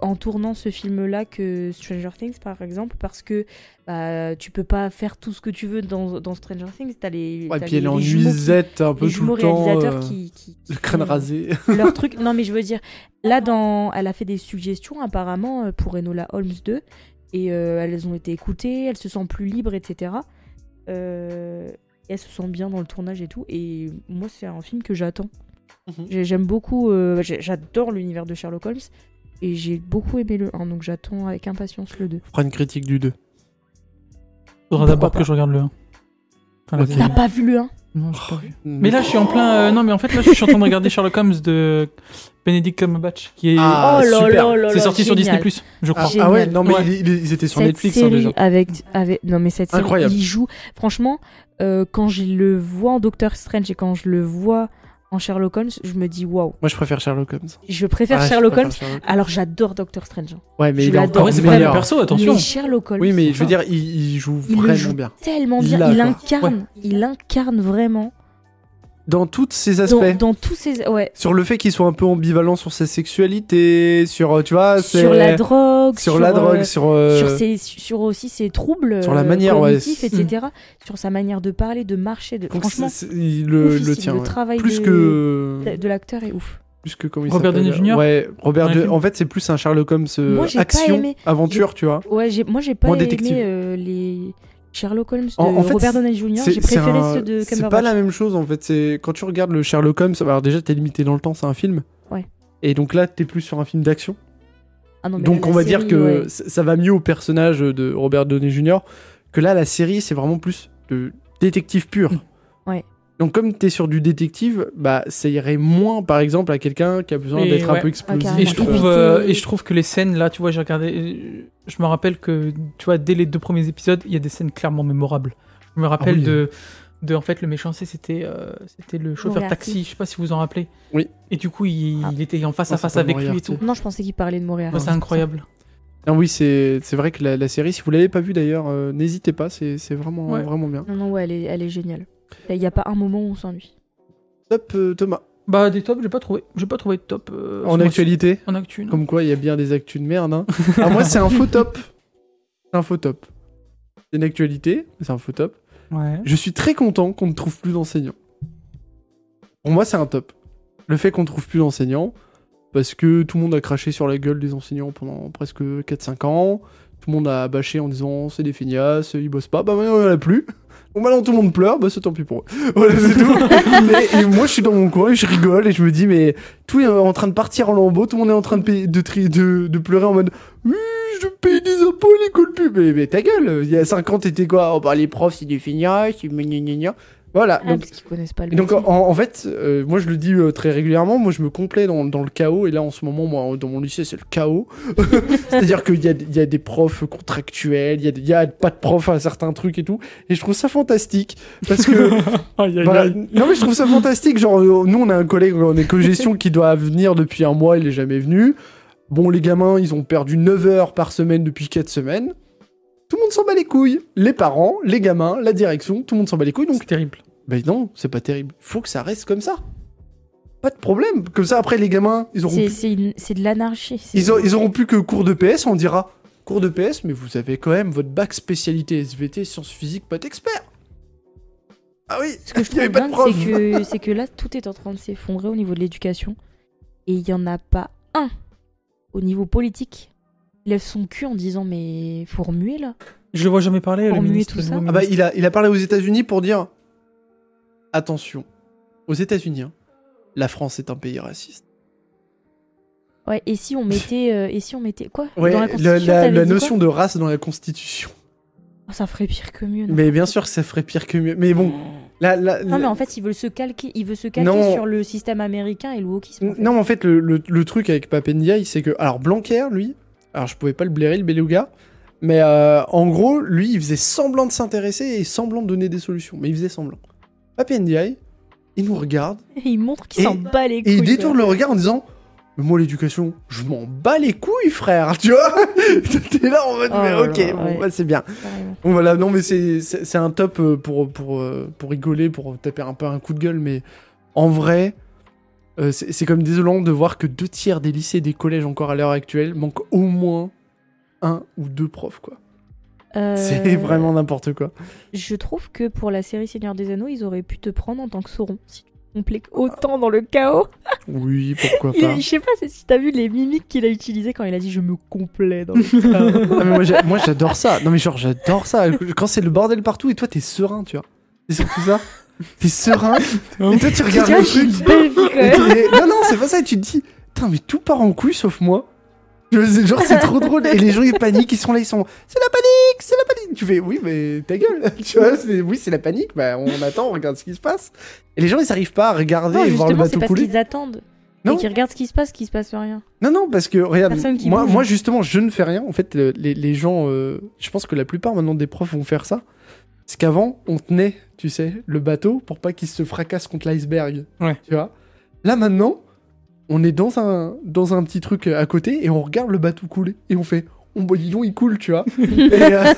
Speaker 3: en tournant ce film-là que Stranger Things par exemple parce que bah, tu peux pas faire tout ce que tu veux dans, dans Stranger Things t'as les
Speaker 1: Ouais,
Speaker 3: t'as
Speaker 1: puis
Speaker 3: les,
Speaker 1: elle est en
Speaker 3: les jumeaux qui-
Speaker 1: nuisette un peu
Speaker 3: les
Speaker 1: tout
Speaker 3: jumeaux
Speaker 1: le temps.
Speaker 3: réalisateurs
Speaker 1: euh,
Speaker 3: qui, qui- qui
Speaker 1: Le crâne
Speaker 3: font, euh, <laughs>
Speaker 1: rasé.
Speaker 3: leur truc. Non, mais je veux dire, là, dans... elle a fait des suggestions apparemment euh, pour Enola Holmes 2, et euh, elles ont été écoutées, elles se sentent plus libres, etc. Euh, et elles se sentent bien dans le tournage et tout, et moi, c'est un film que j'attends.
Speaker 1: Mhm.
Speaker 3: J'ai- J'aime beaucoup, euh, j'ai- j'adore l'univers de Sherlock Holmes, et j'ai beaucoup aimé le 1, donc j'attends avec impatience le 2.
Speaker 1: On fera une critique du 2.
Speaker 4: Faudra d'abord que je regarde le 1. Enfin, la
Speaker 1: Ok.
Speaker 4: série.
Speaker 3: T'as pas vu le 1
Speaker 4: Non, j'ai pas vu. Mais là, je suis en plein. euh, non, mais en fait, là, je suis en train de regarder Sherlock Holmes de Benedict Cumberbatch, qui est.
Speaker 1: Ah,
Speaker 3: Oh là
Speaker 1: super.
Speaker 3: là là
Speaker 4: c'est
Speaker 3: là,
Speaker 4: sorti sur Disney
Speaker 3: génial.
Speaker 4: Plus, je crois.
Speaker 1: Ah,
Speaker 3: Génial.
Speaker 1: ah ouais, non, mais
Speaker 4: Ouais.
Speaker 1: ils, ils- ils étaient sur
Speaker 3: cette
Speaker 1: Netflix hein,
Speaker 3: série
Speaker 1: déjà.
Speaker 3: Avec, avec non mais cette série
Speaker 1: Incroyable.
Speaker 3: il joue franchement euh, quand je le vois en Doctor Strange et quand je le vois en Sherlock Holmes je me dis waouh
Speaker 1: Moi, je préfère Sherlock Holmes.
Speaker 3: je préfère
Speaker 1: Ah, je
Speaker 3: Sherlock
Speaker 1: préfère
Speaker 3: Holmes
Speaker 1: Sherlock
Speaker 3: alors j'adore Doctor Strange hein.
Speaker 1: Ouais, mais
Speaker 3: Je
Speaker 1: il est
Speaker 3: l'adore.
Speaker 1: encore
Speaker 4: Après, Ah c'est pas le même
Speaker 1: meilleur.
Speaker 4: perso, attention.
Speaker 3: mais Sherlock Holmes
Speaker 1: Oui, mais je
Speaker 4: Enfin.
Speaker 1: veux dire, il, il joue
Speaker 3: Il le
Speaker 1: vraiment
Speaker 3: joue.
Speaker 1: bien.
Speaker 3: tellement
Speaker 1: Il
Speaker 3: bien
Speaker 1: l'a,
Speaker 3: il
Speaker 1: quoi.
Speaker 3: incarne
Speaker 4: Ouais.
Speaker 3: il incarne vraiment
Speaker 1: dans tous ces aspects.
Speaker 3: Dans, dans tous ces. Ouais.
Speaker 1: Sur le fait qu'il soit un peu ambivalent sur sa sexualité, sur, euh, tu vois,
Speaker 3: Sur la drogue,
Speaker 1: sur, la drogue,
Speaker 3: euh,
Speaker 1: sur, euh,
Speaker 3: sur, ses- sur aussi ses troubles
Speaker 1: sur la
Speaker 3: euh,
Speaker 1: manière, ouais.
Speaker 3: cognitifs, etc. Sur sa manière de parler, de marcher. De...
Speaker 1: donc
Speaker 3: Franchement,
Speaker 1: c'est- c'est- il le,
Speaker 3: oufissime,
Speaker 1: le tient.
Speaker 3: le
Speaker 1: ouais.
Speaker 3: travail
Speaker 1: Plus
Speaker 3: de-
Speaker 1: que.
Speaker 3: de l'acteur est ouf.
Speaker 1: Plus que comment il
Speaker 4: Robert
Speaker 1: s'appelle,
Speaker 4: Downey
Speaker 1: euh,
Speaker 4: Jr.
Speaker 1: Ouais, Robert
Speaker 4: Dans
Speaker 1: de-
Speaker 4: les films.
Speaker 1: En fait, c'est plus un Sherlock Holmes euh,
Speaker 3: Moi, j'ai pas
Speaker 1: action,
Speaker 3: aimé.
Speaker 1: aventure, tu vois.
Speaker 3: Ouais, j'ai- moi j'ai pas
Speaker 1: Moins détective.
Speaker 3: aimé euh, les Sherlock Holmes de
Speaker 1: En- en fait,
Speaker 3: Robert Downey Jr.
Speaker 1: C'est-
Speaker 3: J'ai préféré
Speaker 1: c'est un-
Speaker 3: ceux de
Speaker 1: C'est pas
Speaker 3: Cumberbatch.
Speaker 1: la même chose en fait. C'est quand tu regardes le Sherlock Holmes, alors déjà t'es limité dans le temps, c'est un film.
Speaker 3: Ouais.
Speaker 1: Et donc là t'es plus sur un film d'action.
Speaker 3: Ah non, mais
Speaker 1: Donc
Speaker 3: la
Speaker 1: on va
Speaker 3: série,
Speaker 1: dire que
Speaker 3: ouais.
Speaker 1: c- ça va mieux au personnage de Robert Downey Jr. Que là la série c'est vraiment plus de détective pur.
Speaker 3: Mm. Ouais.
Speaker 1: Donc comme t'es sur du détective, bah ça irait moins par exemple à quelqu'un qui a besoin
Speaker 4: Et
Speaker 1: d'être un
Speaker 4: ouais.
Speaker 1: peu
Speaker 3: Ah,
Speaker 1: explosif.
Speaker 3: carrément.
Speaker 4: Et je, trouve,
Speaker 1: euh,
Speaker 4: euh, et je trouve que les scènes, là, tu vois, j'ai regardé. euh, Je me rappelle que, tu vois, dès les deux premiers épisodes, il y a des scènes clairement mémorables. Je me rappelle
Speaker 1: Ah oui.
Speaker 4: de, de. En fait, le méchant, c'est- c'était euh, c'était le chauffeur
Speaker 3: Moriarty.
Speaker 4: taxi, je sais pas si vous vous en rappelez.
Speaker 1: Oui.
Speaker 4: Et du coup, il,
Speaker 3: Ah.
Speaker 4: il était en face
Speaker 1: Non,
Speaker 4: à
Speaker 1: c'est
Speaker 4: face
Speaker 1: pas
Speaker 4: avec lui et
Speaker 1: Moriarty.
Speaker 4: tout.
Speaker 3: Non, je pensais qu'il parlait de mourir.
Speaker 4: Bah, c'est incroyable.
Speaker 1: Ah oui c'est c'est vrai que la, la série si vous l'avez pas vue d'ailleurs euh, n'hésitez pas c'est c'est vraiment
Speaker 4: Ouais.
Speaker 1: vraiment bien.
Speaker 3: Non, non, ouais, elle est, elle est géniale. Il n'y a pas un moment où on s'ennuie.
Speaker 1: Top euh, Thomas
Speaker 4: Bah, des tops, j'ai pas trouvé. J'ai pas trouvé de top. euh,
Speaker 1: en
Speaker 4: sur-
Speaker 1: actualité.
Speaker 4: En actu, non.
Speaker 1: Comme quoi, il y a bien des actus de
Speaker 4: <laughs>
Speaker 1: merde. Hein. Alors moi, c'est un faux top. C'est un faux top. C'est une actualité, mais c'est un faux top.
Speaker 4: Ouais.
Speaker 1: Je suis très content qu'on ne trouve plus d'enseignants. Pour moi, c'est un top. Le fait qu'on ne trouve plus d'enseignants, parce que tout le monde a craché sur la gueule des enseignants pendant presque 4-5 ans. Tout le monde a bâché en disant c'est des feignasses, ils bossent pas. Bah maintenant, il n'y en a plus. Bon, maintenant, tout le monde pleure, bah c'est tant pis pour eux. Voilà, c'est tout. Mais- et moi, je suis dans mon coin et je rigole et je me dis, mais tout est en train de partir en lambeaux, tout le monde est en train de, payer- de, tri- de, de pleurer en mode Oui, je paye des impôts, l'école pub. Mais, mais ta gueule, il y a 5 ans, t'étais quoi Oh bah les profs, c'est des feignasses, c'est gna gna gna gna. Voilà.
Speaker 3: Ah,
Speaker 1: donc-
Speaker 3: parce qu'ils connaissent pas le
Speaker 1: et donc en,
Speaker 3: métier.
Speaker 1: en fait, euh, moi je le dis euh, très régulièrement, moi je me complais dans, dans le chaos, et là en ce moment, moi dans mon lycée c'est le chaos. <laughs> C'est-à-dire qu'il y a, il y a des profs contractuels, il y a, des- il y a pas de profs à certains trucs et tout, et je trouve ça fantastique, parce que...
Speaker 4: <laughs> Aïe, aïe,
Speaker 1: Voilà.
Speaker 4: aïe.
Speaker 1: Non mais je trouve ça fantastique. Genre euh, nous on a un collègue en éco-gestion qui doit venir depuis un mois, il est jamais venu. Bon les gamins ils ont perdu 9 heures par semaine depuis 4 semaines. Tout le monde s'en bat les couilles. Les parents, les gamins, la direction, tout le monde s'en bat les couilles. Donc
Speaker 4: C'est terrible.
Speaker 1: ben non, c'est pas terrible. Faut que ça reste comme ça. Pas de problème. Comme ça après les gamins ils auront
Speaker 3: C'est-
Speaker 1: plus,
Speaker 3: C'est une- c'est de l'anarchie. c'est-
Speaker 1: ils, auront- ils auront plus que cours de PS on dira cours de PS mais vous avez quand même votre bac spécialité SVT sciences physiques pas expert. Ah oui.
Speaker 3: Ce que je
Speaker 1: <laughs> Il y avait
Speaker 3: trouve
Speaker 1: pas de
Speaker 3: dingue,
Speaker 1: prof.
Speaker 3: c'est que, c'est que là, tout est en train de s'effondrer au niveau de l'éducation. Et il n'y en a pas un au niveau politique qui lève son cul en disant Mais faut remuer là.
Speaker 4: Je le vois jamais parler, le
Speaker 3: Pour muer
Speaker 4: ministre.
Speaker 3: tout
Speaker 4: le
Speaker 3: ça.
Speaker 4: nouveau
Speaker 1: Ah bah,
Speaker 4: ministre.
Speaker 1: il a, il a parlé aux États-Unis pour dire attention, aux États-Unis, hein, la France est un pays raciste.
Speaker 3: Ouais, et si on mettait. euh, et si on mettait. Quoi
Speaker 1: Ouais,
Speaker 3: Dans la
Speaker 1: le-
Speaker 3: Constitution
Speaker 1: la,
Speaker 3: t'avais
Speaker 1: la
Speaker 3: dit quoi
Speaker 1: notion de race dans la Constitution.
Speaker 3: Oh, Ça ferait pire que mieux. non
Speaker 1: Mais bien sûr que ça ferait pire que mieux. Mais bon, là, là,
Speaker 3: Non, mais
Speaker 1: là-
Speaker 3: en fait, il veut se calquer, il veut se calquer
Speaker 1: Non.
Speaker 3: sur le système américain et le wokisme. en fait.
Speaker 1: non, mais en fait, le, le- le truc avec Papendiaï, c'est que alors Blanquer, lui, alors je pouvais pas le blairer le beluga, mais euh, en gros, lui, il faisait semblant de s'intéresser et semblant de donner des solutions, mais il faisait semblant. Papendiaï, il nous regarde.
Speaker 3: <laughs> Et il montre qu'il
Speaker 1: Et-
Speaker 3: s'en bat les
Speaker 1: Et
Speaker 3: couilles.
Speaker 1: il détourne le regard en disant Mais moi, l'éducation, je m'en bats les couilles, frère, <laughs> tu vois T'es là en mode
Speaker 3: Oh
Speaker 1: Mais
Speaker 3: là
Speaker 1: ok,
Speaker 3: là,
Speaker 1: bon,
Speaker 3: ouais.
Speaker 1: bah, c'est bien.
Speaker 3: quoi, carrément.
Speaker 1: Bon, voilà, non, mais c'est- c'est c'est un top euh, pour, pour, euh, pour rigoler, pour taper un peu un coup de gueule, mais en vrai, euh, c'est c'est quand même désolant de voir que deux tiers des lycées et des collèges, encore à l'heure actuelle, manquent au moins un ou deux profs, quoi.
Speaker 3: Euh,
Speaker 1: C'est vraiment n'importe quoi.
Speaker 3: Je trouve que pour la série Seigneur des Anneaux, ils auraient pu te prendre en tant que Sauron. Si tu compliques autant dans le chaos.
Speaker 1: Oui, pourquoi
Speaker 3: Il-
Speaker 1: pas.
Speaker 3: je sais pas c'est- si t'as vu les mimiques qu'il a utilisées quand il a dit je me complais dans le
Speaker 1: Ah, mais moi, j'ai- moi, j'adore ça. Non mais genre j'adore ça. Quand c'est le bordel partout et toi t'es serein, tu vois. C'est surtout ça. T'es serein. et toi tu
Speaker 3: <laughs>
Speaker 1: regardes
Speaker 3: Putain,
Speaker 1: le
Speaker 3: j'ai
Speaker 1: truc.
Speaker 3: une
Speaker 1: <laughs>
Speaker 3: belle vie, quand
Speaker 1: et
Speaker 3: même.
Speaker 1: t'es- non non c'est pas ça. Et tu te dis, putain mais tout part en couille sauf moi. Je sais, Genre c'est trop drôle. Et les gens ils paniquent, ils sont là, ils sont, c'est la panique, c'est la panique. Tu fais oui mais ta gueule. <laughs> Tu vois, c'est- oui c'est la panique. Bah on attend, on regarde ce qui se passe. Et les gens ils arrivent pas à regarder
Speaker 3: Non,
Speaker 1: et voir le
Speaker 3: justement, c'est
Speaker 1: bateau
Speaker 3: parce
Speaker 1: couler.
Speaker 3: qu'ils attendent.
Speaker 1: Non.
Speaker 3: Et qu'ils regardent ce qui se passe, qu'il se passe rien.
Speaker 1: Non, non, parce que regarde,
Speaker 3: Personne qui
Speaker 1: moi,
Speaker 3: bouge.
Speaker 1: moi justement, je ne fais rien. En fait, le- les, les gens, euh, je pense que la plupart maintenant des profs vont faire ça. Parce qu'avant, on tenait, tu sais, le bateau pour pas qu'il se fracasse contre l'iceberg.
Speaker 4: Ouais.
Speaker 1: Tu vois Là maintenant, on est dans un, dans un petit truc à côté et on regarde le bateau couler. Et on fait, on bah, dis donc, il coule,
Speaker 3: <laughs>
Speaker 1: tu vois. et, euh,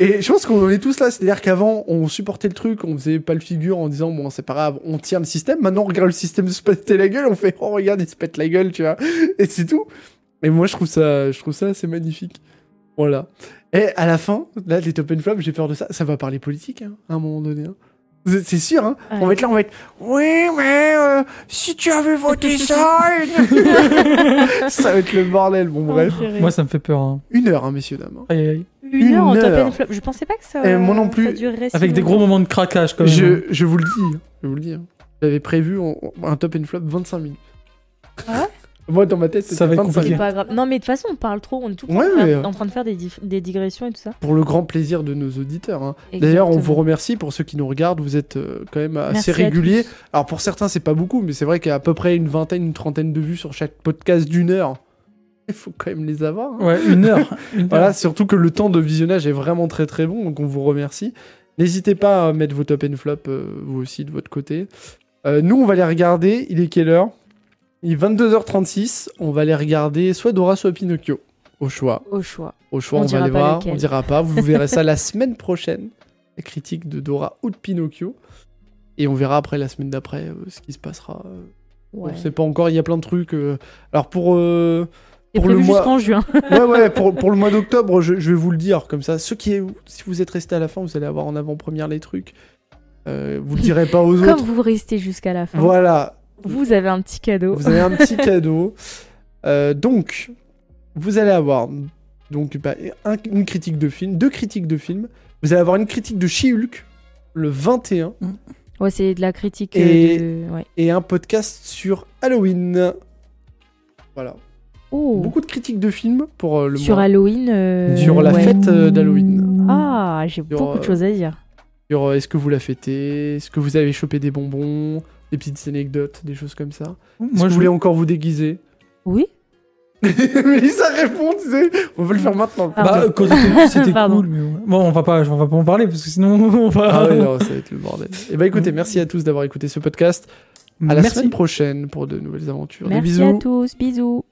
Speaker 1: et je pense qu'on est tous là, c'est-à-dire qu'avant, on supportait le truc, on faisait pas le figure en disant, bon, c'est pas grave, on tient le système. Maintenant, on regarde le système se péter la gueule, on fait, oh, regarde, il se pète la gueule, tu vois. Et c'est tout. Et moi, je trouve ça, je trouve ça assez magnifique. Voilà. Et à la fin, là, les top and flop, j'ai peur de ça. Ça va parler politique, hein, à un moment donné. hein. C'est c'est sûr, hein. On va être là, on va être. Oui, mais euh, si tu avais
Speaker 3: <laughs>
Speaker 1: voté ça. euh, ça va être le bordel, bon, bref.
Speaker 4: Moi, ça me fait peur. hein.
Speaker 1: Une heure, hein, messieurs, dames. hein.
Speaker 4: Aïe, aïe, aïe.
Speaker 3: une heure en
Speaker 1: une
Speaker 3: top
Speaker 1: heure.
Speaker 3: and flop. Je pensais pas que ça. euh,
Speaker 1: Eh, moi non plus.
Speaker 3: ça durerait si
Speaker 4: Avec des gros
Speaker 3: longtemps.
Speaker 4: moments de craquage, quand même. hein.
Speaker 1: Je, je vous le dis, je vous le dis. hein. J'avais prévu on- on- un top and flop 25 minutes.
Speaker 3: Ah ouais
Speaker 1: Moi, dans ma tête,
Speaker 4: Ça
Speaker 1: c'était
Speaker 4: va être
Speaker 1: 25
Speaker 4: compliqué.
Speaker 1: minutes.
Speaker 3: C'est pas grave. Non, mais de toute façon, on parle trop. On est tout le temps
Speaker 1: Ouais,
Speaker 3: en train-
Speaker 1: mais-
Speaker 3: en train de faire des, dif- des digressions et tout ça.
Speaker 1: Pour le grand plaisir de nos auditeurs. hein. D'ailleurs, on vous
Speaker 3: Exactement.
Speaker 1: remercie pour ceux qui nous regardent. Vous êtes euh, quand même assez
Speaker 3: Merci à
Speaker 1: réguliers.
Speaker 3: tous.
Speaker 1: Alors, pour certains, c'est pas beaucoup, mais c'est vrai qu'il y a à peu près une vingtaine, une trentaine de vues sur chaque podcast d'une heure. <laughs> Il faut quand même les avoir. hein.
Speaker 4: Ouais, une heure. Une heure.
Speaker 1: Voilà, surtout que le temps de visionnage est vraiment très très bon, donc on vous remercie. N'hésitez pas à mettre vos top and flop, euh, vous aussi, de votre côté. Euh, nous, on va les regarder. Il est quelle heure Il est 22h36. On va les regarder soit Dora, soit Pinocchio. Au choix.
Speaker 3: Au choix.
Speaker 1: Au choix,
Speaker 3: On
Speaker 1: on, va
Speaker 3: dira
Speaker 1: les
Speaker 3: pas
Speaker 1: voir.
Speaker 3: lequel.
Speaker 1: On dira pas. Vous verrez ça la <laughs> semaine prochaine. La critique de Dora ou de Pinocchio. Et on verra après, la semaine d'après, euh, ce qui se passera. Euh,
Speaker 3: Ouais.
Speaker 1: On sait pas encore. Il y a plein de trucs. euh. Alors, pour. euh,
Speaker 3: <laughs> C'est
Speaker 1: pour le
Speaker 3: prévu
Speaker 1: mois-
Speaker 3: jusqu'en juin.
Speaker 1: ouais, ouais, pour, pour le mois d'octobre, je, je vais vous le dire comme ça. Ceux qui, si vous êtes restés à la fin, vous allez avoir en avant-première les trucs. Euh, vous le direz pas aux
Speaker 3: <laughs> Comme
Speaker 1: autres.
Speaker 3: vous restez jusqu'à la fin,
Speaker 1: Voilà,
Speaker 3: vous avez un petit cadeau.
Speaker 1: vous
Speaker 3: <laughs>
Speaker 1: avez un petit cadeau. Euh, donc, vous allez avoir donc bah, un- une critique de film, deux critiques de film. Vous allez avoir une critique de She-Hulk le 21
Speaker 3: Ouais, c'est de la critique.
Speaker 1: Et-
Speaker 3: euh, de- ouais.
Speaker 1: et un podcast sur Halloween. Voilà.
Speaker 3: Oh.
Speaker 1: Beaucoup de critiques de films pour euh, le
Speaker 3: Sur
Speaker 1: mois.
Speaker 3: Halloween. euh,
Speaker 1: Sur la
Speaker 3: ouais.
Speaker 1: fête euh, d'Halloween.
Speaker 3: Ah, j'ai beaucoup
Speaker 1: euh,
Speaker 3: de choses à dire.
Speaker 1: sur euh, est-ce que vous la fêtez, est-ce que vous avez chopé des bonbons, des petites anecdotes, des choses comme ça. Est-ce
Speaker 4: Moi,
Speaker 1: que
Speaker 4: je
Speaker 1: vous voulez encore
Speaker 4: <laughs>
Speaker 1: vous déguiser
Speaker 3: Oui.
Speaker 1: Mélissa répond, tu sais, on veut le faire maintenant. le
Speaker 3: Ah,
Speaker 1: podcast.
Speaker 4: Bah, euh, quand on était petit, c'était
Speaker 3: <laughs> Pardon.
Speaker 4: cool, mais ouais. Bon, on va pas, on va pas en parler parce que sinon <laughs> on va.
Speaker 2: <laughs>
Speaker 1: Ah ouais, non, ça va être le bordel. Et bah écoutez, merci à tous d'avoir écouté ce podcast. À la
Speaker 4: Merci.
Speaker 1: semaine prochaine pour de nouvelles aventures. Des
Speaker 3: Merci
Speaker 1: bisous.
Speaker 3: à tous. Bisous.